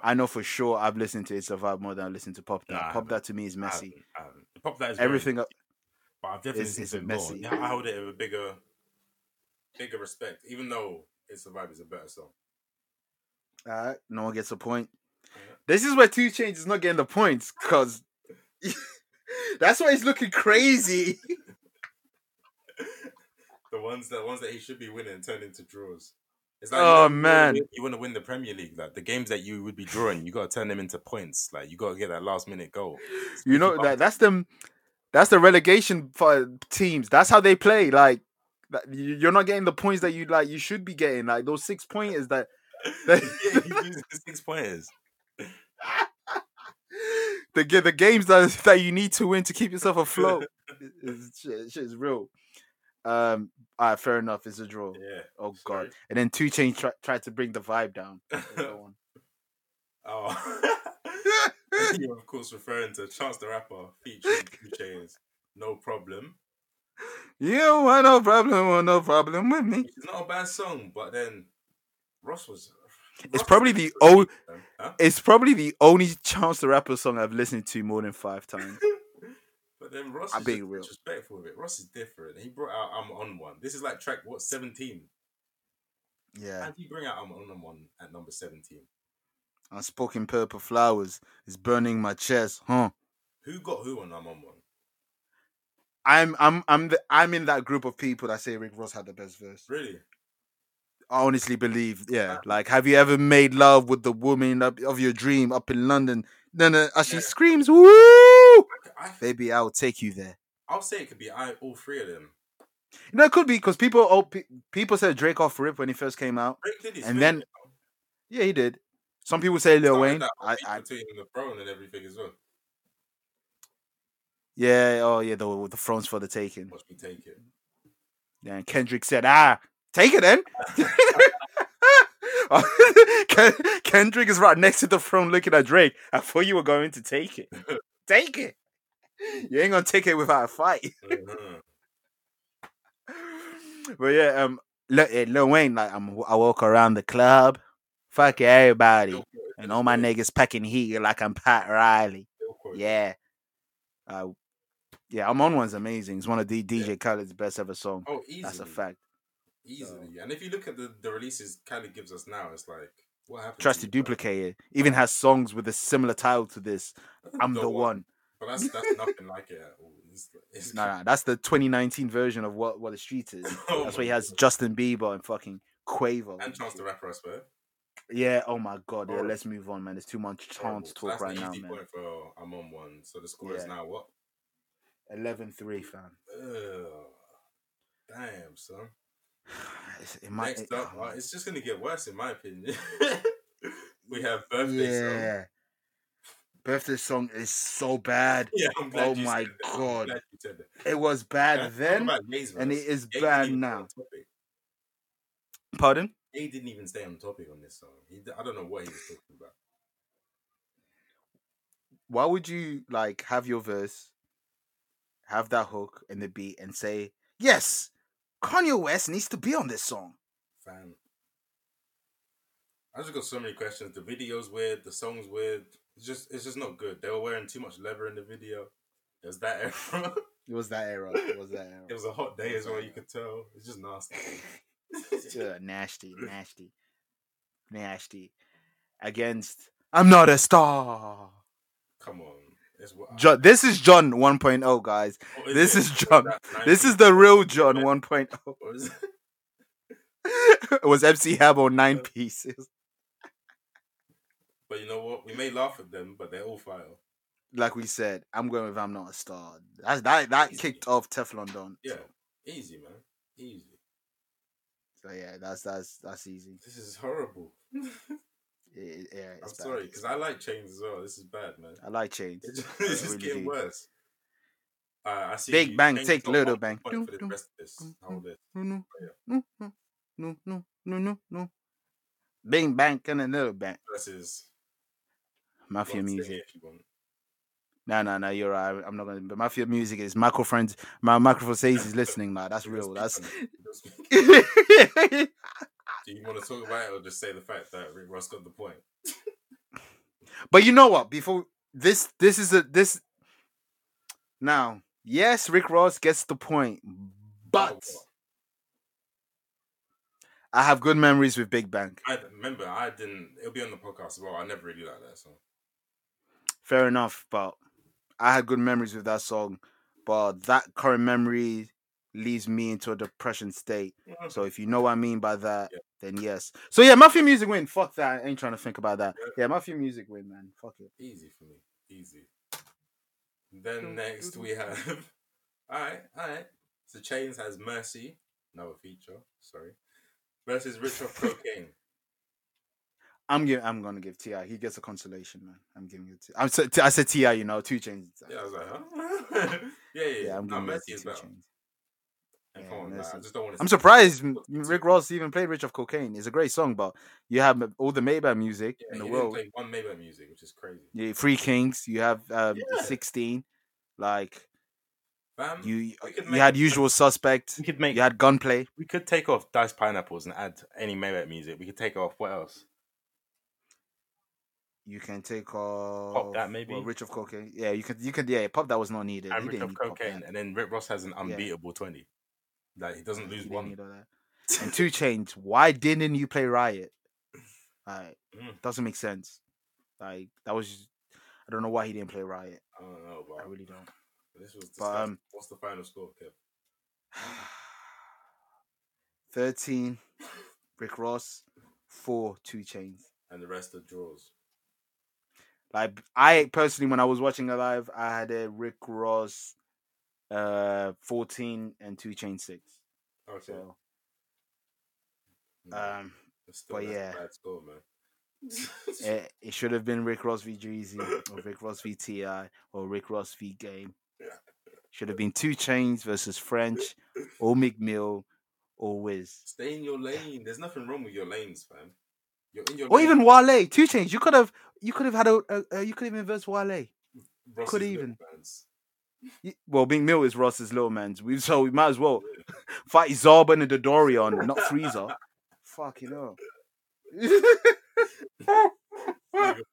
Speaker 1: I know for sure I've listened to It's a Vibe more than I listened to Pop That.
Speaker 2: Nah, I
Speaker 1: Pop
Speaker 2: haven't.
Speaker 1: That to me is messy.
Speaker 2: I haven't- I haven't. Pop that is everything,
Speaker 1: Everything up.
Speaker 2: but I've definitely
Speaker 1: is-
Speaker 2: seen
Speaker 1: is
Speaker 2: a bit more.
Speaker 1: messy.
Speaker 2: Yeah, I hold it with a bigger, bigger respect, even though "It's a Vibe" is a better song.
Speaker 1: Uh, no one gets a point.
Speaker 2: Yeah.
Speaker 1: This is where Two Chains is not getting the points because that's why he's looking crazy.
Speaker 2: The ones that ones that he should be winning turn into draws. It's
Speaker 1: Oh,
Speaker 2: you wanna
Speaker 1: man.
Speaker 2: win- you want to win the Premier League. Like the games that you would be drawing, you got to turn them into points. Like you got to get that last minute goal.
Speaker 1: You know that that's them. That's the relegation for teams. That's how they play. Like that- you- you're not getting the points that you like. You should be getting like those six pointers that
Speaker 2: yeah, he's using six pointers.
Speaker 1: the ga- the games that that you need to win to keep yourself afloat. It's, shit, shit is real. Um, all right, fair enough. It's a draw.
Speaker 2: Yeah.
Speaker 1: Oh
Speaker 2: sorry.
Speaker 1: god! And then Two Chains tri- tried to bring the vibe down.
Speaker 2: Oh. You're of course referring to Chance the Rapper featuring Two Chainz. No problem.
Speaker 1: you don't want no problem, want no problem with me.
Speaker 2: It's not a bad song, but then Ross was.
Speaker 1: It's
Speaker 2: Ross
Speaker 1: probably
Speaker 2: was-
Speaker 1: the o-
Speaker 2: Huh?
Speaker 1: It's probably the only Chance the Rapper song I've listened to more than five times.
Speaker 2: But then Ross
Speaker 1: I'm
Speaker 2: is
Speaker 1: being
Speaker 2: just
Speaker 1: real.
Speaker 2: disrespectful with it. Ross is different. He brought out "I'm on one." This is like track what seventeen.
Speaker 1: Yeah,
Speaker 2: How do you bring out "I'm on one" at number seventeen?
Speaker 1: unspoken purple flowers is burning my chest, huh?
Speaker 2: Who got who on "I'm on one"?
Speaker 1: I'm I'm I'm the, I'm in that group of people that say Rick Ross had the best verse.
Speaker 2: Really?
Speaker 1: I honestly believe,
Speaker 2: Uh,
Speaker 1: yeah. Like, have you ever made love with the woman up, of your dream up in London? Then uh, as she
Speaker 2: Yeah.
Speaker 1: screams, "Woo,
Speaker 2: I,
Speaker 1: baby, I'll take you there."
Speaker 2: I'll say it could be I, all three of them.
Speaker 1: You know, it could be because people, oh, pe- people said Drake off rip when he first came out.
Speaker 2: Drake did his
Speaker 1: And
Speaker 2: thing,
Speaker 1: then
Speaker 2: you know.
Speaker 1: Yeah, he did. Some people say Lil
Speaker 2: Started
Speaker 1: Wayne.
Speaker 2: that
Speaker 1: I,
Speaker 2: beef
Speaker 1: I,
Speaker 2: between the throne and everything as well.
Speaker 1: yeah, oh yeah, the the thrones for the taking.
Speaker 2: Watch me take it.
Speaker 1: Then Kendrick said, "Ah, take it then." Oh, Ken- Kendrick is right next to the throne, looking at Drake. I thought you were going to take it. Take it. You ain't gonna take it without a fight.
Speaker 2: Mhm.
Speaker 1: but yeah, um, Lil, eh, Lil Wayne, like I'm, I walk around the club, fuck everybody,
Speaker 2: Still quoted
Speaker 1: and all my niggas packing heat like I'm Pat Riley.
Speaker 2: Still quoted.
Speaker 1: Yeah, uh, yeah, I'm on one's amazing. It's one of the DJ Khaled's best ever song.
Speaker 2: Oh, easily.
Speaker 1: That's a fact.
Speaker 2: Easily. And if you look at the, the releases Kylie gives us now, it's like, what happened?
Speaker 1: Tries to
Speaker 2: you, bro?
Speaker 1: duplicate it. Even has songs with a similar title to this. I'm the, one.
Speaker 2: But that's, that's nothing like it at all. It's, it's
Speaker 1: No, no, that's the 2019 version of what what the street is.
Speaker 2: Oh
Speaker 1: That's
Speaker 2: my
Speaker 1: why he has
Speaker 2: God.
Speaker 1: Justin Bieber and fucking Quavo.
Speaker 2: And Chance the Rapper, I swear.
Speaker 1: Yeah. Oh my god. Yeah.
Speaker 2: Horrible.
Speaker 1: Let's move on, man. There's too much
Speaker 2: Horrible.
Speaker 1: chance
Speaker 2: So
Speaker 1: talk
Speaker 2: that's
Speaker 1: right
Speaker 2: the
Speaker 1: now,
Speaker 2: easy
Speaker 1: man.
Speaker 2: point for I'm on one. So the score is
Speaker 1: Yeah.
Speaker 2: now what?
Speaker 1: 11-3, fam.
Speaker 2: Ugh. Damn, son.
Speaker 1: It's- It might.
Speaker 2: Next
Speaker 1: it-
Speaker 2: up,
Speaker 1: oh,
Speaker 2: uh, it's just going to get worse, in my opinion. we have birthday song.
Speaker 1: oh, yeah. Birthday song is so bad.
Speaker 2: Yeah, I'm glad
Speaker 1: Oh
Speaker 2: you
Speaker 1: my
Speaker 2: said that. I'm
Speaker 1: God.
Speaker 2: glad you said that.
Speaker 1: It was
Speaker 2: Yeah,
Speaker 1: bad
Speaker 2: talk
Speaker 1: then,
Speaker 2: about Ye's
Speaker 1: and
Speaker 2: verse.
Speaker 1: it is
Speaker 2: Ye
Speaker 1: bad
Speaker 2: didn't even stay
Speaker 1: now.
Speaker 2: on topic.
Speaker 1: Pardon?
Speaker 2: Ye didn't even stay on topic on this song. He, d- I don't know what he was talking about.
Speaker 1: Why would you like have your verse, have that hook and the beat, and say yes? Kanye West needs to be on this song.
Speaker 2: Fam. I just got so many questions. The video's weird. The song's weird. It's just, it's just not good. They were wearing too much leather in the video. It was that era.
Speaker 1: It was that era. It was that era.
Speaker 2: it was a hot day as well. You could tell. It's just nasty.
Speaker 1: Ugh, nasty, nasty, nasty. Against I'm not a star.
Speaker 2: Come on. It's what
Speaker 1: John, this is John 1.0, guys.
Speaker 2: what
Speaker 1: Uh, This
Speaker 2: it?
Speaker 1: is John.
Speaker 2: that
Speaker 1: This
Speaker 2: 90s?
Speaker 1: is the real John 1.0.
Speaker 2: What is it?
Speaker 1: it was MC Hammer on nine pieces.
Speaker 2: But you know what? We may laugh at them, but they're all fire.
Speaker 1: Like we said, I'm going with I'm not a star. That's, that that kicked off Teflon Don.
Speaker 2: Yeah.
Speaker 1: So,
Speaker 2: Easy, man. Easy.
Speaker 1: so yeah, that's that's that's easy.
Speaker 2: This is horrible.
Speaker 1: It- it- yeah,
Speaker 2: I'm
Speaker 1: it's bad.
Speaker 2: sorry, because I like chains as well. This is bad, man.
Speaker 1: I like chains.
Speaker 2: It's just,
Speaker 1: I
Speaker 2: it's just
Speaker 1: really
Speaker 2: getting
Speaker 1: do.
Speaker 2: worse. Uh, I see
Speaker 1: Big
Speaker 2: you.
Speaker 1: bang,
Speaker 2: Chainz
Speaker 1: take
Speaker 2: got
Speaker 1: little
Speaker 2: one
Speaker 1: bang.
Speaker 2: point
Speaker 1: Dum,
Speaker 2: For the
Speaker 1: dum,
Speaker 2: rest of this.
Speaker 1: dum,
Speaker 2: Hold it.
Speaker 1: No, Oh, no,
Speaker 2: Oh,
Speaker 1: no, no, no, no, no, no, no. Bing bang and another bang.
Speaker 2: Versus
Speaker 1: Mafia
Speaker 2: Rod City
Speaker 1: music.
Speaker 2: if you want.
Speaker 1: No, no, no. You're right. I'm not gonna. But mafia music is Michael friends. My microphone says he's listening. Now that's
Speaker 2: Don't
Speaker 1: real.
Speaker 2: speak
Speaker 1: That's.
Speaker 2: on it. Don't speak.
Speaker 1: yeah,
Speaker 2: Do you want to talk about it or just say the fact that Rick Ross got the point?
Speaker 1: But you know what? Before this, this is a this. Now, yes, Rick Ross gets the point, but I have good memories with Big Bang.
Speaker 2: I remember I didn't. It'll be on the podcast as well. I never really liked that song.
Speaker 1: Fair enough, but I had good memories with that song, but that current memory leaves me into a depression state. So if you know what I mean by that,
Speaker 2: Yeah.
Speaker 1: then yes. So yeah, Mafia Music win. Fuck that. I ain't trying to think about that. Yeah, Mafia Music win, man. Fuck it.
Speaker 2: Easy for me. Easy. Then next we have. alright, alright. So Chains has Mercy, another feature, sorry, versus Rich Off Cocaine.
Speaker 1: I'm giving. I'm gonna give Ti. He gets a consolation, man. I'm giving it. To, I'm. So, I said Ti. You know, two chains.
Speaker 2: Yeah, I was like, huh? yeah, yeah,
Speaker 1: Yeah,
Speaker 2: yeah.
Speaker 1: I'm
Speaker 2: No,
Speaker 1: giving
Speaker 2: Mercy
Speaker 1: Mercy
Speaker 2: is
Speaker 1: two
Speaker 2: better.
Speaker 1: chains.
Speaker 2: And
Speaker 1: Yeah,
Speaker 2: come on, man,
Speaker 1: Mercy.
Speaker 2: I just don't want to.
Speaker 1: I'm surprised M- Rick Ross even played "Rich of Cocaine." It's a great song, but you have all the Maybach music
Speaker 2: Yeah,
Speaker 1: in the
Speaker 2: he
Speaker 1: world.
Speaker 2: didn't play one Maybach music, which is crazy.
Speaker 1: Yeah, Three Kings. You have um,
Speaker 2: Yeah.
Speaker 1: sixteen. Like
Speaker 2: Bam.
Speaker 1: you,
Speaker 2: we could
Speaker 1: you
Speaker 2: make
Speaker 1: had
Speaker 2: it-
Speaker 1: Usual Suspect.
Speaker 2: we could make.
Speaker 1: You had Gunplay.
Speaker 2: We could take off Dice Pineapples and add any Maybach music. We could take off what else?
Speaker 1: You can take off
Speaker 2: that,
Speaker 1: well,
Speaker 2: maybe?
Speaker 1: Rich of Cocaine. Yeah, you could. You could. Yeah, pop that was not needed.
Speaker 2: and
Speaker 1: He
Speaker 2: Rich
Speaker 1: didn't
Speaker 2: Off
Speaker 1: need Pop That.
Speaker 2: Cocaine, and then Rick Ross has an unbeatable twenty. Like he doesn't
Speaker 1: He
Speaker 2: lose
Speaker 1: didn't
Speaker 2: one.
Speaker 1: need all that. and two chains why didn't you play riot like
Speaker 2: Mm.
Speaker 1: doesn't make sense like that was i don't know why he didn't play riot
Speaker 2: I don't know,
Speaker 1: i
Speaker 2: but
Speaker 1: really don't
Speaker 2: this was.
Speaker 1: but, um,
Speaker 2: disgusting. What's the final score, Kev?
Speaker 1: 13 rick ross 4 2 chains
Speaker 2: And the rest are draws.
Speaker 1: like i personally when i was watching it live i had a rick ross uh 14 and 2 chain 6
Speaker 2: Okay.
Speaker 1: so
Speaker 2: Mm.
Speaker 1: um
Speaker 2: But still,
Speaker 1: but
Speaker 2: that's a
Speaker 1: yeah. Eh
Speaker 2: bad score, man.
Speaker 1: it, it should have been Rick Ross v Jeezy or Rick Ross v Ti or Rick Ross v Game. Should have been Two Chains versus French or McMill or Wiz.
Speaker 2: Stay in your lane. There's nothing wrong with your lanes, fam. You're in your
Speaker 1: Or
Speaker 2: lane.
Speaker 1: even Wale. Two Chains. You could have. You could have had a. a, a you could have inverse Wale.
Speaker 2: Ross's
Speaker 1: could
Speaker 2: little
Speaker 1: even.
Speaker 2: bands.
Speaker 1: You- Well, McMill is Ross's little man's. We so we might as well fight Zarba and the Dorion, not Freezer. Fucking hell.
Speaker 2: Nigga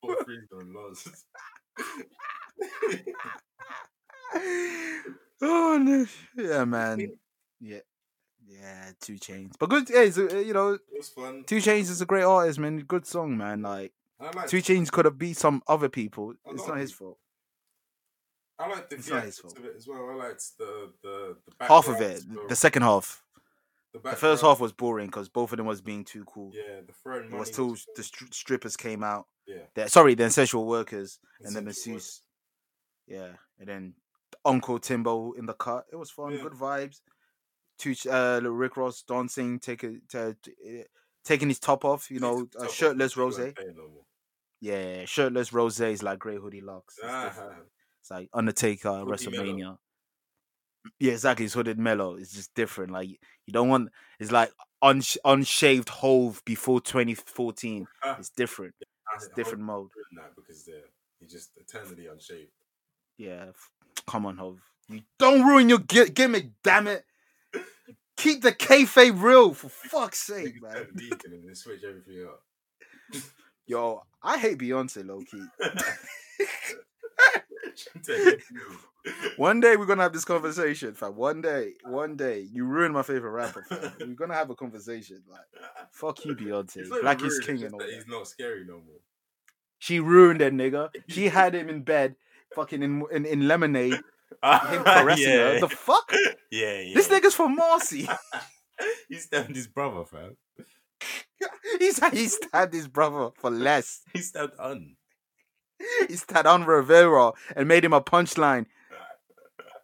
Speaker 2: put freeze on Loz.
Speaker 1: oh no. Yeah, man. Yeah. Yeah, two chains. But good yeah, it's, uh, you know,
Speaker 2: It was fun.
Speaker 1: Two Chains is a great artist, man. Good song, man. Like
Speaker 2: I like.
Speaker 1: Two Chains could have beat some other people.
Speaker 2: A
Speaker 1: It's
Speaker 2: lot
Speaker 1: not
Speaker 2: of
Speaker 1: his fault.
Speaker 2: I liked the
Speaker 1: it's not his
Speaker 2: theatrics of it as well. I liked the the, the back
Speaker 1: Half of it,
Speaker 2: rides,
Speaker 1: the second half.
Speaker 2: the,
Speaker 1: The
Speaker 2: back
Speaker 1: first
Speaker 2: rides.
Speaker 1: half was boring because both of them was being too cool.
Speaker 2: Yeah, the throwing
Speaker 1: It
Speaker 2: money.
Speaker 1: was till
Speaker 2: was-
Speaker 1: the stri- strippers came out.
Speaker 2: yeah,
Speaker 1: The- sorry, the essential workers and the
Speaker 2: essential work.
Speaker 1: masseuse. Yeah, and then Uncle Timbo in the cut. It was fun,
Speaker 2: Yeah.
Speaker 1: good vibes. Two Ch- uh, Rick Ross dancing, taking eh, taking his top off. You
Speaker 2: Take
Speaker 1: know,
Speaker 2: the top
Speaker 1: uh,
Speaker 2: off,
Speaker 1: shirtless
Speaker 2: they weren't
Speaker 1: rose.
Speaker 2: paying no more.
Speaker 1: Yeah, shirtless rose is like grey hoodie locks. It's different.
Speaker 2: Ah,
Speaker 1: It's like Undertaker,
Speaker 2: Hoodie Mello.
Speaker 1: WrestleMania. Yeah, exactly. It's hooded mellow. It's just different. Like you don't want. It's like unsh- unshaved Hove before 2014.
Speaker 2: Ah.
Speaker 1: It's different.
Speaker 2: I
Speaker 1: It's
Speaker 2: hope
Speaker 1: different mode.
Speaker 2: they're doing that because they're he's just eternally unshaved.
Speaker 1: Yeah, f- come on, Hove. You don't ruin your gi- gimmick, damn it. Keep the kayfabe real, for fuck's sake,
Speaker 2: Niggas
Speaker 1: man.
Speaker 2: turn vegan and they switch everything up.
Speaker 1: Yo, I hate Beyonce, low key. One day we're gonna have this conversation, fam. One day, one day, you ruined my favorite rapper. Fam. We're gonna have a conversation, like. Fuck you,
Speaker 2: It's
Speaker 1: Beyonce.
Speaker 2: not
Speaker 1: Black
Speaker 2: even
Speaker 1: is
Speaker 2: rude,
Speaker 1: king
Speaker 2: it's
Speaker 1: and all
Speaker 2: just that
Speaker 1: that.
Speaker 2: He's not scary no more.
Speaker 1: She ruined that nigga. She had him in bed, fucking in in, in lemonade, him caressing her. The fuck?
Speaker 2: yeah, yeah.
Speaker 1: This nigga's from Marcy.
Speaker 2: he stabbed his brother, fam.
Speaker 1: He's he stabbed his brother for less.
Speaker 2: He stabbed Un.
Speaker 1: He stabbed on Rivera and made him a punchline.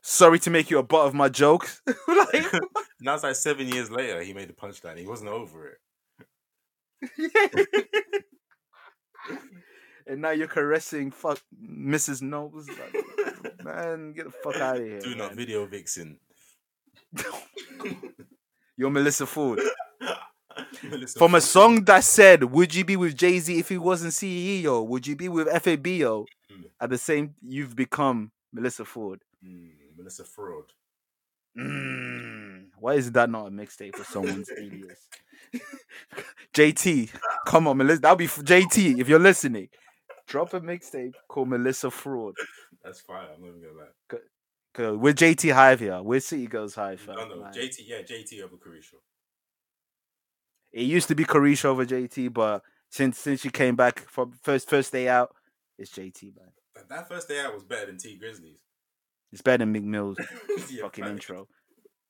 Speaker 1: Sorry to make you a butt of my jokes. like,
Speaker 2: And that was like seven years later. He made the punchline. He wasn't over it.
Speaker 1: and now you're caressing fuck Mrs. Knowles. Like, man, get the fuck out of here.
Speaker 2: Do not
Speaker 1: man.
Speaker 2: video vixen.
Speaker 1: You're Melissa Ford.
Speaker 2: Melissa
Speaker 1: From a
Speaker 2: Ford.
Speaker 1: song that said, "Would you be with Jay Z if he wasn't CEO? Would you be with FABO?"
Speaker 2: Mm.
Speaker 1: At the same, you've become Melissa Ford.
Speaker 2: Mm, Melissa Fraud.
Speaker 1: Mm. Why is that not a mixtape for someone's alias? JT, come on, Melissa. That'll be for JT if you're listening. Drop a mixtape called Melissa Fraud.
Speaker 2: That's fire. I'm not even gonna lie.
Speaker 1: 'Cause We're JT Hive here. We're City Girls Hive.
Speaker 2: I
Speaker 1: fam,
Speaker 2: don't know.
Speaker 1: like,
Speaker 2: JT, yeah, JT over Carisha.
Speaker 1: it used to be Carisha over JT, but since since she came back from first first day out, it's JT, man.
Speaker 2: That, that first day out was better than T Grizzlies.
Speaker 1: It's better than Mick Mills
Speaker 2: yeah,
Speaker 1: fucking
Speaker 2: facts.
Speaker 1: intro.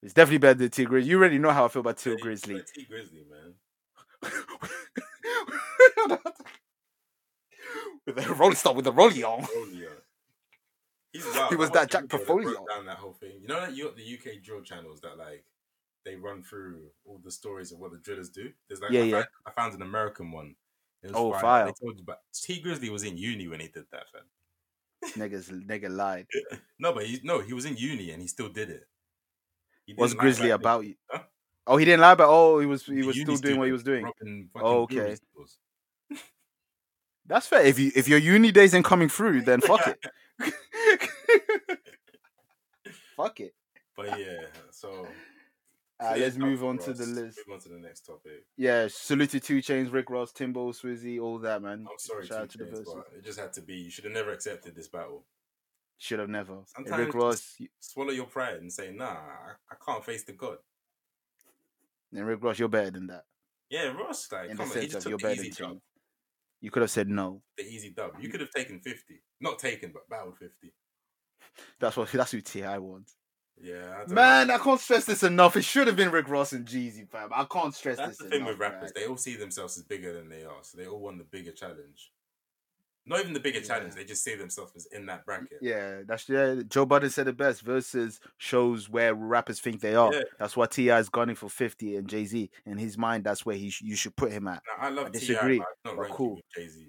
Speaker 1: It's definitely better than T Grizzly. You already know how I feel about T
Speaker 2: Yeah,
Speaker 1: Grizzly.
Speaker 2: T Grizzly, man.
Speaker 1: with the roll stop with the rolly on.
Speaker 2: Portfolio. He's wild.
Speaker 1: He
Speaker 2: I
Speaker 1: was
Speaker 2: watched
Speaker 1: that
Speaker 2: a
Speaker 1: Jack
Speaker 2: video that
Speaker 1: Portfolio.
Speaker 2: broke Down that whole thing. You know that you got the UK drill channels that like they run through all the stories of what the drillers do. There's like
Speaker 1: Yeah,
Speaker 2: I,
Speaker 1: yeah.
Speaker 2: Found, I found an American one. It was
Speaker 1: Oh,
Speaker 2: fire. They
Speaker 1: fire.
Speaker 2: told you about T Grizzly was in uni when he did that. Fam.
Speaker 1: Niggas, nigga lied.
Speaker 2: No, but he no, he was in uni and he still did it. He
Speaker 1: What's
Speaker 2: didn't lie
Speaker 1: Grizzly
Speaker 2: it.
Speaker 1: about you?
Speaker 2: Huh?
Speaker 1: Oh, he didn't lie, but oh, he was he
Speaker 2: The
Speaker 1: was
Speaker 2: uni
Speaker 1: still doing what he was doing.
Speaker 2: student robbing fucking
Speaker 1: Oh,
Speaker 2: jewelry
Speaker 1: okay.
Speaker 2: stores.
Speaker 1: That's fair. If you if your uni days ain't coming through, then fuck it. fuck it.
Speaker 2: But yeah, so
Speaker 1: Uh, let's
Speaker 2: clear
Speaker 1: move
Speaker 2: cut
Speaker 1: on
Speaker 2: for
Speaker 1: to the
Speaker 2: us.
Speaker 1: list.
Speaker 2: Move on to the next topic.
Speaker 1: Yeah, salute to Two Chains, Rick Ross, Timbo, Swizzy, all that man.
Speaker 2: I'm sorry,
Speaker 1: Shout out
Speaker 2: T
Speaker 1: to the
Speaker 2: Grizzlies,
Speaker 1: verses.
Speaker 2: but it just had to be. You should have never accepted this battle.
Speaker 1: Should have never. And
Speaker 2: Sometimes
Speaker 1: Rick
Speaker 2: just-
Speaker 1: Ross,
Speaker 2: swallow your pride and say, nah, I, I can't face the God.
Speaker 1: and Rick Ross, you're better than that.
Speaker 2: Yeah, Ross, like,
Speaker 1: in the
Speaker 2: come on, he
Speaker 1: sense
Speaker 2: just
Speaker 1: of
Speaker 2: took
Speaker 1: you're
Speaker 2: the
Speaker 1: better
Speaker 2: easy
Speaker 1: than
Speaker 2: dub,
Speaker 1: Chains. You could have said no.
Speaker 2: the easy dub. You could have taken 50. Not taken, but battled 50.
Speaker 1: That's what that's who Ti wants.
Speaker 2: Yeah, I don't know.
Speaker 1: Man, I can't stress this enough. It should have been Rick Ross and Jeezy, fam. I can't stress
Speaker 2: That's the
Speaker 1: this
Speaker 2: thing
Speaker 1: enough.
Speaker 2: with rappers.
Speaker 1: man.
Speaker 2: They all see themselves as bigger than they are, so they all want the bigger challenge. Not even the bigger
Speaker 1: Yeah.
Speaker 2: challenge, they just see themselves as in that bracket.
Speaker 1: Yeah, that's yeah. Joe Budden said it best. Versus shows where rappers think they are.
Speaker 2: Yeah.
Speaker 1: That's why Ti is gunning for fifty, and Jay Z in his mind, that's where he sh- you should put him at.
Speaker 2: Now, I love
Speaker 1: I
Speaker 2: T.I.,
Speaker 1: disagree,
Speaker 2: but I'm not
Speaker 1: but
Speaker 2: ranking
Speaker 1: cool.
Speaker 2: with Jay-Z.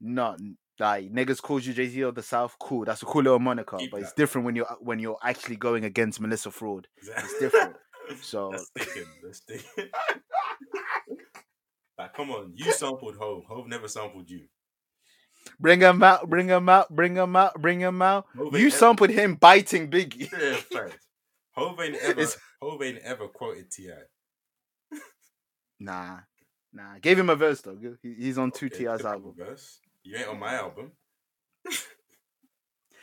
Speaker 1: Not like niggas calls you Jay Z of the South. Cool, that's a cool little moniker,
Speaker 2: Keep
Speaker 1: but it's
Speaker 2: that.
Speaker 1: different when you're when you're actually going against Melissa Fraud.
Speaker 2: It's
Speaker 1: different. So
Speaker 2: That's sticking. That's sticking. like, come on, you sampled Hove. Hove never sampled you.
Speaker 1: bring him out, bring him out, bring him out, bring him out.
Speaker 2: Hove
Speaker 1: You
Speaker 2: ain't
Speaker 1: sampled him biting Biggie.
Speaker 2: Yeah, facts. Hove ain't ever,
Speaker 1: It's-
Speaker 2: Hove ain't ever quoted Ti.
Speaker 1: Nah, nah. Gave him a verse though. He- He's on two
Speaker 2: Okay,
Speaker 1: Ti's
Speaker 2: typical
Speaker 1: album.
Speaker 2: Verse. You ain't on my album.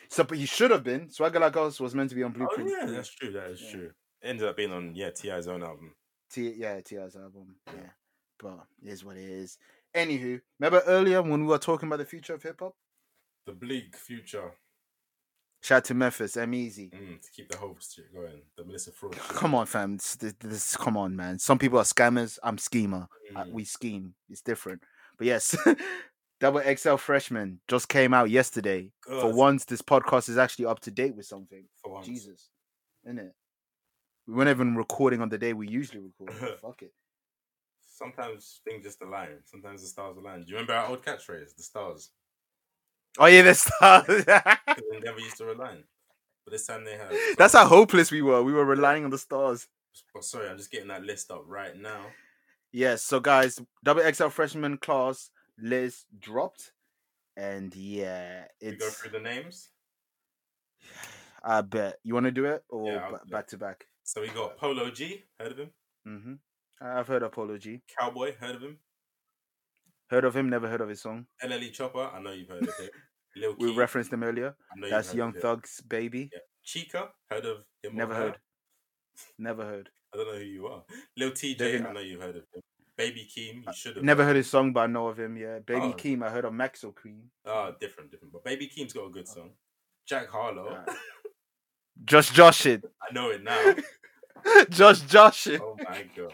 Speaker 1: So, but he should have been. Swagger Like Us was meant to be on
Speaker 2: Oh
Speaker 1: Blueprint.
Speaker 2: yeah,
Speaker 1: three.
Speaker 2: that's true. That is
Speaker 1: Yeah.
Speaker 2: true. Ended up being on yeah Ti's own album.
Speaker 1: T yeah, TR's album.
Speaker 2: Yeah.
Speaker 1: Yeah. But it is what it is. Anywho, remember earlier when we were talking about the future of hip hop?
Speaker 2: The bleak future.
Speaker 1: Shout out to Memphis, M Easy.
Speaker 2: Mm, to keep the whole shit going. The Melissa Fraud. shit.
Speaker 1: Come on, fam. This, this, this- come on, man. Some people are scammers. I'm schemer. I-
Speaker 2: Mm.
Speaker 1: we scheme. It's different. But yes, Double XL Freshman just came out yesterday. For
Speaker 2: God,
Speaker 1: once, this podcast is actually up to date with something.
Speaker 2: For once.
Speaker 1: Jesus, isn't it? We weren't even recording on the day we usually record. Fuck it.
Speaker 2: Sometimes things just align. Sometimes the stars align. Do you remember our old catchphrase? The stars.
Speaker 1: Oh yeah, that's stars.
Speaker 2: 'Cause They never used to align. But this time they have. So-
Speaker 1: That's how hopeless we were. We were relying on the stars.
Speaker 2: but Oh, sorry, I'm just getting that list up right now.
Speaker 1: Yes. So guys, double XL freshman class list dropped, and yeah,
Speaker 2: We go
Speaker 1: it's.
Speaker 2: through the names.
Speaker 1: I bet you want to do it or
Speaker 2: Yeah, I'll
Speaker 1: ba-
Speaker 2: do it.
Speaker 1: back to back.
Speaker 2: So we got Polo G. Heard of him?
Speaker 1: Mm-hmm. I've heard Apology.
Speaker 2: Cowboy. Heard of him?
Speaker 1: Heard of him, never heard of his song.
Speaker 2: LLE Chopper, I know you've heard of him. Lil
Speaker 1: We
Speaker 2: Keith,
Speaker 1: referenced him earlier.
Speaker 2: I know
Speaker 1: That's
Speaker 2: you've heard
Speaker 1: Young
Speaker 2: of him.
Speaker 1: Thug's baby.
Speaker 2: Yeah. Chica, heard of him? or
Speaker 1: Never
Speaker 2: her?
Speaker 1: heard. Never heard.
Speaker 2: I don't know who you are. Lil TJ,
Speaker 1: They're
Speaker 2: I
Speaker 1: gonna-
Speaker 2: know you've heard of him. Baby Keem, you should have.
Speaker 1: Uh, Never heard his song, but I know of him. Yeah, Baby
Speaker 2: Oh.
Speaker 1: Keem. I heard of Maxwell Cream.
Speaker 2: Ah, different, different. But Baby Keem's got a good song. Jack Harlow,
Speaker 1: Alright. Just Josh it.
Speaker 2: I know it now.
Speaker 1: Just Josh it.
Speaker 2: oh my god,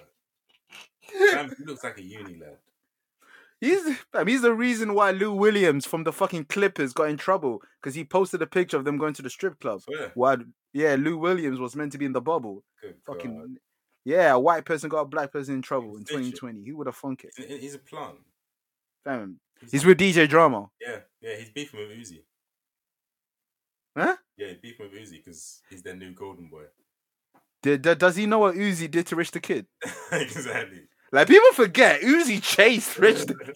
Speaker 1: He's
Speaker 2: Fam, he looks like a uni lad.
Speaker 1: fam, he's the reason why Lou Williams from the fucking Clippers got in trouble because he posted a picture of them going to the strip club.
Speaker 2: Swear.
Speaker 1: Why? Yeah, Lou Williams was meant to be in the bubble.
Speaker 2: Good
Speaker 1: Fucking
Speaker 2: God.
Speaker 1: yeah, a white person got a black person in trouble in
Speaker 2: Did you?
Speaker 1: 2020. Who would have thunk it?
Speaker 2: He's, a- he's a plant.
Speaker 1: Fam, he's with DJ Drama.
Speaker 2: Yeah, yeah, he's beefing with Uzi.
Speaker 1: Huh?
Speaker 2: Yeah, he's beefing with Uzi because he's their new golden boy.
Speaker 1: Did, d- does he know what Uzi did to Rich the Kid?
Speaker 2: exactly.
Speaker 1: Like people forget, Uzi chased Rich, the-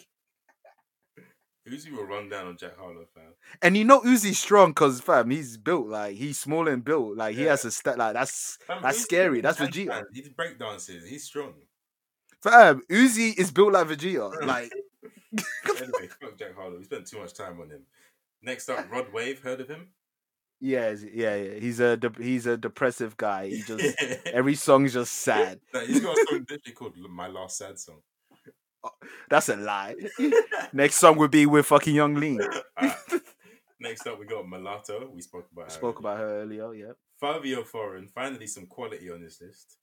Speaker 2: Uzi will run down on Jack Harlow, fam.
Speaker 1: and you know Uzi's strong because fam, he's built like he's small and built like he
Speaker 2: Yeah.
Speaker 1: has a step like that's
Speaker 2: Fam,
Speaker 1: That's
Speaker 2: Uzi
Speaker 1: scary.
Speaker 2: is
Speaker 1: That's
Speaker 2: dance
Speaker 1: Vegeta.
Speaker 2: man. He break dances. He's strong.
Speaker 1: fam. Uzi is built like Vegeta, like
Speaker 2: anyway, fuck Jack Harlow. We spent too much time on him. Next up, Rod Wave. Heard of him?
Speaker 1: Yeah, is- yeah, yeah. He's a de- he's a depressive guy. He just every song's just sad.
Speaker 2: No, he's got a song literally called "My Last Sad Song."
Speaker 1: That's a lie. Next song would be with fucking Young Lean.
Speaker 2: Alright. Next up, we got Mulatto. We spoke about. her
Speaker 1: Spoke
Speaker 2: already.
Speaker 1: about her earlier. Yeah.
Speaker 2: Fabio Foreign. Finally, some quality on this list.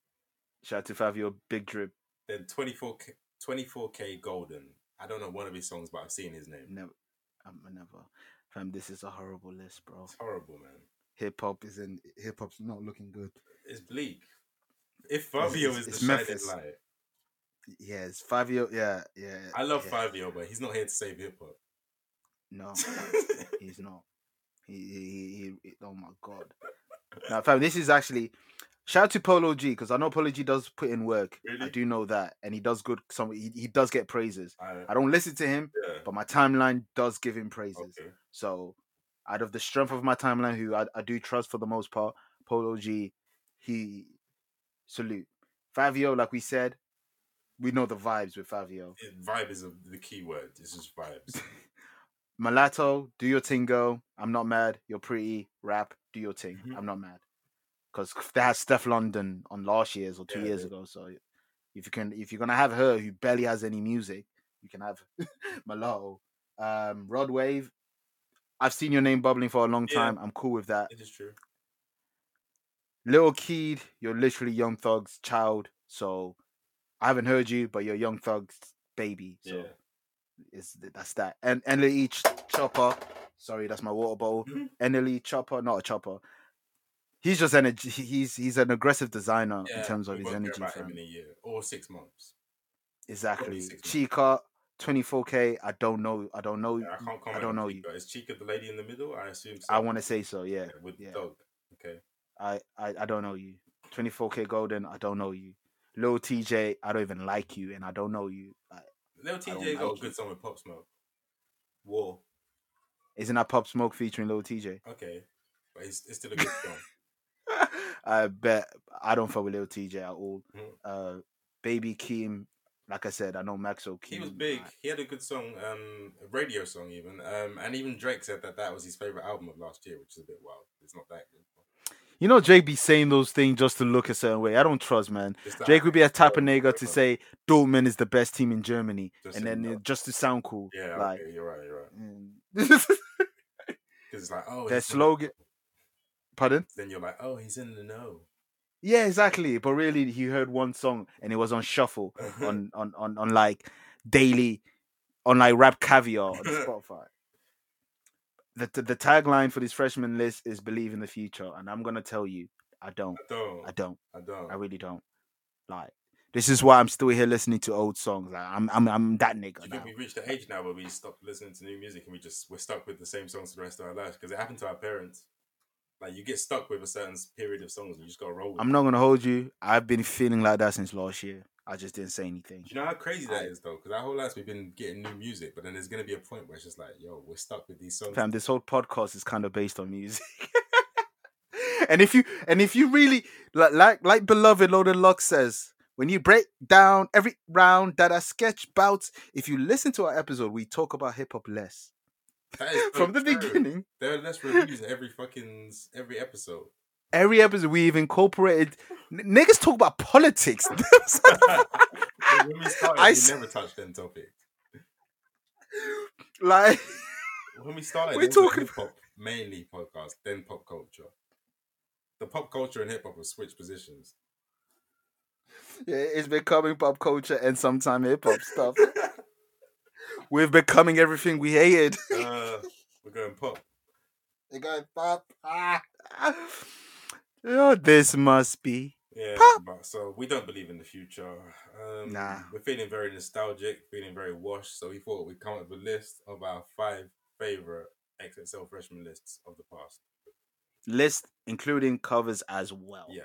Speaker 1: Shout out to Five Year Big Drip.
Speaker 2: Then 24K, 24K Golden. I don't know one of his songs, but I've seen his name.
Speaker 1: Never, I'm never. Fam, this is a horrible list, bro.
Speaker 2: It's horrible, man.
Speaker 1: Hip hop is in hip hop's not looking good.
Speaker 2: It's bleak. If Fabio
Speaker 1: it's-
Speaker 2: is
Speaker 1: it's
Speaker 2: the shining
Speaker 1: Memphis.
Speaker 2: light,
Speaker 1: Yeah, it's Five Year. Yeah, yeah.
Speaker 2: I love
Speaker 1: yeah. Oh.
Speaker 2: Fabio, but he's not here to save hip hop.
Speaker 1: No, he's not. He, he, he, he- oh my god. Now, fam, this is actually shout out to Polo G because I know Polo G does put in work. I
Speaker 2: Really?
Speaker 1: do know that, and he does good. Some he, he does get praises.
Speaker 2: I,
Speaker 1: I don't listen to him,
Speaker 2: yeah.
Speaker 1: but my timeline does give him praises.
Speaker 2: Okay.
Speaker 1: So, out of the strength of my timeline, who I, I do trust for the most part, Polo G, he salute Favio. Like we said, we know the vibes with Favio.
Speaker 2: It- vibe is a, the key word. It's just vibes.
Speaker 1: Mulatto, do your thing, girl. I'm not mad. You're pretty. Rap, do your thing.
Speaker 2: Mhm.
Speaker 1: I'm not mad. Because they had Steph London on last year's or two
Speaker 2: Yeah,
Speaker 1: years
Speaker 2: yeah.
Speaker 1: ago. So if you can, if you're gonna have her who barely has any music, you can have Mulatto. Um, Rod Wave. I've seen your name bubbling for a long
Speaker 2: Yeah.
Speaker 1: time. I'm cool with that.
Speaker 2: It is true.
Speaker 1: Little Keed, you're literally Young Thug's child. So I haven't heard you, but you're Young Thug's baby. So
Speaker 2: Yeah.
Speaker 1: it's that's that. And Enlil E Ch- Chopper. Sorry, that's my water bowl.
Speaker 2: Mhm.
Speaker 1: Enlil E Chopper, not a chopper. He's just energy. He's he's an aggressive designer
Speaker 2: yeah.
Speaker 1: in terms of
Speaker 2: we
Speaker 1: his
Speaker 2: won't hear
Speaker 1: energy.
Speaker 2: about
Speaker 1: fam.
Speaker 2: him in a year or six months.
Speaker 1: Exactly.
Speaker 2: six months.
Speaker 1: Chica, 24k. I don't know. I don't know.
Speaker 2: Yeah, I can't comment.
Speaker 1: I don't
Speaker 2: on
Speaker 1: know you.
Speaker 2: Chica. Is Chica the lady in the middle? I assume. So.
Speaker 1: I want to say so. Yeah.
Speaker 2: Yeah, with
Speaker 1: yeah.
Speaker 2: dog. Okay.
Speaker 1: I, I I don't know you. 24k golden. I don't know you. Lil TJ. I don't even like you, and I don't know you. I,
Speaker 2: Little
Speaker 1: don't
Speaker 2: TJ got
Speaker 1: like
Speaker 2: a good song with Pop Smoke. War.
Speaker 1: Isn't that Pop Smoke featuring Lil TJ?
Speaker 2: Okay. But it's, it's still a good song.
Speaker 1: I bet I don't fuck with Lil TJ at all.
Speaker 2: Mhm.
Speaker 1: Uh, Baby Keem, like I said, I know Maxo Keem.
Speaker 2: He was big.
Speaker 1: I-
Speaker 2: He had a good song, um, a radio song even, um, and even Drake said that that was his favorite album of last year, which is a bit wild. It's not that good.
Speaker 1: You know, Drake be saying those things just to look a certain way. I don't trust, man.
Speaker 2: Just that-
Speaker 1: Drake would be a type of
Speaker 2: Yeah,
Speaker 1: nigga to
Speaker 2: yeah.
Speaker 1: say Dortmund is the best team in Germany,
Speaker 2: Just
Speaker 1: and
Speaker 2: so you
Speaker 1: then
Speaker 2: know.
Speaker 1: it- just to sound cool,
Speaker 2: Yeah,
Speaker 1: like
Speaker 2: okay, you're right, you're right.
Speaker 1: mm.
Speaker 2: Because it's like, oh,
Speaker 1: their
Speaker 2: he's in-
Speaker 1: slogan. Pardon?
Speaker 2: Then you're like, oh, he's in the know.
Speaker 1: Yeah, exactly. But really, he heard one song and it was on shuffle. on on on, on like daily on like rap caviar on Spotify. The, the the tagline for this freshman list is believe in the future, and I'm gonna tell you, I don't,
Speaker 2: I don't.
Speaker 1: I don't,
Speaker 2: I don't.
Speaker 1: I really don't. Like this is why I'm still here listening to old songs. Like I'm I'm I'm that
Speaker 2: Do
Speaker 1: nigga
Speaker 2: you
Speaker 1: now.
Speaker 2: think we've reached the age now where we stop listening to new music and we just we're stuck with the same songs for the rest of our lives? Because it happened to our parents. Like you get stuck with a certain period of songs and you just gotta roll with
Speaker 1: I'm
Speaker 2: it.
Speaker 1: not gonna hold you. I've been feeling like that since last year. I just didn't say anything.
Speaker 2: Do you know how crazy that
Speaker 1: I-
Speaker 2: is though? Because our whole lives we've been getting new music, but then there's gonna be a point where it's just like, yo, we're stuck with these songs.
Speaker 1: Fam, this whole podcast is kind of based on music. and if you and if you really like like like beloved Lord of Luck says, when you break down every round that I sketch bouts, if you listen to our episode, we talk about hip hop less.
Speaker 2: That is so
Speaker 1: From the
Speaker 2: true.
Speaker 1: beginning,
Speaker 2: There are less reviews in every fucking s- every episode.
Speaker 1: every episode we've incorporated n- niggas talk about politics.
Speaker 2: when we started,
Speaker 1: I
Speaker 2: we
Speaker 1: s-
Speaker 2: never touched on topic.
Speaker 1: like
Speaker 2: When we started,
Speaker 1: We're
Speaker 2: we
Speaker 1: talking-
Speaker 2: talking hip hop mainly podcast, then pop culture. The pop culture and hip hop have switched positions.
Speaker 1: yeah, it's becoming pop culture and sometimes hip hop stuff. We're becoming everything we hated.
Speaker 2: Uh, we're going pop.
Speaker 1: They're going pop. Oh, this must be.
Speaker 2: Yeah, but so we don't believe in the future. Um,
Speaker 1: Nah.
Speaker 2: We're feeling very nostalgic, feeling very washed. So we thought we'd come up with a list of our five favorite XXL freshman lists of the past.
Speaker 1: list including covers as well
Speaker 2: Yeah,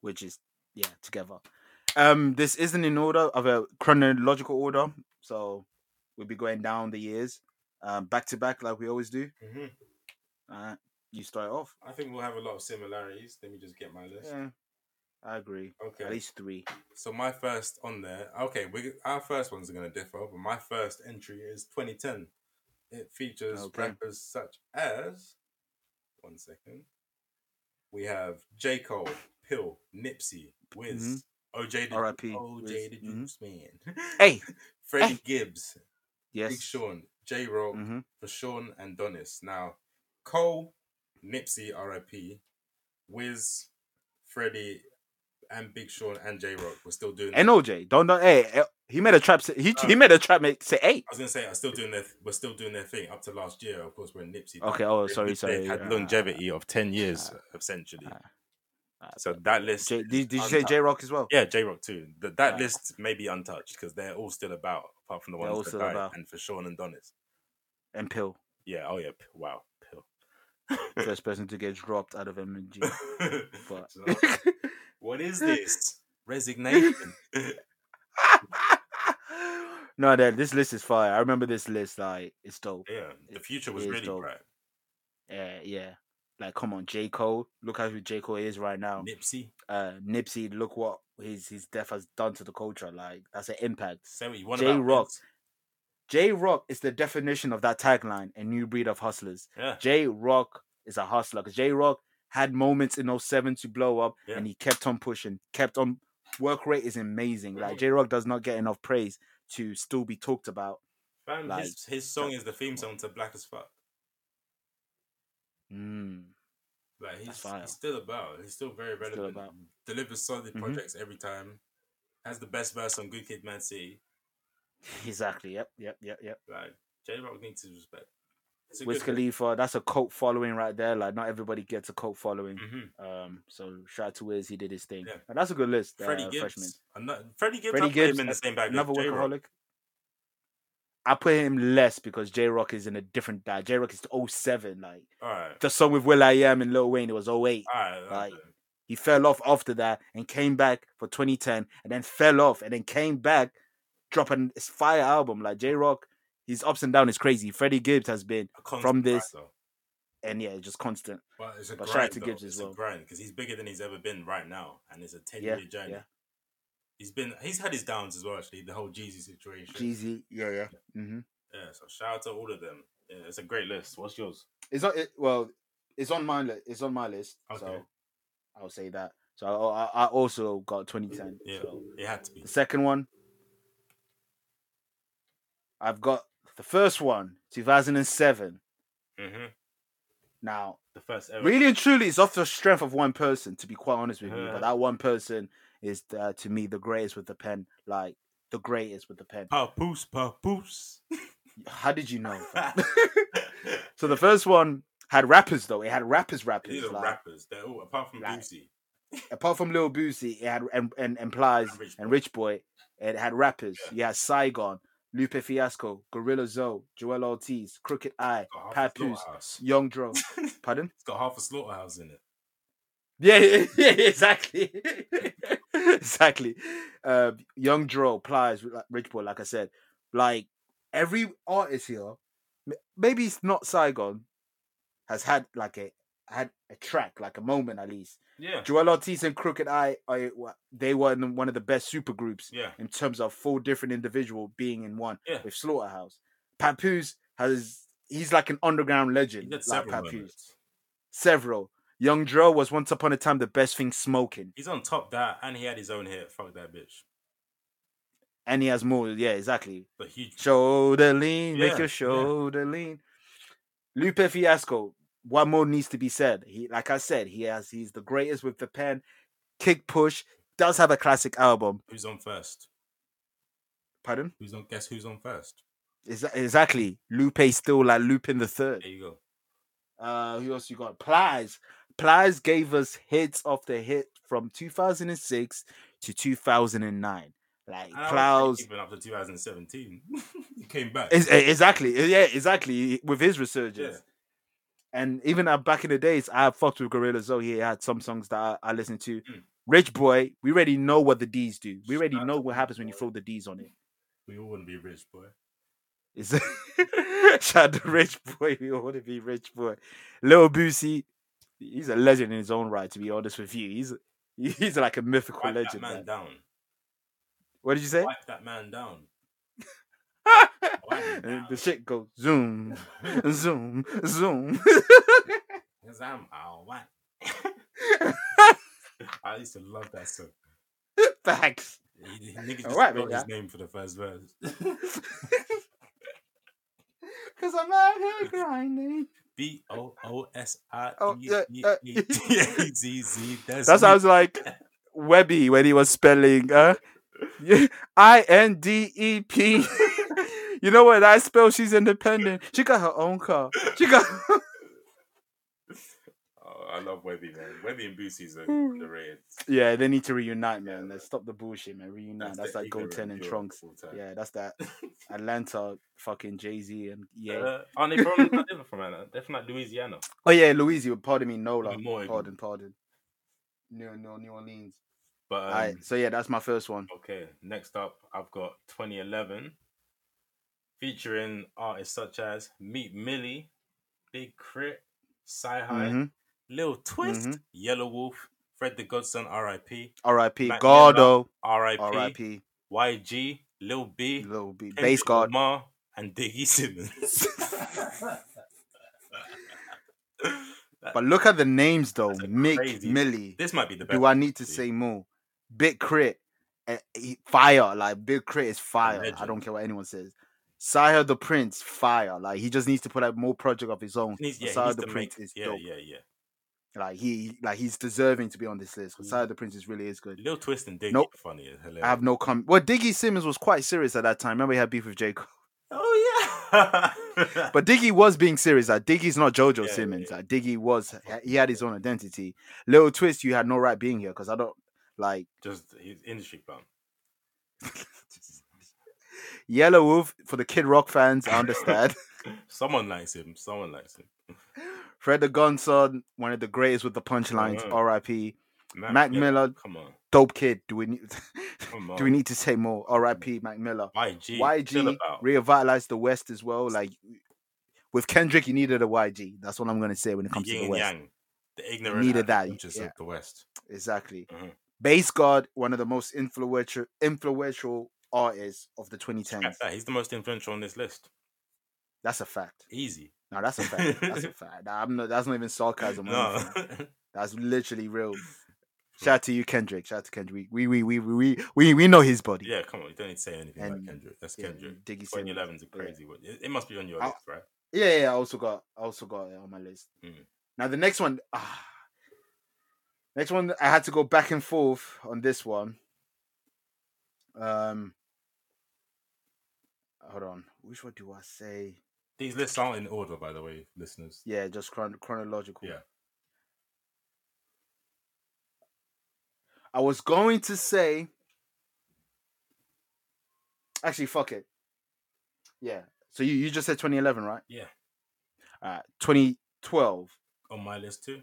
Speaker 1: which is yeah together um this isn't in order of a chronological order so we'll be going down the years um back to back like we always do
Speaker 2: hmm
Speaker 1: uh you start off
Speaker 2: I think we'll have a lot of similarities. Let me just get my list.
Speaker 1: yeah I agree.
Speaker 2: Okay.
Speaker 1: At least three.
Speaker 2: So my first on there, okay, we our first ones are gonna differ, but my first entry is 2010. It features
Speaker 1: Okay.
Speaker 2: rappers such as, one second, we have J Cole, Pill, Nipsey, Wiz,
Speaker 1: Mm-hmm.
Speaker 2: OJ, the,
Speaker 1: R.I.P.,
Speaker 2: OJ
Speaker 1: Wiz.
Speaker 2: the
Speaker 1: Mhm.
Speaker 2: Juice Man,
Speaker 1: Hey.
Speaker 2: Freddie Gibbs,
Speaker 1: Eh. Yes.
Speaker 2: Big Sean, J Rock,
Speaker 1: Mm-hmm.
Speaker 2: for Sean and Donis. Now, Cole, Nipsey, R.I.P., Wiz, Freddie, and Big Sean and J Rock were still doing.
Speaker 1: And OJ. Don't know. Hey, eh, he made a trap. Say, he, he
Speaker 2: No.
Speaker 1: made a trap. Make say eight.
Speaker 2: I was gonna say are still doing their we're still doing their thing up to last year, of course, when Nipsey. died.
Speaker 1: Okay. Oh,
Speaker 2: They-
Speaker 1: sorry, sorry.
Speaker 2: They had
Speaker 1: Uh,
Speaker 2: longevity of ten years
Speaker 1: uh,
Speaker 2: essentially.
Speaker 1: uh, uh,
Speaker 2: so that list,
Speaker 1: J,
Speaker 2: is
Speaker 1: did, did you say
Speaker 2: untouched.
Speaker 1: J Rock as well?
Speaker 2: Yeah, J Rock too. That that
Speaker 1: Uh,
Speaker 2: list may be untouched because they're all still about, apart from the
Speaker 1: They're all
Speaker 2: ones that
Speaker 1: still
Speaker 2: died,
Speaker 1: about.
Speaker 2: and for Sean and Donis.
Speaker 1: And Pill,
Speaker 2: Yeah. Oh yeah. P- Wow. Pill.
Speaker 1: first person to get dropped out of MG. But
Speaker 2: So, what is this resignation?
Speaker 1: no, that this list is fire. I remember this list. Like it's dope.
Speaker 2: yeah, the future was
Speaker 1: It is
Speaker 2: really
Speaker 1: dope.
Speaker 2: bright.
Speaker 1: Yeah, yeah. Like, come on, J Cole. Look how who J Cole is right now.
Speaker 2: Nipsey,
Speaker 1: Uh, Nipsey. Look what his his death has done to the culture. Like that's an impact.
Speaker 2: say what you want about
Speaker 1: J-Rock.
Speaker 2: Wiz.
Speaker 1: J Rock is the definition of that tagline, a new breed of hustlers.
Speaker 2: Yeah.
Speaker 1: J Rock is a hustler because J Rock had moments in 07 to blow up
Speaker 2: Yeah.
Speaker 1: and he kept on pushing, kept on. Work rate is amazing. Like
Speaker 2: Mhm.
Speaker 1: J Rock does not get enough praise to still be talked about.
Speaker 2: Fam,
Speaker 1: Like,
Speaker 2: his, his song is the theme song to Black as Fuck.
Speaker 1: Mm,
Speaker 2: Like he's,
Speaker 1: fire.
Speaker 2: he's still about. He's still very
Speaker 1: still
Speaker 2: relevant.
Speaker 1: about.
Speaker 2: Delivers solid
Speaker 1: Mhm.
Speaker 2: projects every time. Has the best verse on Good Kid, Man City.
Speaker 1: exactly. Yep. Yep. Yep. Yep.
Speaker 2: Like J Rock needs his respect. It's a
Speaker 1: Wiz Khalifa, that's a cult following right there. Like not everybody gets a cult following.
Speaker 2: hmm
Speaker 1: Um, so shout out to Wiz, he did his thing.
Speaker 2: Yeah.
Speaker 1: And that's a good list.
Speaker 2: Freddie
Speaker 1: uh,
Speaker 2: Gibbs.
Speaker 1: freshman.
Speaker 2: Ano- Freddie Gibbs.
Speaker 1: Freddie
Speaker 2: I put
Speaker 1: Gibbs,
Speaker 2: him in the same bag.
Speaker 1: another
Speaker 2: Another J-Rock.
Speaker 1: workaholic. I put him less because J Rock is in a different diet. J Rock is 07. Like
Speaker 2: All right.
Speaker 1: the song with Will I Am and Lil Wayne, it was 08.
Speaker 2: All right.
Speaker 1: Like, He fell off after that and came back for 2010 and then fell off and then came back dropping his fire album. Like J Rock, his ups and downs is crazy. Freddie Gibbs has been,
Speaker 2: a constant
Speaker 1: from
Speaker 2: grind,
Speaker 1: this-
Speaker 2: though.
Speaker 1: and yeah, just constant.
Speaker 2: But it's a
Speaker 1: But shout out
Speaker 2: grind.
Speaker 1: to
Speaker 2: though.
Speaker 1: Gibbs as
Speaker 2: it's
Speaker 1: well.
Speaker 2: a grind because he's bigger than he's ever been right now, and it's a
Speaker 1: Yeah,
Speaker 2: ten-year journey.
Speaker 1: yeah.
Speaker 2: He's been. He's had his downs as well. Actually, the whole Jeezy situation.
Speaker 1: Jeezy. Yeah, yeah. Mm-hmm.
Speaker 2: Yeah. So shout out to all of them. Yeah, it's a great list. What's yours?
Speaker 1: It's not. It, well, it's on my list. It's on my list.
Speaker 2: Okay.
Speaker 1: So I'll say that. So I, I, I also got 2010.
Speaker 2: Yeah,
Speaker 1: So.
Speaker 2: it had to be.
Speaker 1: The second one, I've got the first one, 2007.
Speaker 2: hmm
Speaker 1: Now,
Speaker 2: The first ever.
Speaker 1: really and truly, it's off the strength of one person, to be quite honest with you.
Speaker 2: Yeah.
Speaker 1: But that one person is, uh, to me, the greatest with the pen. Like, the greatest with the pen.
Speaker 2: Papoose, papoose.
Speaker 1: How did you know? fam?
Speaker 2: These
Speaker 1: so the first one had rappers, though. It had rappers, rappers.
Speaker 2: are
Speaker 1: like,
Speaker 2: rappers. They're all apart from
Speaker 1: Like-
Speaker 2: Boosie.
Speaker 1: apart from Lil Boosie, it had and, and, and Plies
Speaker 2: And Rich
Speaker 1: and
Speaker 2: Boy.
Speaker 1: Rich Boy. It had rappers.
Speaker 2: Yeah.
Speaker 1: You had Saigon, Lupe Fiasco, Gorilla Zoe, Joel Ortiz, Crooked Eye,
Speaker 2: It's got half a
Speaker 1: Papoose,
Speaker 2: slaughterhouse.
Speaker 1: Young Dro. Pardon?
Speaker 2: It's got half a slaughterhouse in it.
Speaker 1: Yeah, yeah, yeah, exactly. exactly. Uh, Young Dro, Plies, like, Rich Boy, like I said. Like, every artist here, m- maybe it's not Saigon, has had like a had a track, like a moment at least.
Speaker 2: Yeah,
Speaker 1: Joel Ortiz and Crooked Eye, I, they were in one of the best super groups
Speaker 2: yeah.
Speaker 1: in terms of four different individual being in one
Speaker 2: Yeah.
Speaker 1: with Slaughterhouse. Papoose has he's like an underground
Speaker 2: He
Speaker 1: legend,
Speaker 2: did
Speaker 1: like
Speaker 2: several
Speaker 1: Papoose.
Speaker 2: moments.
Speaker 1: Several. Young Dro was once upon a time the best thing smoking,
Speaker 2: He's on top that, and he had his own hit. Fuck that bitch.
Speaker 1: and he has more. Yeah, exactly.
Speaker 2: But huge.
Speaker 1: Shoulder lean,
Speaker 2: Yeah,
Speaker 1: make
Speaker 2: yeah.
Speaker 1: your shoulder lean. Lupe Fiasco. What more needs to be said? He, like I said, he has he's the greatest with the pen. Kick push does have a classic album.
Speaker 2: Who's on first?
Speaker 1: Pardon.
Speaker 2: Who's on? Guess who's on first?
Speaker 1: Exa- Exactly. Lupe still like Lupin the
Speaker 2: There
Speaker 1: third.
Speaker 2: you go.
Speaker 1: Uh, who else you got? Plies. Plies gave us hits after hit from 2006 to 2009. Like
Speaker 2: And I would say
Speaker 1: Plows.
Speaker 2: Even up to 2017, he came back.
Speaker 1: Is, eh, exactly. Yeah, exactly. With his
Speaker 2: yeah.
Speaker 1: resurgence. And even uh, back in the days, I fucked with Gorilla Zoe. He had some songs that I, I listened to.
Speaker 2: Mm.
Speaker 1: Rich Boy, we already know what the D's do. We already
Speaker 2: Shout out
Speaker 1: know
Speaker 2: to
Speaker 1: what
Speaker 2: Rich
Speaker 1: happens when you
Speaker 2: Boy.
Speaker 1: throw the D's on it.
Speaker 2: We all want to be rich, boy.
Speaker 1: It's shout out to Rich Boy. We all want to be Rich Boy. Lil Boosie, he's a legend in his own right. To be honest with you, he's He's like a mythical
Speaker 2: Wipe that
Speaker 1: legend.
Speaker 2: man
Speaker 1: man. Eh?
Speaker 2: down.
Speaker 1: What did you say?
Speaker 2: Wipe that man down. wipe him
Speaker 1: And
Speaker 2: down.
Speaker 1: the shit goes zoom, zoom, zoom.
Speaker 2: Cause I'm all white. I used to love that song.
Speaker 1: Facts.
Speaker 2: He- he- Nigga just
Speaker 1: Alright,
Speaker 2: spelled
Speaker 1: mate,
Speaker 2: his name for the first verse.
Speaker 1: Cause I'm out here grinding.
Speaker 2: B O O S I
Speaker 1: Oh,
Speaker 2: E
Speaker 1: yeah,
Speaker 2: E
Speaker 1: uh,
Speaker 2: E T A Z Z. That's
Speaker 1: That
Speaker 2: me.
Speaker 1: sounds like Webby when he was spelling uh I N D E P. You know what? I spell she's independent. She got her own car. She got
Speaker 2: Oh, I love Webby, man. Webby and Boosie's are
Speaker 1: Hmm.
Speaker 2: underrated.
Speaker 1: Yeah, they need to reunite, man. Let's stop the bullshit, man. Reunite. That's,
Speaker 2: the
Speaker 1: like
Speaker 2: ignorant
Speaker 1: Golden and
Speaker 2: pure
Speaker 1: Trunks.
Speaker 2: full time.
Speaker 1: Yeah, that's that Atlanta fucking Jay Z and yeah.
Speaker 2: Uh, aren't they from? not even from Atlanta. They're from like Louisiana.
Speaker 1: oh yeah, Louisiana. Pardon me, Nola.
Speaker 2: Even more
Speaker 1: Pardon, pardon. New, New, New Orleans.
Speaker 2: But um,
Speaker 1: All right. So yeah, that's my first one.
Speaker 2: Okay, next up, I've got 2011, featuring artists such as Meat Millie, Big Crit, Sci High,
Speaker 1: Mhm.
Speaker 2: Lil Twist,
Speaker 1: Mhm.
Speaker 2: Yellow Wolf, Fred the Godson, R.I.P.,
Speaker 1: R.I.P.
Speaker 2: Mac
Speaker 1: Gordo.
Speaker 2: R.I.P.,
Speaker 1: R.I.P.
Speaker 2: YG, Lil B,
Speaker 1: Little B.
Speaker 2: Kendrick
Speaker 1: Base guard.
Speaker 2: Lamar, and Diggy Simmons.
Speaker 1: But look at the names though.
Speaker 2: That's a
Speaker 1: Mick,
Speaker 2: crazy-
Speaker 1: Millie.
Speaker 2: this might be the best.
Speaker 1: Do I need to
Speaker 2: actually.
Speaker 1: say more? Big Crit, eh, he- fire. Like Big Crit is fire. I
Speaker 2: legend.
Speaker 1: don't care what anyone says. Sire the Prince, fire. Like he just needs to put out more project of his own.
Speaker 2: He needs, yeah, he
Speaker 1: Sire
Speaker 2: needs
Speaker 1: the
Speaker 2: to
Speaker 1: Prince
Speaker 2: make,
Speaker 1: is
Speaker 2: yeah,
Speaker 1: dope.
Speaker 2: yeah, yeah.
Speaker 1: Like he, like he's deserving to be on this list. Because
Speaker 2: Yeah.
Speaker 1: Sire the Prince is really is good.
Speaker 2: Lil Twist and Diggy
Speaker 1: Nope.
Speaker 2: are funny. it's Hilarious.
Speaker 1: I have no comment. Well, Diggy Simmons was quite serious at that time. Remember he had beef with J. Cole.
Speaker 2: Oh yeah.
Speaker 1: But Diggy was being serious. Like Diggy's not JoJo
Speaker 2: Yeah, yeah,
Speaker 1: Simmons.
Speaker 2: yeah.
Speaker 1: Like Diggy was, he had his own identity. Little Twist, you had no right being here because I don't like.
Speaker 2: just he's industry clown.
Speaker 1: Yellow Wolf for the Kid Rock fans, I understand.
Speaker 2: Someone likes him. Someone likes him.
Speaker 1: Fred the Gunson, one of the greatest with the punchlines.
Speaker 2: Mhm.
Speaker 1: R.I.P.
Speaker 2: Mac,
Speaker 1: Mac
Speaker 2: yeah,
Speaker 1: Miller.
Speaker 2: Come on.
Speaker 1: Dope kid. Do we need?
Speaker 2: Come on.
Speaker 1: do we need to say more? R.I.P. Mac Miller.
Speaker 2: YG? Chill
Speaker 1: YG
Speaker 2: about.
Speaker 1: revitalized the West as well. Like with Kendrick, you needed a YG. That's what I'm gonna say when it
Speaker 2: the
Speaker 1: comes to
Speaker 2: yin
Speaker 1: the
Speaker 2: and
Speaker 1: West.
Speaker 2: yang. The ignorant
Speaker 1: Neither
Speaker 2: and
Speaker 1: that,
Speaker 2: conscious
Speaker 1: yeah.
Speaker 2: of the West.
Speaker 1: Exactly.
Speaker 2: Mhm.
Speaker 1: Bass God, one of the most influential influential artists of the 2010s.
Speaker 2: Scrap that. He's the most influential on this list.
Speaker 1: That's a fact.
Speaker 2: Easy.
Speaker 1: No, that's a fact. That's a fact. Nah, I'm not, that's not even sarcasm. or
Speaker 2: No.
Speaker 1: anything. That's literally real. Shout out to you, Kendrick. Shout out to Kendrick. We we we we we we, we know his body.
Speaker 2: yeah, come on. You don't need to say anything about
Speaker 1: And-
Speaker 2: Kendrick. That's
Speaker 1: Yeah,
Speaker 2: Kendrick.
Speaker 1: Diggy Simmons.
Speaker 2: 2011 is a crazy one. It, it must be on your
Speaker 1: I-
Speaker 2: list, right?
Speaker 1: Yeah, yeah, yeah, I also got I also got it on my list.
Speaker 2: Mm.
Speaker 1: Now the next one ah, next one I had to go back and forth on this one. Um hold on. Which one do I say?
Speaker 2: These lists aren't in order, by the way, listeners.
Speaker 1: Yeah, just chron- chronological.
Speaker 2: Yeah.
Speaker 1: I was going to say. Actually, fuck it. Yeah. So you, you just said 2011, right?
Speaker 2: Yeah.
Speaker 1: All right. 2012.
Speaker 2: on my list too.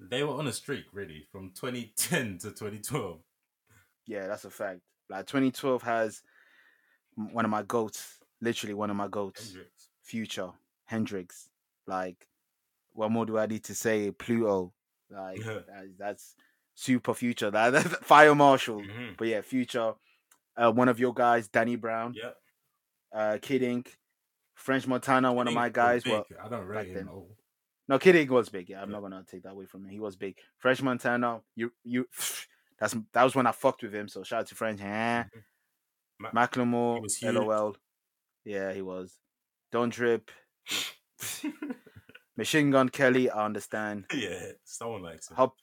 Speaker 2: They were on a streak, really, from 2010 to 2012.
Speaker 1: Yeah, that's a fact. Like 2012 has m- one of my goats, literally one of my goats,
Speaker 2: Hendrix.
Speaker 1: Future, Hendrix. Like, what more do I need to say? Pluto. Like,
Speaker 2: Yeah.
Speaker 1: that- that's super future. That, that Fire Marshal.
Speaker 2: Mhm.
Speaker 1: But yeah, Future, uh, one of your guys, Danny Brown,
Speaker 2: Yep.
Speaker 1: uh, Kid Ink, French Montana, one of
Speaker 2: Big
Speaker 1: my
Speaker 2: or
Speaker 1: guys. Well,
Speaker 2: big, I don't
Speaker 1: back
Speaker 2: rate him
Speaker 1: then.
Speaker 2: at all.
Speaker 1: no, Kid Ink was big. Yeah, I'm
Speaker 2: Yeah.
Speaker 1: not gonna take that away from him. He was big. French Montana, you you. That's that was when I fucked with him. So shout out to French. Eh.
Speaker 2: Mm-hmm. Ma-
Speaker 1: Macklemore,
Speaker 2: he was huge.
Speaker 1: LOL. Yeah, he was. Don't trip. Machine Gun Kelly, I understand.
Speaker 2: yeah, someone likes him.
Speaker 1: Hop,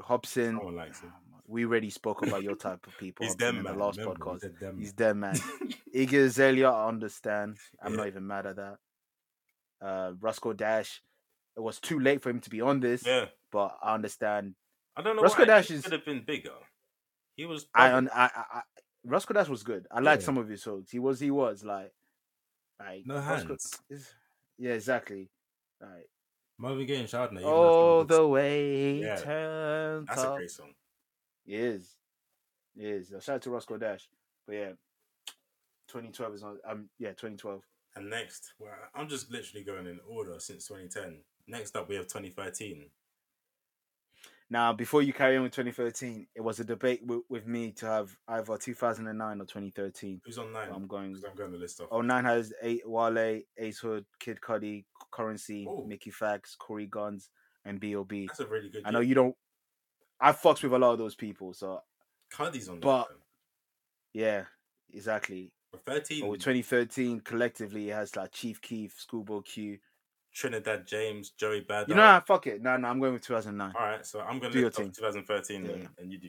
Speaker 1: Hobson.
Speaker 2: Someone likes him.
Speaker 1: We already spoke about your type of people.
Speaker 2: He's
Speaker 1: Hobson,
Speaker 2: them,
Speaker 1: in
Speaker 2: man.
Speaker 1: the last
Speaker 2: Remember,
Speaker 1: podcast.
Speaker 2: He's a them.
Speaker 1: He's
Speaker 2: man.
Speaker 1: dead, man. Iggy Azalea, I understand. I'm
Speaker 2: Yeah.
Speaker 1: not even mad at that. Uh, Roscoe Dash, it was too late for him to be on this,
Speaker 2: yeah.
Speaker 1: but I understand.
Speaker 2: I don't know.
Speaker 1: Roscoe
Speaker 2: why.
Speaker 1: Dash
Speaker 2: he
Speaker 1: is-
Speaker 2: could have been bigger. He was.
Speaker 1: I,
Speaker 2: bothered.
Speaker 1: un- I, I, I Roscoe Dash was good. I liked
Speaker 2: Yeah.
Speaker 1: some of his songs. He was, he was like, like
Speaker 2: no
Speaker 1: Roscoe-
Speaker 2: hands.
Speaker 1: is- yeah, exactly. Like,
Speaker 2: Marvin Gaye and Chardonnay. even though it's
Speaker 1: all
Speaker 2: not a good-
Speaker 1: Oh, the way
Speaker 2: Yeah.
Speaker 1: yeah. turned
Speaker 2: That's a
Speaker 1: up.
Speaker 2: great song.
Speaker 1: It is. It is. Shout out to Roscoe Dash. But yeah, 2012 is on. Um, yeah, 2012.
Speaker 2: And next, well, I'm just literally going in order since 2010. Next up, we have 2013.
Speaker 1: Now, before you carry on with 2013, it was a debate w- with me to have either 2009 or 2013.
Speaker 2: Who's on nine?
Speaker 1: I'm going.
Speaker 2: 'Cause I'm going the list off.
Speaker 1: Oh, nine has eight Wale, Ace Hood, Kid Cudi, Currency,
Speaker 2: Oh.
Speaker 1: Mickey Fax, Corey Guns, and B.O.B.
Speaker 2: That's a really good.
Speaker 1: I know you don't. I fucks with a lot of those people, so
Speaker 2: Cardi's on.
Speaker 1: but-
Speaker 2: there.
Speaker 1: yeah, exactly.
Speaker 2: But thirteen.
Speaker 1: But with 2013 collectively, it has like Chief Keef, Schoolboy Q.
Speaker 2: Trinidad James, Joey Bad.
Speaker 1: You know, how- fuck it. No, no, I'm going with 2009.
Speaker 2: All right, so I'm gonna
Speaker 1: Do your
Speaker 2: list off
Speaker 1: thing.
Speaker 2: 2013,
Speaker 1: Yeah,
Speaker 2: then,
Speaker 1: yeah.
Speaker 2: and you do,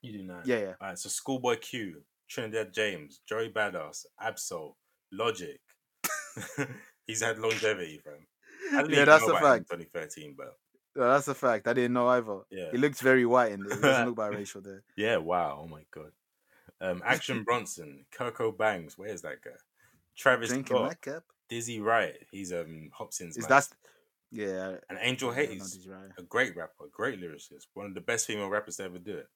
Speaker 2: you do nine.
Speaker 1: Yeah, yeah.
Speaker 2: All right, so Schoolboy Q, Trinidad James, Joey Badass, Absol, Logic. He's had longevity, fam. I didn't
Speaker 1: Yeah,
Speaker 2: even
Speaker 1: that's
Speaker 2: know
Speaker 1: a
Speaker 2: about him
Speaker 1: fact.
Speaker 2: in 2013, but
Speaker 1: No, that's a fact. I didn't know either.
Speaker 2: yeah,
Speaker 1: He looked very white in there. He doesn't look biracial there.
Speaker 2: yeah. Wow. Oh my god. Um, Action Bronson, Kirko Bangs. Where's that guy? Travis
Speaker 1: Drinking
Speaker 2: Scott,
Speaker 1: that cap.
Speaker 2: Dizzy Wright. He's um Hobson's.
Speaker 1: Is
Speaker 2: man.
Speaker 1: that? Yeah.
Speaker 2: and Angel
Speaker 1: yeah, no,
Speaker 2: Hayes?
Speaker 1: he's right.
Speaker 2: a great rapper, a great lyricist, one of the best female rappers to ever do it.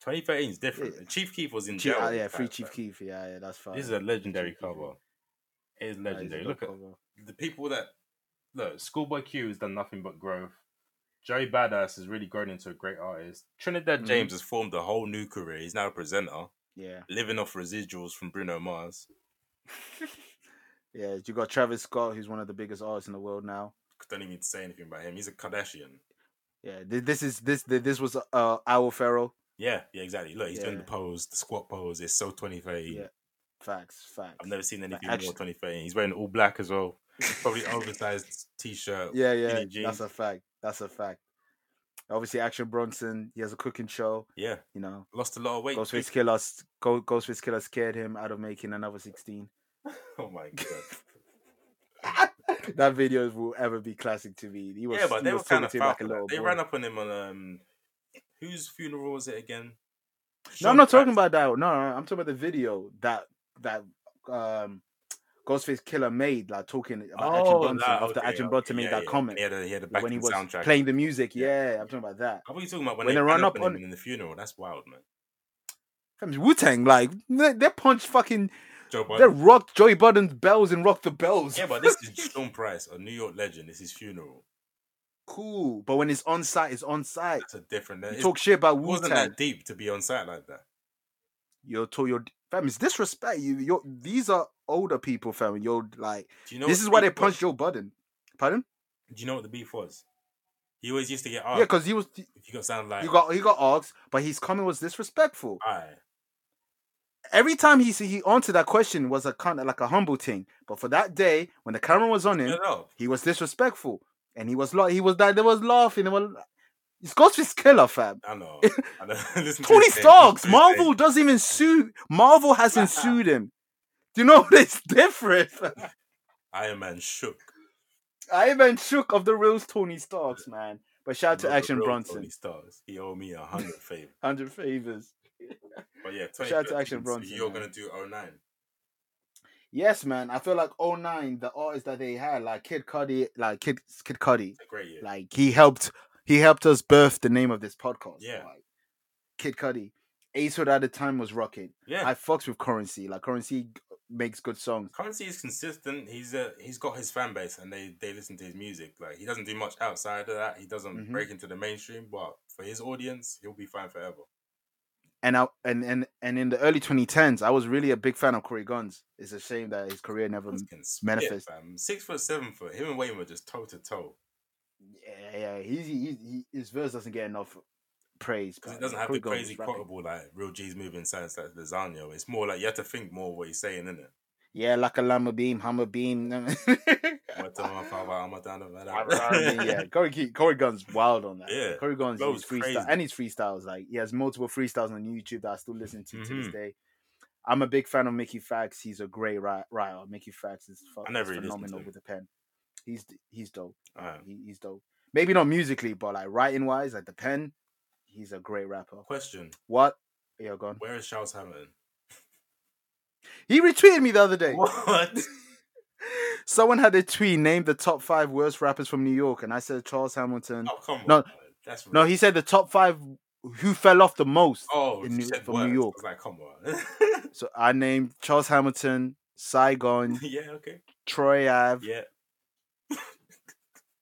Speaker 2: 2013 is different.
Speaker 1: Yeah.
Speaker 2: Chief Keef was in
Speaker 1: Chief,
Speaker 2: jail.
Speaker 1: ah,
Speaker 2: at the
Speaker 1: yeah, free
Speaker 2: time,
Speaker 1: Chief
Speaker 2: fam.
Speaker 1: Keef. Yeah, yeah, that's fine.
Speaker 2: This is a legendary
Speaker 1: Chief Keef.
Speaker 2: cover. It is legendary. Look at the people that look. Schoolboy Q has done nothing but growth. Joey Badass has really grown into a great artist. Trinidad
Speaker 1: Mhm.
Speaker 2: James has formed a whole new career. He's now a presenter,
Speaker 1: Yeah,
Speaker 2: living off residuals from Bruno Mars.
Speaker 1: yeah. You got Travis Scott, who's one of the biggest artists in the world now.
Speaker 2: Don't even need to say anything about him. He's a Kardashian.
Speaker 1: Yeah, thi- this is this thi- this was uh Owl Ferrell.
Speaker 2: Yeah, yeah, exactly. Look, he's doing the
Speaker 1: Yeah.
Speaker 2: pose, the squat pose. It's so 2013.
Speaker 1: Yeah, facts, facts.
Speaker 2: I've never seen anything
Speaker 1: action-
Speaker 2: more 2013. He's wearing all black as well. Probably oversized t-shirt.
Speaker 1: Yeah, yeah,
Speaker 2: skinny
Speaker 1: that's
Speaker 2: jeans.
Speaker 1: a fact. That's a fact. Obviously, Action Bronson. He has a cooking show.
Speaker 2: Yeah,
Speaker 1: You know,
Speaker 2: lost a lot of weight.
Speaker 1: Ghostface Killer. s- Go- Ghostface Killer scared him out of making another sixteen.
Speaker 2: Oh my god.
Speaker 1: that video will ever be classic to me. He was,
Speaker 2: yeah, but
Speaker 1: he
Speaker 2: they were
Speaker 1: was
Speaker 2: kind of
Speaker 1: talking
Speaker 2: foul.
Speaker 1: to him
Speaker 2: for that.
Speaker 1: little
Speaker 2: they
Speaker 1: boy.
Speaker 2: ran up on him on um, whose funeral was it again?
Speaker 1: No,
Speaker 2: Sean
Speaker 1: I'm not talking
Speaker 2: Price.
Speaker 1: about that. No, no, no, I'm talking about the video that that um Ghostface Killer made, like talking about Action
Speaker 2: Oh,
Speaker 1: Bronson
Speaker 2: that,
Speaker 1: after
Speaker 2: okay,
Speaker 1: Action Bronson
Speaker 2: okay,
Speaker 1: made
Speaker 2: yeah,
Speaker 1: that
Speaker 2: yeah.
Speaker 1: comment
Speaker 2: He had a, he had a
Speaker 1: when he
Speaker 2: backing
Speaker 1: was
Speaker 2: soundtrack.
Speaker 1: playing the music.
Speaker 2: Yeah.
Speaker 1: Yeah, I'm talking about that.
Speaker 2: I was talking about when,
Speaker 1: when
Speaker 2: they
Speaker 1: they
Speaker 2: ran
Speaker 1: run
Speaker 2: up
Speaker 1: up
Speaker 2: on,
Speaker 1: on-
Speaker 2: him in the funeral. That's wild, man.
Speaker 1: Wu Tang, like they they punch fucking,
Speaker 2: Joe
Speaker 1: they
Speaker 2: Budden.
Speaker 1: rocked Joey Budden's bells and rocked the bells.
Speaker 2: Yeah, but this is Sean Price, a New York legend. It's his funeral.
Speaker 1: cool. But when it's on site, it's on site.
Speaker 2: That's a different.
Speaker 1: You
Speaker 2: It's,
Speaker 1: talk shit about
Speaker 2: it
Speaker 1: Wu
Speaker 2: wasn't
Speaker 1: Tang.
Speaker 2: that deep to be on site like that.
Speaker 1: You're told your fam. It's disrespect. You, you're these are older people, fam. and You're like
Speaker 2: Do you know
Speaker 1: this
Speaker 2: what
Speaker 1: is
Speaker 2: the
Speaker 1: why they
Speaker 2: beef was?
Speaker 1: punched Joe Budden. Pardon?
Speaker 2: Do you know what the beef was? He always used to get
Speaker 1: Yeah,
Speaker 2: asked
Speaker 1: 'cause yeah, because he was.
Speaker 2: if you got sound like
Speaker 1: He got he got asked, but his comment was disrespectful.
Speaker 2: I.
Speaker 1: Every time he he answered that question was a kind of like a humble thing. But for that day, when the camera was on
Speaker 2: No,
Speaker 1: him,
Speaker 2: no.
Speaker 1: he was disrespectful, and he was like he was like they was laughing. They were, it's Ghostface Killer, fam.
Speaker 2: I know. I know. Listen to
Speaker 1: Tony
Speaker 2: his name, listen
Speaker 1: Stark's
Speaker 2: to his
Speaker 1: Marvel doesn't even sue. Marvel hasn't sued him. Do you know it's different? fam?
Speaker 2: name. Iron Man shook.
Speaker 1: I even shook of the real Tony Stark's man. But shout out to
Speaker 2: Not the
Speaker 1: Action
Speaker 2: real
Speaker 1: Bronson,
Speaker 2: Tony Stars. He owed me a hundred favor.
Speaker 1: hundred favors.
Speaker 2: But yeah,
Speaker 1: Shout out to Action
Speaker 2: 2013, so
Speaker 1: Bronson,
Speaker 2: You're
Speaker 1: man.
Speaker 2: gonna do 09.
Speaker 1: Yes, man. I feel like 09, the artists that they had, like Kid Cudi, like Kid Kid Cudi,
Speaker 2: It's a great year.
Speaker 1: like he helped he helped us birth the name of this podcast.
Speaker 2: Yeah.
Speaker 1: Like, Kid Cudi, Ace Hood at the time was rocking.
Speaker 2: yeah.
Speaker 1: I fucks with Currency. Like Currency g- makes good songs.
Speaker 2: Currency is consistent. He's uh, he's got his fan base and they, they listen to his music. Like he doesn't do much outside of that. He doesn't
Speaker 1: Mhm.
Speaker 2: break into the mainstream, but for his audience, he'll be fine forever.
Speaker 1: And I and and and in the early 2010s, I was really a big fan of Corey Guns. It's a shame that his career never.
Speaker 2: Guns can spit,
Speaker 1: Um, manifest.
Speaker 2: fam. Six foot, seven foot. Him and Wayne were just toe to toe.
Speaker 1: Yeah, yeah. He, he, he his verse doesn't get enough praise.
Speaker 2: Because
Speaker 1: but
Speaker 2: it doesn't have
Speaker 1: Corey
Speaker 2: the
Speaker 1: Guns
Speaker 2: crazy
Speaker 1: was rapping.
Speaker 2: quotable like real G's moving science like lasagna. It's more like you have to think more what he's saying, innit?
Speaker 1: Yeah, like a llama beam, hammer beam.
Speaker 2: What the hell, father, I'm a down
Speaker 1: I mean, yeah, Corey, Key- Corey Gunn's wild on that.
Speaker 2: Yeah,
Speaker 1: Corey Gunn's
Speaker 2: Flow's
Speaker 1: his freestyle
Speaker 2: crazy.
Speaker 1: and his freestyles. Like he has multiple freestyles on YouTube that I still listen to to this
Speaker 2: Mhm.
Speaker 1: day. I'm a big fan of Mickey Fax. He's a great ri- writer. Mickey Fax is, fu-
Speaker 2: I never
Speaker 1: is
Speaker 2: really listened to
Speaker 1: phenomenal
Speaker 2: him.
Speaker 1: with the pen. He's d- he's dope.
Speaker 2: Alright.
Speaker 1: He, he's dope. Maybe not musically, but like writing wise, like the pen, he's a great rapper.
Speaker 2: Question:
Speaker 1: What? Yeah, gone.
Speaker 2: Where is Charles Hamilton?
Speaker 1: He retweeted me the other day.
Speaker 2: What? Oh,
Speaker 1: Someone had a tweet named the top five worst rappers from New York, and I said Charles Hamilton.
Speaker 2: Oh come on.
Speaker 1: No,
Speaker 2: that's
Speaker 1: No,
Speaker 2: rude.
Speaker 1: he said the top five who fell off the most.
Speaker 2: oh
Speaker 1: in
Speaker 2: you
Speaker 1: New-
Speaker 2: said
Speaker 1: from New
Speaker 2: words.
Speaker 1: York.
Speaker 2: I was like, come on.
Speaker 1: So I named Charles Hamilton, Saigon,
Speaker 2: yeah. Okay.
Speaker 1: Troy Ave,
Speaker 2: Yeah.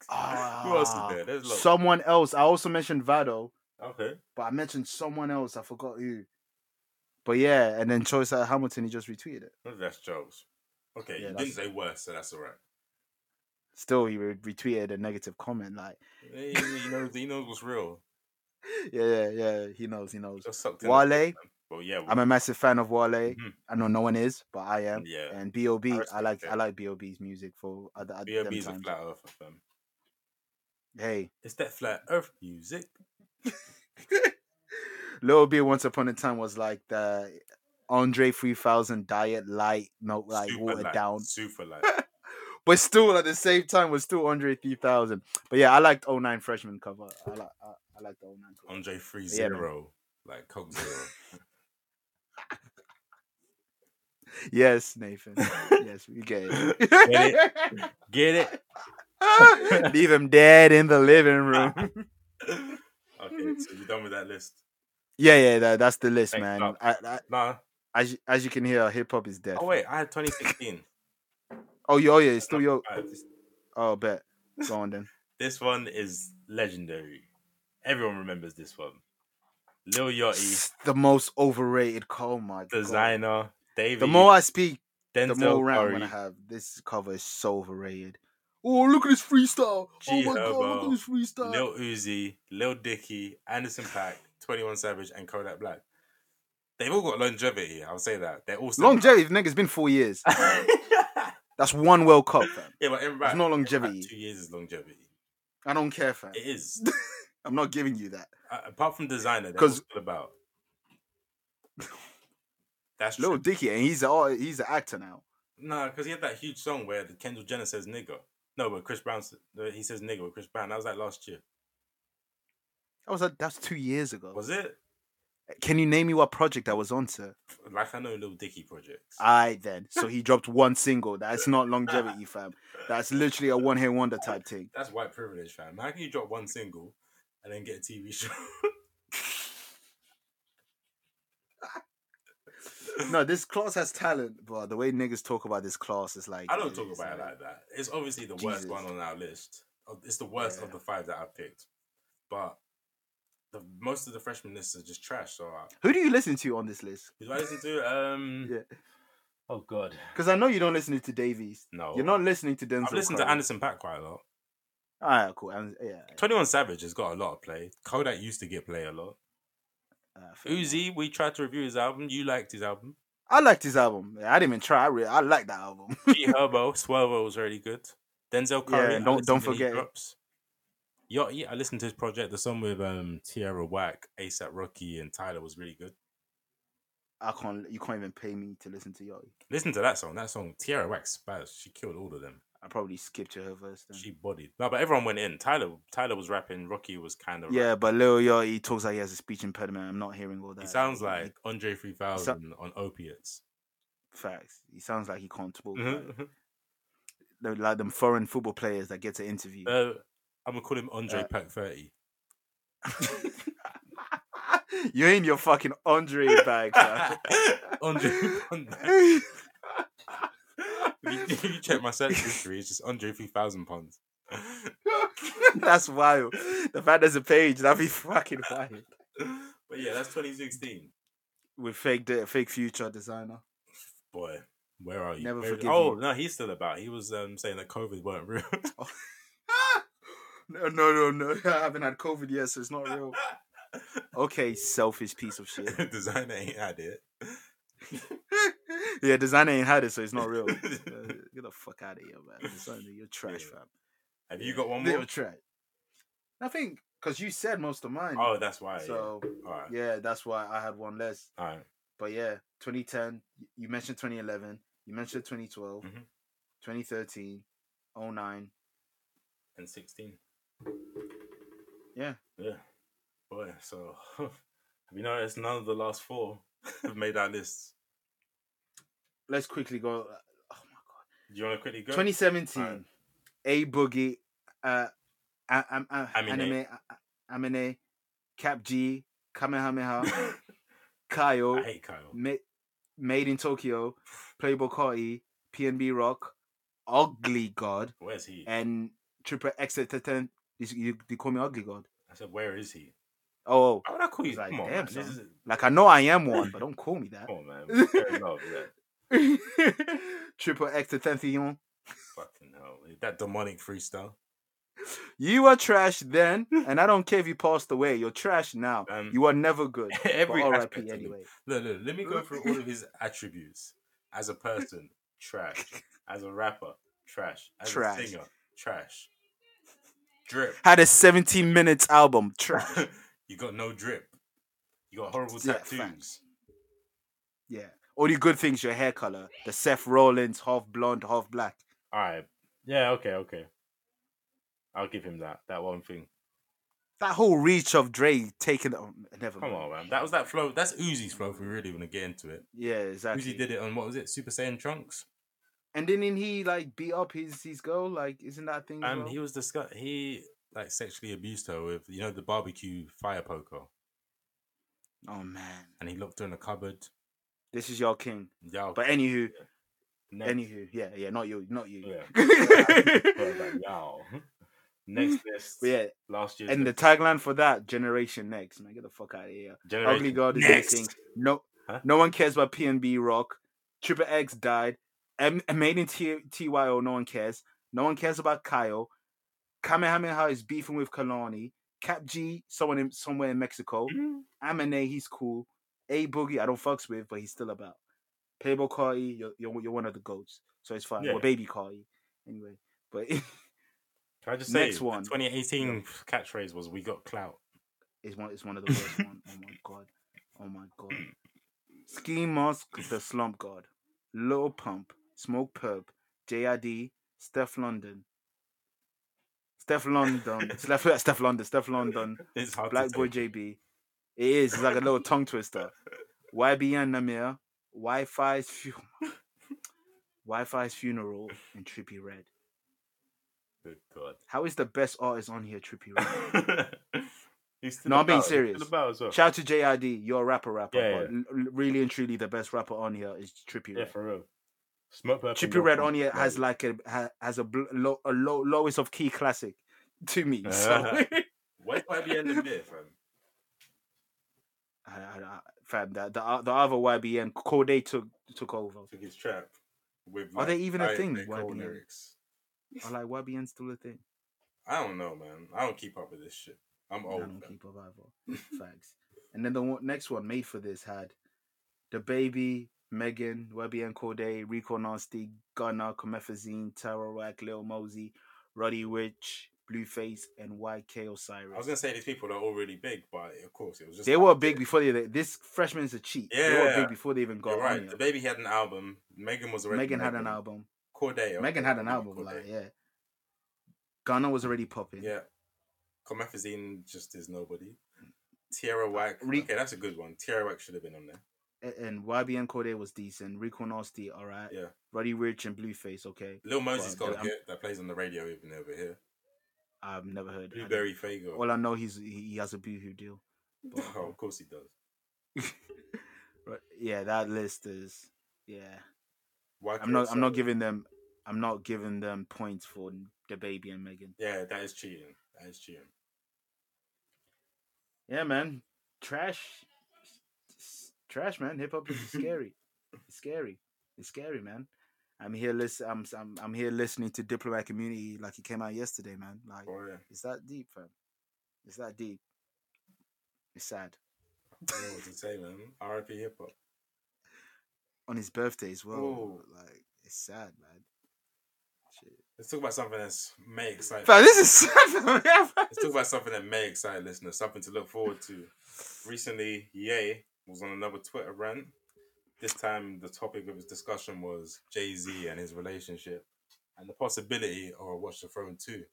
Speaker 2: Who else is
Speaker 1: Ah,
Speaker 2: there? There's a lot.
Speaker 1: Someone else. I also mentioned Vado,
Speaker 2: okay.
Speaker 1: but I mentioned someone else. I forgot who. But yeah, and then Choice at Hamilton, he just retweeted it.
Speaker 2: That's jokes. Okay,
Speaker 1: Yeah,
Speaker 2: you
Speaker 1: that's-
Speaker 2: didn't say worse, so that's all right.
Speaker 1: Still, he re- retweeted a negative comment. Like,
Speaker 2: He, he knows, he knows what's real.
Speaker 1: yeah, yeah, yeah. He knows, he knows.
Speaker 2: Just sucked in.
Speaker 1: Wale,
Speaker 2: Well, yeah.
Speaker 1: I'm a massive fan of Wale.
Speaker 2: Mhm.
Speaker 1: I know no one is, but I am.
Speaker 2: yeah.
Speaker 1: And Bob,
Speaker 2: I
Speaker 1: I,
Speaker 2: respect
Speaker 1: like
Speaker 2: it.
Speaker 1: I like Bob's music for other, other them
Speaker 2: BRB's a
Speaker 1: times.
Speaker 2: flat earth of them.
Speaker 1: Hey,
Speaker 2: It's that flat earth music.
Speaker 1: Lil B once upon a time was like the Andre 3000 diet light, no like watered
Speaker 2: light,
Speaker 1: down,
Speaker 2: Super light.
Speaker 1: but still at the same time was still Andre 3000. But yeah, I liked 09 freshman cover. I like I, I like the 09. Cover.
Speaker 2: Andre Free
Speaker 1: Yeah, man.
Speaker 2: Zero. like Coke Zero. Oh.
Speaker 1: Yes, Nathan. yes, we get it.
Speaker 2: Get Get it?
Speaker 1: Leave him dead in the living room.
Speaker 2: okay, so you're done with that list.
Speaker 1: Yeah, yeah, that, that's the list,
Speaker 2: Thanks,
Speaker 1: man.
Speaker 2: Doc.
Speaker 1: I, I,
Speaker 2: Nah.
Speaker 1: as you- as you can hear, hip hop is dead.
Speaker 2: Oh, wait, I had 2016.
Speaker 1: Oh, yo, yeah, it's still
Speaker 2: Number
Speaker 1: yo.
Speaker 2: five.
Speaker 1: Oh, bet. Go on then.
Speaker 2: This one is legendary. Everyone remembers this one. Lil Yachty,
Speaker 1: the most overrated. Oh my god.
Speaker 2: designer, David,
Speaker 1: The more I speak, the
Speaker 2: Denzel
Speaker 1: more rant I'm
Speaker 2: Curry,
Speaker 1: gonna have. This cover is so overrated. Oh, look at this freestyle.
Speaker 2: G
Speaker 1: oh my god, look
Speaker 2: Herbo,
Speaker 1: at this freestyle.
Speaker 2: Lil Uzi, Lil Dicky, Anderson Pack, 21 Savage, and Kodak Black. They've all got longevity, I'll say that. They're all still-
Speaker 1: Longevity, nigga's been four years.
Speaker 2: yeah,
Speaker 1: That's one World Cup, fam.
Speaker 2: but in rap,
Speaker 1: There's no
Speaker 2: in rap,
Speaker 1: longevity.
Speaker 2: two years is longevity.
Speaker 1: I don't care, fam.
Speaker 2: It is.
Speaker 1: I'm not giving you that.
Speaker 2: Uh, apart from designer, that's
Speaker 1: 'Cause-
Speaker 2: all about. That's
Speaker 1: Little
Speaker 2: true.
Speaker 1: Dicky, and he's a, oh, he's an actor now.
Speaker 2: Nah, because he had that huge song where the Kendall Jenner says nigger. No, but Chris Brown, s- uh, he says nigger with Chris Brown. That was like last year.
Speaker 1: That was like, that's two years ago.
Speaker 2: Was it?
Speaker 1: Can you name me what project I was on, sir?
Speaker 2: Like I know Little Dicky projects.
Speaker 1: I then. So he dropped one single. That's not longevity, fam. That's literally a one hit wonder type thing.
Speaker 2: That's white privilege, fam. How can you drop one single and then get a TV show?
Speaker 1: No, this class has talent, but the way niggas talk about this class is like
Speaker 2: I don't
Speaker 1: it-
Speaker 2: talk
Speaker 1: it's
Speaker 2: about it like that. It's obviously the worst
Speaker 1: Jesus.
Speaker 2: one on our list. Of- It's the worst of
Speaker 1: Yeah.
Speaker 2: the five that I picked. But the most of the freshman lists are just trash. So I,
Speaker 1: Who do you listen to on this list?
Speaker 2: do I listen to um.
Speaker 1: Yeah.
Speaker 2: Oh God.
Speaker 1: Because I know you don't listen to Davies.
Speaker 2: No.
Speaker 1: You're not listening to Denzel.
Speaker 2: I've listened to
Speaker 1: Curry.
Speaker 2: Anderson Pack quite a lot.
Speaker 1: All right, cool. And, yeah, yeah,
Speaker 2: 21 Savage has got a lot of play. Kodak used to get play a lot.
Speaker 1: uh, fair enough.
Speaker 2: Uzi, we tried to review his album. You liked his album.
Speaker 1: I liked his album. Yeah, I didn't even try. I, really, I like that album.
Speaker 2: G Herbo, Swervo was really good. Denzel Curry,
Speaker 1: Yeah,
Speaker 2: I
Speaker 1: don't-
Speaker 2: listened
Speaker 1: don't
Speaker 2: when he
Speaker 1: forget it.
Speaker 2: drops. Yo, yeah, I listened to his project. The song with um Tierra Whack, ASAP Rocky, and Tyler was really good.
Speaker 1: I can't. You can't even pay me to listen to yo.
Speaker 2: Listen to that song. That song, Tierra Whack spazzed. She killed all of them.
Speaker 1: I probably skipped to her verse. Then.
Speaker 2: She bodied. No, but everyone went in. Tyler, Tyler was rapping. Rocky was kind of.
Speaker 1: Yeah, but Lil Yo, he talks like he has a speech impediment. I'm not hearing all that.
Speaker 2: he sounds like Andre 3000 on opiates.
Speaker 1: facts. He sounds like he can't talk. Like,
Speaker 2: Mhm.
Speaker 1: they're like them foreign football players that get to interview.
Speaker 2: Uh, I'm gonna call him Andre
Speaker 1: Uh,
Speaker 2: Pack 30.
Speaker 1: you ain't your fucking Andre bag. fam.
Speaker 2: Andre. Pond. if, you, if you check my search history, it's just Andre 3000 pounds.
Speaker 1: That's wild. The fact there's a page, that'd be fucking wild.
Speaker 2: but yeah, that's 2016.
Speaker 1: With fake, de- fake future designer.
Speaker 2: Boy, where are you?
Speaker 1: Never
Speaker 2: Where-
Speaker 1: forgive
Speaker 2: Oh,
Speaker 1: you.
Speaker 2: no, he's still about. He was um, saying that COVID weren't real.
Speaker 1: no, no, no, no. I haven't had COVID yet, so it's not real. Okay, selfish piece of shit.
Speaker 2: Designer ain't had it.
Speaker 1: yeah, designer ain't had it, so it's not real. Uh, get the fuck out of here, man. Designer, you're trash,
Speaker 2: Yeah.
Speaker 1: fam.
Speaker 2: Have you got one
Speaker 1: Little
Speaker 2: more?
Speaker 1: track. I think because you said most of mine.
Speaker 2: Oh, that's why.
Speaker 1: so
Speaker 2: yeah. All right.
Speaker 1: yeah, that's why I had one less.
Speaker 2: All right.
Speaker 1: But yeah, 2010. y- You mentioned 2011. You mentioned 2012,
Speaker 2: Mhm.
Speaker 1: 2013, 09.
Speaker 2: And 16.
Speaker 1: Yeah.
Speaker 2: Yeah. Boy, so have you noticed none of the last four have made our lists?
Speaker 1: Let's quickly go. uh, Oh my god.
Speaker 2: Do you want to quickly go?
Speaker 1: 2017.
Speaker 2: Alright.
Speaker 1: A boogie. Uh, a, a, a,
Speaker 2: Amine.
Speaker 1: anime. a- a- Amine. Cap G. Kamehameha. Kyo.
Speaker 2: I hate Kyle.
Speaker 1: Ma- Made in Tokyo, Playboy Carti, PNB Rock, Ugly God,
Speaker 2: Where's he?
Speaker 1: and triple X at ten. You, you, you call me ugly god.
Speaker 2: I said, where is he?
Speaker 1: Oh,
Speaker 2: How would I call you?
Speaker 1: He's like,
Speaker 2: Come on,
Speaker 1: "Damn,
Speaker 2: man. This
Speaker 1: son."
Speaker 2: is,
Speaker 1: like I know I am one, but don't call me
Speaker 2: come on, man.
Speaker 1: that.
Speaker 2: Fair enough, yeah. Oh.
Speaker 1: triple X Tension.
Speaker 2: Fucking hell. eh, That demonic freestyle.
Speaker 1: You were trash then, and I don't care if you passed away. You're trash now.
Speaker 2: Um,
Speaker 1: You are never good. but
Speaker 2: every aspect
Speaker 1: R.I.P.
Speaker 2: of him.
Speaker 1: Anyway,
Speaker 2: Look, look, let me go through all of his attributes. As a person, trash. As a rapper, trash. As a
Speaker 1: Trash.
Speaker 2: singer, trash. Drip.
Speaker 1: had a 17 minutes album. Trash.
Speaker 2: you got no drip. You got horrible
Speaker 1: Yeah,
Speaker 2: tattoos.
Speaker 1: facts. Yeah. Only good things your hair color. The Seth Rollins, half blonde, half black.
Speaker 2: all right. Yeah, okay, okay. I'll give him that. That one thing.
Speaker 1: That whole reach of Dre taking the. Oh, never
Speaker 2: Come
Speaker 1: mind.
Speaker 2: on, man. That was that flow. That's Uzi's flow if we really want to get into it.
Speaker 1: Yeah, exactly.
Speaker 2: Uzi did it on what was it? Super Saiyan Trunks?
Speaker 1: And didn't he like beat up his his girl? Like, isn't that a thing? as
Speaker 2: Um,
Speaker 1: well?
Speaker 2: he was discuss- he like sexually abused her with you know the barbecue fire poker,
Speaker 1: Oh man,
Speaker 2: and he locked her in a cupboard.
Speaker 1: this is your king.
Speaker 2: Yeah,
Speaker 1: But anywho,
Speaker 2: next, oh,
Speaker 1: anywho, yeah, yeah, not you, not you.
Speaker 2: yeah, Well,
Speaker 1: but
Speaker 2: like, yow. next list,
Speaker 1: yeah,
Speaker 2: last year,
Speaker 1: and the tagline for that generation next. Man, get the fuck out of here.
Speaker 2: generation
Speaker 1: Ugly God is
Speaker 2: next.
Speaker 1: missing. No,
Speaker 2: Huh?
Speaker 1: no one cares about PNB Rock. Triple X died. M- made in T- TYO. No one cares. No one cares about Kyle. Kamehameha is beefing with Kalani. Cap G, someone in, somewhere in Mexico.
Speaker 2: Hmm?
Speaker 1: Amine, he's cool. A Boogie, I don't fucks with, but he's still about. Playboy Carti, you're, you're you're one of the goats, so it's fine.
Speaker 2: Yeah.
Speaker 1: Well, baby Carti, anyway. But
Speaker 2: Can I just say,
Speaker 1: Next
Speaker 2: next one.
Speaker 1: one.
Speaker 2: 2018 catchphrase was "We got clout."
Speaker 1: It's one. It's one of the worst one. Oh my god. Oh my god. Ski Mask, the Slump God, Little Pump, Smoke Purp, JID, Steph London, Steph London, Steph, Steph London, Steph London,
Speaker 2: It's hard
Speaker 1: Black
Speaker 2: to
Speaker 1: Boy JB. It is. It's like a little tongue twister. YBN Namir, Wi-Fi's fu- Wi-Fi's funeral, and Trippy Red.
Speaker 2: take. Good
Speaker 1: How is the best artist on here? Trippy Red.
Speaker 2: God. He's still
Speaker 1: No, I'm being
Speaker 2: about, he's still
Speaker 1: serious.
Speaker 2: about as well.
Speaker 1: Shout out to JID, you're a rapper rapper.
Speaker 2: Yeah,
Speaker 1: but l- l- really and truly, the best rapper on here is Trippy
Speaker 2: Yeah,
Speaker 1: Red.
Speaker 2: for real. Smoke Purp and
Speaker 1: Trippy
Speaker 2: Lil
Speaker 1: Red
Speaker 2: Pump.
Speaker 1: on here has like a ha- has a, bl- low, a low, lowest of key classic to me. So I,
Speaker 2: Where's YBN in there, fam?
Speaker 1: I, I, fam, the, the o- the other YBN Corday took took over.
Speaker 2: Took his trap. With,
Speaker 1: Are they even a
Speaker 2: diet
Speaker 1: thing,
Speaker 2: J. Cole
Speaker 1: YBN?
Speaker 2: lyrics.
Speaker 1: I like YBN still a thing.
Speaker 2: I don't know, man. I don't keep up with this shit. I'm
Speaker 1: I
Speaker 2: old.
Speaker 1: don't
Speaker 2: man.
Speaker 1: keep up either. Facts. And then the one, next one made for this had the baby, Megan, Webby and Corday, Rico Nasty, Gunner, Comethazine, Tara Rack, Lil Mosey, Ruddy Rich, Blueface, and YK
Speaker 2: I was
Speaker 1: Osiris.
Speaker 2: gonna say these people are all really big, but of course it was just
Speaker 1: They were big before they. This freshman's a cheat. They were
Speaker 2: Yeah.
Speaker 1: big before they even got
Speaker 2: You're
Speaker 1: on
Speaker 2: right. The
Speaker 1: here.
Speaker 2: baby had an album. Megan was already.
Speaker 1: Megan had an album.
Speaker 2: Corday. okay,
Speaker 1: Megan had an
Speaker 2: yeah,
Speaker 1: album.
Speaker 2: Corday.
Speaker 1: Like yeah. Gunner was already popping.
Speaker 2: yeah. Comethazine just is nobody. Tierra Whack.
Speaker 1: Uh, Re-
Speaker 2: okay, that's a good one. Tierra Whack should have been on there.
Speaker 1: A- And YBN Corday was decent. Rico Nasty, all right.
Speaker 2: Yeah.
Speaker 1: Ruddy Rich and Blueface, okay.
Speaker 2: Lil Mosey's
Speaker 1: Uh, Well,
Speaker 2: got a
Speaker 1: I'm-
Speaker 2: hit that plays on the radio even over here.
Speaker 1: I've never heard. I don't-
Speaker 2: Blueberry Fago.
Speaker 1: All I know he's he, he has a boohoo deal. But,
Speaker 2: oh, of course he does.
Speaker 1: but yeah, that list is yeah.
Speaker 2: Why
Speaker 1: I'm not I'm not giving them I'm not giving them points for the baby and Megan.
Speaker 2: Yeah, that is cheating. That is cheating.
Speaker 1: Yeah, man, trash, s- trash, man. Hip hop is scary. it's scary. It's scary, man. I'm here listen. I'm, I'm I'm here listening to Diplomat Community like it came out yesterday, man. Like
Speaker 2: Oh, yeah.
Speaker 1: it's that deep, fam. It's that deep. It's sad.
Speaker 2: I don't know what to say, man. R.I.P. Hip Hop.
Speaker 1: On his birthday as well.
Speaker 2: Oh.
Speaker 1: Like it's sad, man. Shit.
Speaker 2: Let's talk about something that's may excite.
Speaker 1: Fam, this is sad for me.
Speaker 2: Let's talk about something that may excite listeners, something to look forward to. Recently, Ye was on another Twitter rant. This time, the topic of his discussion was Jay Z and his relationship and the possibility of a Watch the Throne 2.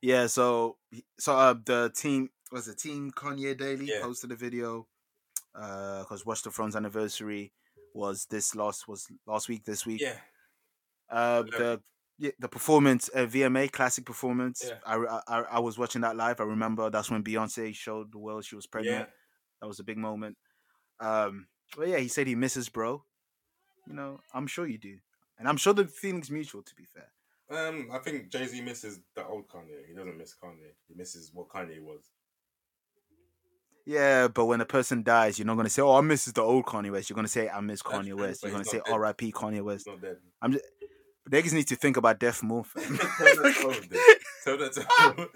Speaker 1: Yeah, so so uh, the team was the team Kanye Daily
Speaker 2: Yeah.
Speaker 1: posted a video because Watch the Throne's anniversary was this last was last week this week.
Speaker 2: Yeah,
Speaker 1: Uh,
Speaker 2: Yeah.
Speaker 1: the yeah, the performance uh, VMA classic performance.
Speaker 2: Yeah.
Speaker 1: I, re- I I I was watching that live. I remember that's when Beyonce showed the world she was pregnant.
Speaker 2: yeah.
Speaker 1: That was a big moment. Um, well, yeah, he said he misses bro. You know, I'm sure you do, and I'm sure the feelings mutual. To be fair,
Speaker 2: Um, I think Jay Z misses the old Kanye. He doesn't miss Kanye. He misses what Kanye was.
Speaker 1: Yeah, but when a person dies, you're not gonna say, "Oh, I miss the old Kanye West." You're gonna say, "I miss Kanye
Speaker 2: true,
Speaker 1: West."
Speaker 2: but
Speaker 1: You're
Speaker 2: he's
Speaker 1: gonna
Speaker 2: not
Speaker 1: say,
Speaker 2: dead.
Speaker 1: "R.I.P. Kanye
Speaker 2: He's
Speaker 1: West."
Speaker 2: not dead.
Speaker 1: Niggas need to think about death more. fam.
Speaker 2: Tell that to Owen, dude. Tell that to Owen.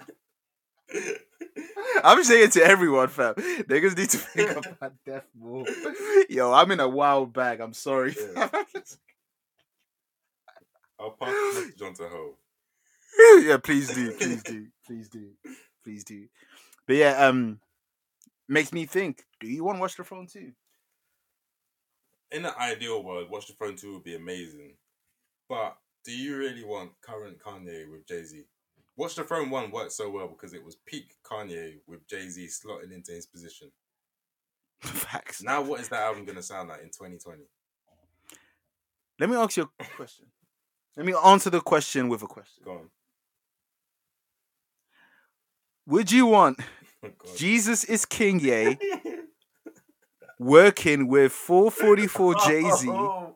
Speaker 1: I'm saying to everyone, fam. Niggas need to think about death more. Yo, I'm in a wild bag. I'm sorry.
Speaker 2: Yeah.
Speaker 1: fam.
Speaker 2: I'll pass the message on to Ho.
Speaker 1: yeah, please do, please do, please do, please do. But yeah, um, makes me think. Do you want to watch the phone too?
Speaker 2: In the ideal world, Watch the Throne 2 would be amazing. But do you really want current Kanye with Jay Z? Watch the Throne 1 worked so well because it was peak Kanye with Jay Z slotting into his position.
Speaker 1: Facts.
Speaker 2: Now, what is that album going to sound like in 2020?
Speaker 1: Let me ask you a question. Let me answer the question with a question.
Speaker 2: Go on.
Speaker 1: Would you want
Speaker 2: Oh, God.
Speaker 1: Jesus is King Ye working with 444 Jay Z
Speaker 2: Oh,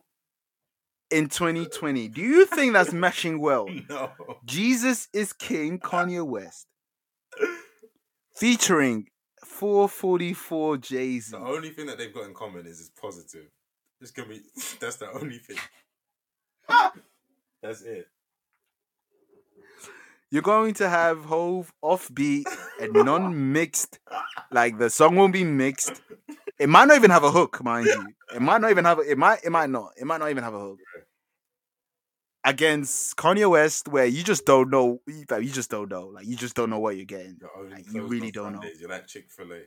Speaker 1: in 2020? Do you think that's matching well?
Speaker 2: no.
Speaker 1: Jesus is King Kanye West featuring 444 Jay Z.
Speaker 2: The only thing that they've got in common is it's positive. It's gonna be that's the only thing. that's it.
Speaker 1: You're going to have whole offbeat and non mixed, like the song won't be mixed. It might not even have a hook, mind you. It might not even have. A, it might. It might not. It might not even have a hook. Against Kanye West, where you just don't know, you like, you just don't know, like you just don't know what you're getting.
Speaker 2: You're only
Speaker 1: Like, you
Speaker 2: closed
Speaker 1: really
Speaker 2: on
Speaker 1: don't know.
Speaker 2: Sundays. You're like Chick Fil A.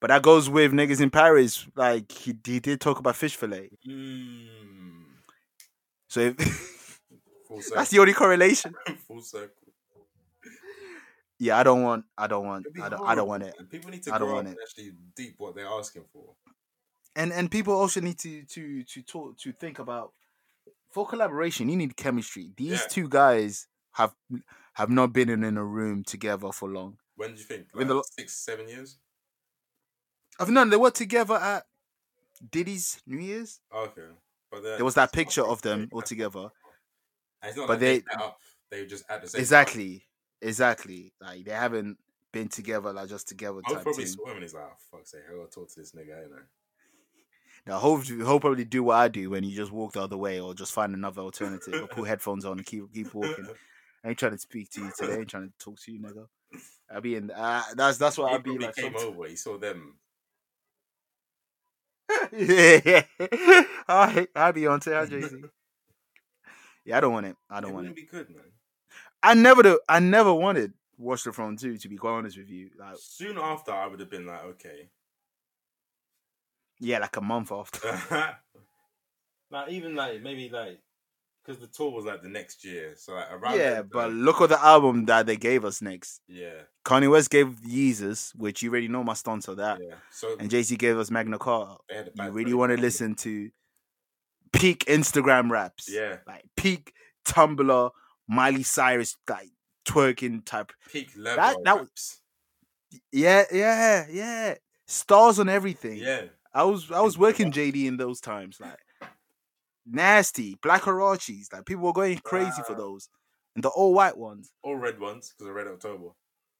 Speaker 1: But that goes with niggas in Paris. Like he, he did talk about fish fillet,
Speaker 2: Mm.
Speaker 1: so if,
Speaker 2: Full
Speaker 1: that's
Speaker 2: circle.
Speaker 1: the only correlation.
Speaker 2: Full circle.
Speaker 1: Yeah, I don't want. I don't want.
Speaker 2: It'd be
Speaker 1: I don't. I
Speaker 2: horrible,
Speaker 1: don't want it.
Speaker 2: man. People need to
Speaker 1: I don't
Speaker 2: grow up
Speaker 1: want
Speaker 2: and
Speaker 1: it.
Speaker 2: actually deep what they're asking for.
Speaker 1: and and people also need to to to talk to think about for collaboration you need chemistry these
Speaker 2: Yeah.
Speaker 1: two guys have have not been in, in a room together for long
Speaker 2: When do you think?
Speaker 1: With
Speaker 2: Like
Speaker 1: the lo-
Speaker 2: six, seven years?
Speaker 1: i've known they were together at diddy's new year's
Speaker 2: Okay. But they're-
Speaker 1: there was that
Speaker 2: it's not
Speaker 1: picture of them
Speaker 2: Chick-fil-A.
Speaker 1: all together
Speaker 2: And it's not
Speaker 1: but
Speaker 2: like they
Speaker 1: they-
Speaker 2: met up. They were just at the same time.
Speaker 1: exactly exactly like they haven't been together like just together
Speaker 2: I was
Speaker 1: type
Speaker 2: probably
Speaker 1: thing.
Speaker 2: swimming. He's like, oh, fuck's sake, I gotta talk to this nigga, you know.
Speaker 1: Now hope hope probably do what I do when you just walk the other way or just find another alternative or put headphones on and keep keep walking. I ain't trying to speak to you today. I ain't trying to talk to you, nigga. I be in. Uh, that's that's what
Speaker 2: he
Speaker 1: I be
Speaker 2: probably
Speaker 1: like.
Speaker 2: came
Speaker 1: somet-
Speaker 2: over. He saw them.
Speaker 1: yeah, yeah. Hi, hi, Beyonce. Hi, Jay Z. Yeah, I don't want it. I
Speaker 2: It
Speaker 1: don't want
Speaker 2: wouldn't
Speaker 1: it.
Speaker 2: be good, man.
Speaker 1: I never. do- I never wanted Watch the Throne too. To be quite honest with you, like
Speaker 2: Soon after, I would have been like, okay.
Speaker 1: yeah, like a month after.
Speaker 2: like even like maybe like because the tour was like the next year, so like around.
Speaker 1: yeah,
Speaker 2: that
Speaker 1: but
Speaker 2: time-
Speaker 1: look at the album that they gave us next.
Speaker 2: yeah,
Speaker 1: Kanye West gave Jesus, which you already know my stance on that.
Speaker 2: yeah. So
Speaker 1: uh, and Jay Z gave us Magna Carta.
Speaker 2: they had a
Speaker 1: You
Speaker 2: bad
Speaker 1: really
Speaker 2: break.
Speaker 1: want to listen to peak Instagram raps,
Speaker 2: Yeah,
Speaker 1: like peak Tumblr, Miley Cyrus, like twerking type.
Speaker 2: peak level.
Speaker 1: That- that was-
Speaker 2: raps.
Speaker 1: Yeah, yeah, yeah. Stars on everything.
Speaker 2: yeah.
Speaker 1: I was I was
Speaker 2: Instagram.
Speaker 1: working JD in those times, like nasty black Harachis. Like people were going crazy for
Speaker 2: Wow.
Speaker 1: those, and the all white ones.
Speaker 2: All red ones because I read October.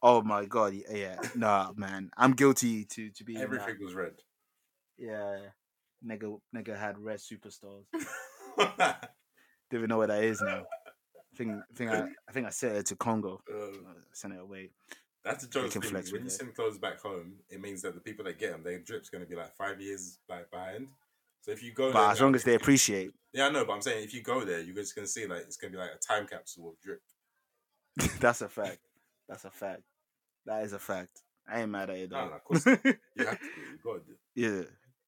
Speaker 1: Oh my god, yeah, yeah. nah, man, I'm guilty to to be
Speaker 2: Everything was red.
Speaker 1: Yeah, nigga, nigga had red superstars. Don't even know where that is now. I think, I think I, I think I sent it to Congo. uh,
Speaker 2: Um,
Speaker 1: Sent it away.
Speaker 2: that's a joke.
Speaker 1: can
Speaker 2: When
Speaker 1: flex
Speaker 2: you
Speaker 1: with it.
Speaker 2: send clothes back home, it means that the people that get them, their drip's going to be like five years like behind. So if you go, there
Speaker 1: But as
Speaker 2: now,
Speaker 1: long as they
Speaker 2: you-
Speaker 1: appreciate,
Speaker 2: Yeah, I know, but I'm saying if you go there, you're just gonna see like it's gonna be like a time capsule of drip.
Speaker 1: that's a fact. That's a fact. That is a fact. I ain't mad at it
Speaker 2: No, no,
Speaker 1: though.
Speaker 2: of course not. you have to. Do, it. you got to. Do. it.
Speaker 1: yeah,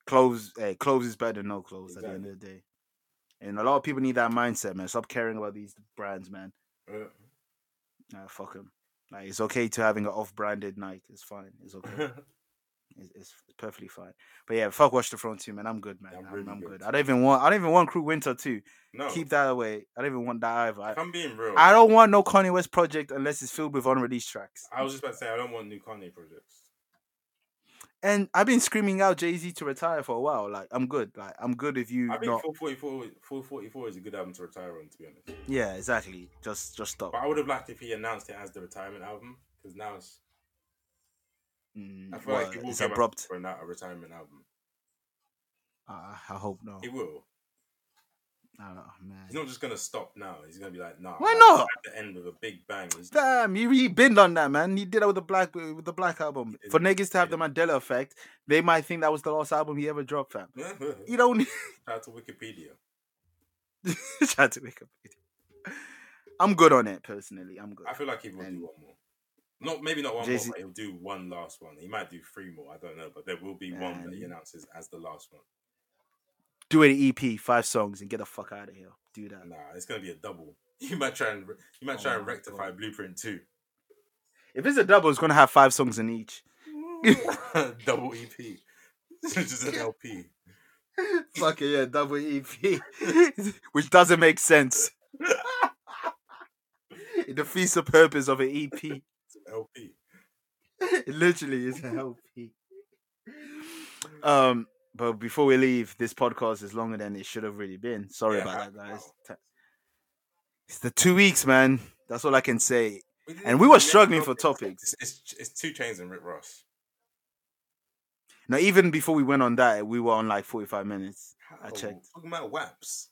Speaker 1: clothes. Hey, clothes is better than no clothes at the end of the day. And a lot of people need that mindset, man. Stop caring about these brands, man.
Speaker 2: Uh,
Speaker 1: Nah, fuck them. Like it's okay to having an off-branded Nike. It's fine. It's okay. It's, it's perfectly fine. But yeah, fuck watch the front too, man. I'm good, man.
Speaker 2: I'm
Speaker 1: I'm,
Speaker 2: really
Speaker 1: I'm
Speaker 2: good.
Speaker 1: good. I don't even want. I don't even want Crew Winter too.
Speaker 2: no,
Speaker 1: Keep that away. I don't even want that either. I-
Speaker 2: if I'm being real,
Speaker 1: I
Speaker 2: I,
Speaker 1: don't want no Kanye West project unless it's filled with unreleased tracks.
Speaker 2: was just about to say I don't want new Kanye projects.
Speaker 1: And I've been screaming out Jay Z to retire for a while. Like I'm good. Like I'm good if you
Speaker 2: I think
Speaker 1: not.
Speaker 2: 444, 444 is a good album to retire on, to be honest.
Speaker 1: Yeah, exactly. Just just stop.
Speaker 2: But I would have liked if he announced it as the retirement album because now it's,
Speaker 1: Mm,
Speaker 2: I feel
Speaker 1: well,
Speaker 2: like it will
Speaker 1: it's
Speaker 2: go back
Speaker 1: abrupt.
Speaker 2: for an- a retirement album.
Speaker 1: Uh, I hope not.
Speaker 2: It will.
Speaker 1: Oh
Speaker 2: He's
Speaker 1: man.
Speaker 2: not just gonna stop now. He's gonna be like, nah.
Speaker 1: Why
Speaker 2: I
Speaker 1: not?
Speaker 2: have To end with a big bang. He's-
Speaker 1: Damn, he, he been on that man. He did that with the black with the black album.
Speaker 2: He did.
Speaker 1: For niggas to have
Speaker 2: He
Speaker 1: the Mandela effect, they might think that was the last album he ever dropped, fam.
Speaker 2: Shout
Speaker 1: You don't
Speaker 2: out to Wikipedia.
Speaker 1: try to make up. I'm good on it personally. I'm good.
Speaker 2: I feel like he will
Speaker 1: And-
Speaker 2: do one more. Not maybe not one
Speaker 1: Jay-Z-
Speaker 2: more. But he'll do one last one. He might do three more. I don't know, but there will be one that he
Speaker 1: Man.
Speaker 2: announces as the last one.
Speaker 1: Do an EP, five songs, and get the fuck out of here. Do that.
Speaker 2: Nah, it's gonna be a double. You might try and re- you might
Speaker 1: Oh
Speaker 2: try and
Speaker 1: my
Speaker 2: rectify
Speaker 1: God.
Speaker 2: Blueprint too.
Speaker 1: If it's a double, it's gonna have five songs in each.
Speaker 2: double EP. just an LP.
Speaker 1: Fuck it, yeah, double E EP, which doesn't make sense. It defeats the purpose of an E EP.
Speaker 2: LP.
Speaker 1: It literally is an LP. Um, but before we leave, this podcast is longer than it should have really been. Sorry
Speaker 2: Yeah,
Speaker 1: about that,
Speaker 2: wow.
Speaker 1: guys. Ta- It's the two weeks, man. That's all I can say.
Speaker 2: didn't
Speaker 1: And
Speaker 2: even
Speaker 1: we were
Speaker 2: get
Speaker 1: struggling
Speaker 2: to-
Speaker 1: for topics.
Speaker 2: It's, it's, it's two chains and Rick Ross.
Speaker 1: Now, even before we went on that, we were on like forty-five minutes. I
Speaker 2: How?
Speaker 1: checked.
Speaker 2: Talking about WAPs.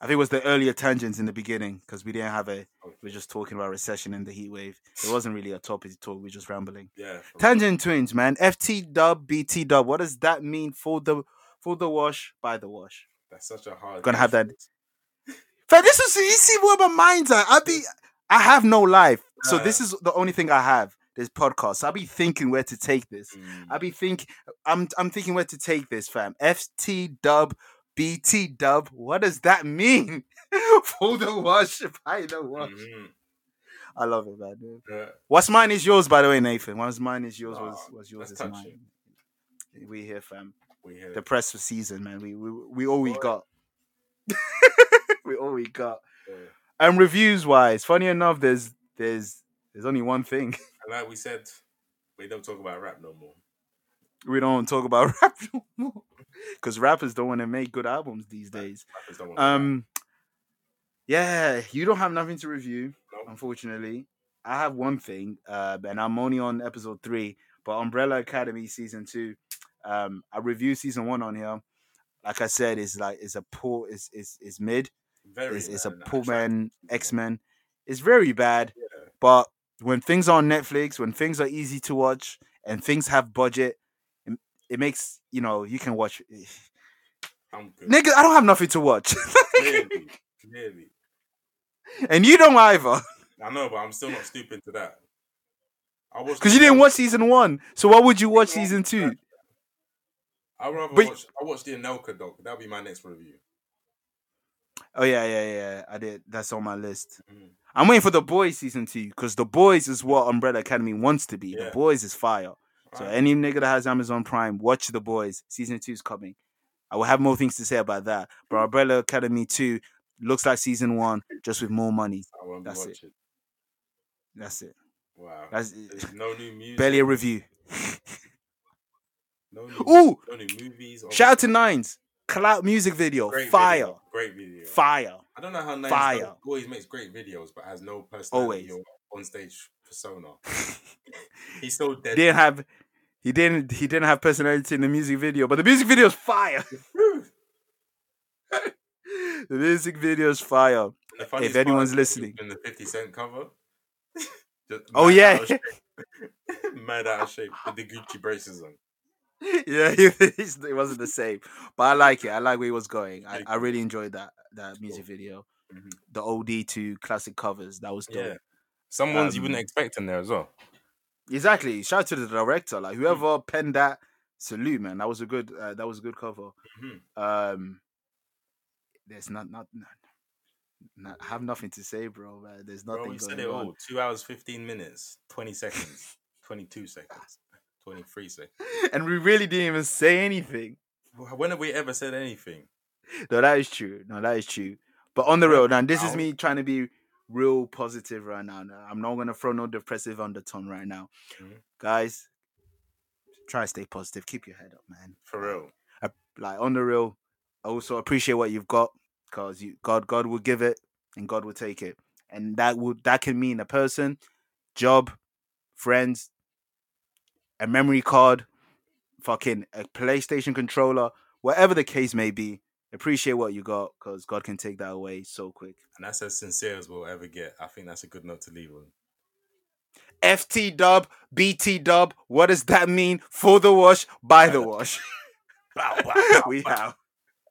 Speaker 1: I think it was the earlier tangents in the beginning because we didn't have a.
Speaker 2: Okay.
Speaker 1: We are just talking about recession and the heat wave. It wasn't really a topic to talk. We were just rambling.
Speaker 2: Yeah. for real.
Speaker 1: Tangent twins, man. FT dub, BT dub. What does that mean for the for the wash by the wash?
Speaker 2: That's such a hard.
Speaker 1: Gonna have that. But this is you see where my mind's at. I be I have no life, so this is the only thing I have. This podcast. I be thinking where to take this.
Speaker 2: Mm.
Speaker 1: I be think I'm I'm thinking where to take this, fam. FT dub, BT dub. What does that mean? for the wash by the wash.
Speaker 2: Mhm.
Speaker 1: I love it, man.
Speaker 2: Yeah.
Speaker 1: What's mine is yours, by the way, Nathan. What's mine is yours
Speaker 2: Nah,
Speaker 1: was was yours
Speaker 2: that's
Speaker 1: is
Speaker 2: touching.
Speaker 1: mine. We here, fam.
Speaker 2: We hear
Speaker 1: The press for season, man. We we we all we
Speaker 2: Boy.
Speaker 1: got. we all we got.
Speaker 2: yeah.
Speaker 1: And reviews wise, funny enough, there's there's there's only one thing.
Speaker 2: And like we said, we don't talk about rap no more.
Speaker 1: We don't talk about rap no more. Because rappers don't want to make good albums these days.
Speaker 2: Rappers don't want to rap.
Speaker 1: Um Yeah, you don't have nothing to review,
Speaker 2: Nope.
Speaker 1: unfortunately. I have one thing, uh, and I'm only on episode three, but Umbrella Academy season two. Um, I reviewed season one on here. Like I said, it's like it's a poor, it's it's, it's mid,
Speaker 2: Very.
Speaker 1: it's, it's a
Speaker 2: man,
Speaker 1: poor
Speaker 2: actually.
Speaker 1: man X Men. It's very bad.
Speaker 2: Yeah.
Speaker 1: But when things are on Netflix, when things are easy to watch, and things have budget, it, it makes you know you can watch.
Speaker 2: I'm good.
Speaker 1: Nigga, I don't have nothing to watch,
Speaker 2: Clearly. Clearly.
Speaker 1: and you don't either,
Speaker 2: I know, but I'm still not stooping to that. I watched
Speaker 1: because you didn't
Speaker 2: the-
Speaker 1: watch season one. So why would you watch season two?
Speaker 2: I'd rather
Speaker 1: but-
Speaker 2: watch. I watched the Anelka doc. That'll be my next review.
Speaker 1: Oh yeah, yeah, yeah. I did. That's on my list.
Speaker 2: Mhm.
Speaker 1: I'm waiting for the boys season two because the boys is what Umbrella Academy wants to be.
Speaker 2: Yeah.
Speaker 1: The boys is fire. So eh,
Speaker 2: Alright.
Speaker 1: any nigga that has Amazon Prime, watch the boys. Season two is coming. I will have more things to say about that. But Umbrella Academy two looks like season one, just with more money.
Speaker 2: I won't be
Speaker 1: that's it.
Speaker 2: watching.
Speaker 1: That's it.
Speaker 2: Wow.
Speaker 1: That's it.
Speaker 2: There's no new music.
Speaker 1: barely a review.
Speaker 2: No new,
Speaker 1: Ooh!
Speaker 2: No new movies. or-
Speaker 1: Shout out to Nines. Clout music video,
Speaker 2: Great
Speaker 1: fire,
Speaker 2: video, Great video.
Speaker 1: fire.
Speaker 2: I don't know how nice
Speaker 1: Fire.
Speaker 2: Fire. always makes great videos, but has no personality
Speaker 1: Always.
Speaker 2: or on stage persona. He's so dead.
Speaker 1: Didn't have he didn't he didn't have personality in the music video, but the music video is fire.
Speaker 2: Whew.
Speaker 1: the music video is fire.
Speaker 2: And the funniest
Speaker 1: anyone's
Speaker 2: part is
Speaker 1: listening.
Speaker 2: in the Fifty Cent cover. Just
Speaker 1: Oh
Speaker 2: mad
Speaker 1: yeah,
Speaker 2: out of shape- mad out of shape with the Gucci braces on.
Speaker 1: yeah. he- he's- it wasn't the same, but I like it. I like where he was going. I, I really enjoyed that that music video.
Speaker 2: Mhm.
Speaker 1: The OD to classic covers. That was dope.
Speaker 2: Yeah. Some ones you wouldn't
Speaker 1: Um,
Speaker 2: expect in there as well.
Speaker 1: Exactly. Shout out to the director.
Speaker 2: Mm-hmm.
Speaker 1: Like whoever penned that, salute, man. That was a good. Uh, that was a good cover.
Speaker 2: Mhm.
Speaker 1: Um, there's not not. not not, I have nothing to say, bro. Man. There's nothing
Speaker 2: Bro, you said
Speaker 1: going
Speaker 2: it
Speaker 1: on.
Speaker 2: all. Two hours, fifteen minutes, twenty seconds, twenty-two seconds, twenty-three seconds.
Speaker 1: and we really didn't even say anything.
Speaker 2: Wh- When have we ever said anything?
Speaker 1: No, that is true. No, that is true. But on the real, now this is
Speaker 2: Now-
Speaker 1: me trying to be real positive right now. Now, I'm not gonna throw no depressive undertone right now,
Speaker 2: Mhm.
Speaker 1: guys. try to stay positive. Keep your head up, man.
Speaker 2: For real.
Speaker 1: Like on the real, also appreciate what you've got because you God God will give it and God will take it, and that will that can mean a person, job, friends, a memory card, fucking a PlayStation controller, whatever the case may be. Appreciate what you got because God can take that away so quick.
Speaker 2: And that's as sincere as we'll ever get. I think that's a good note to leave on.
Speaker 1: FT dub, BT dub. What does that mean? For the wash, by the wash.
Speaker 2: Bow, bow,
Speaker 1: we have.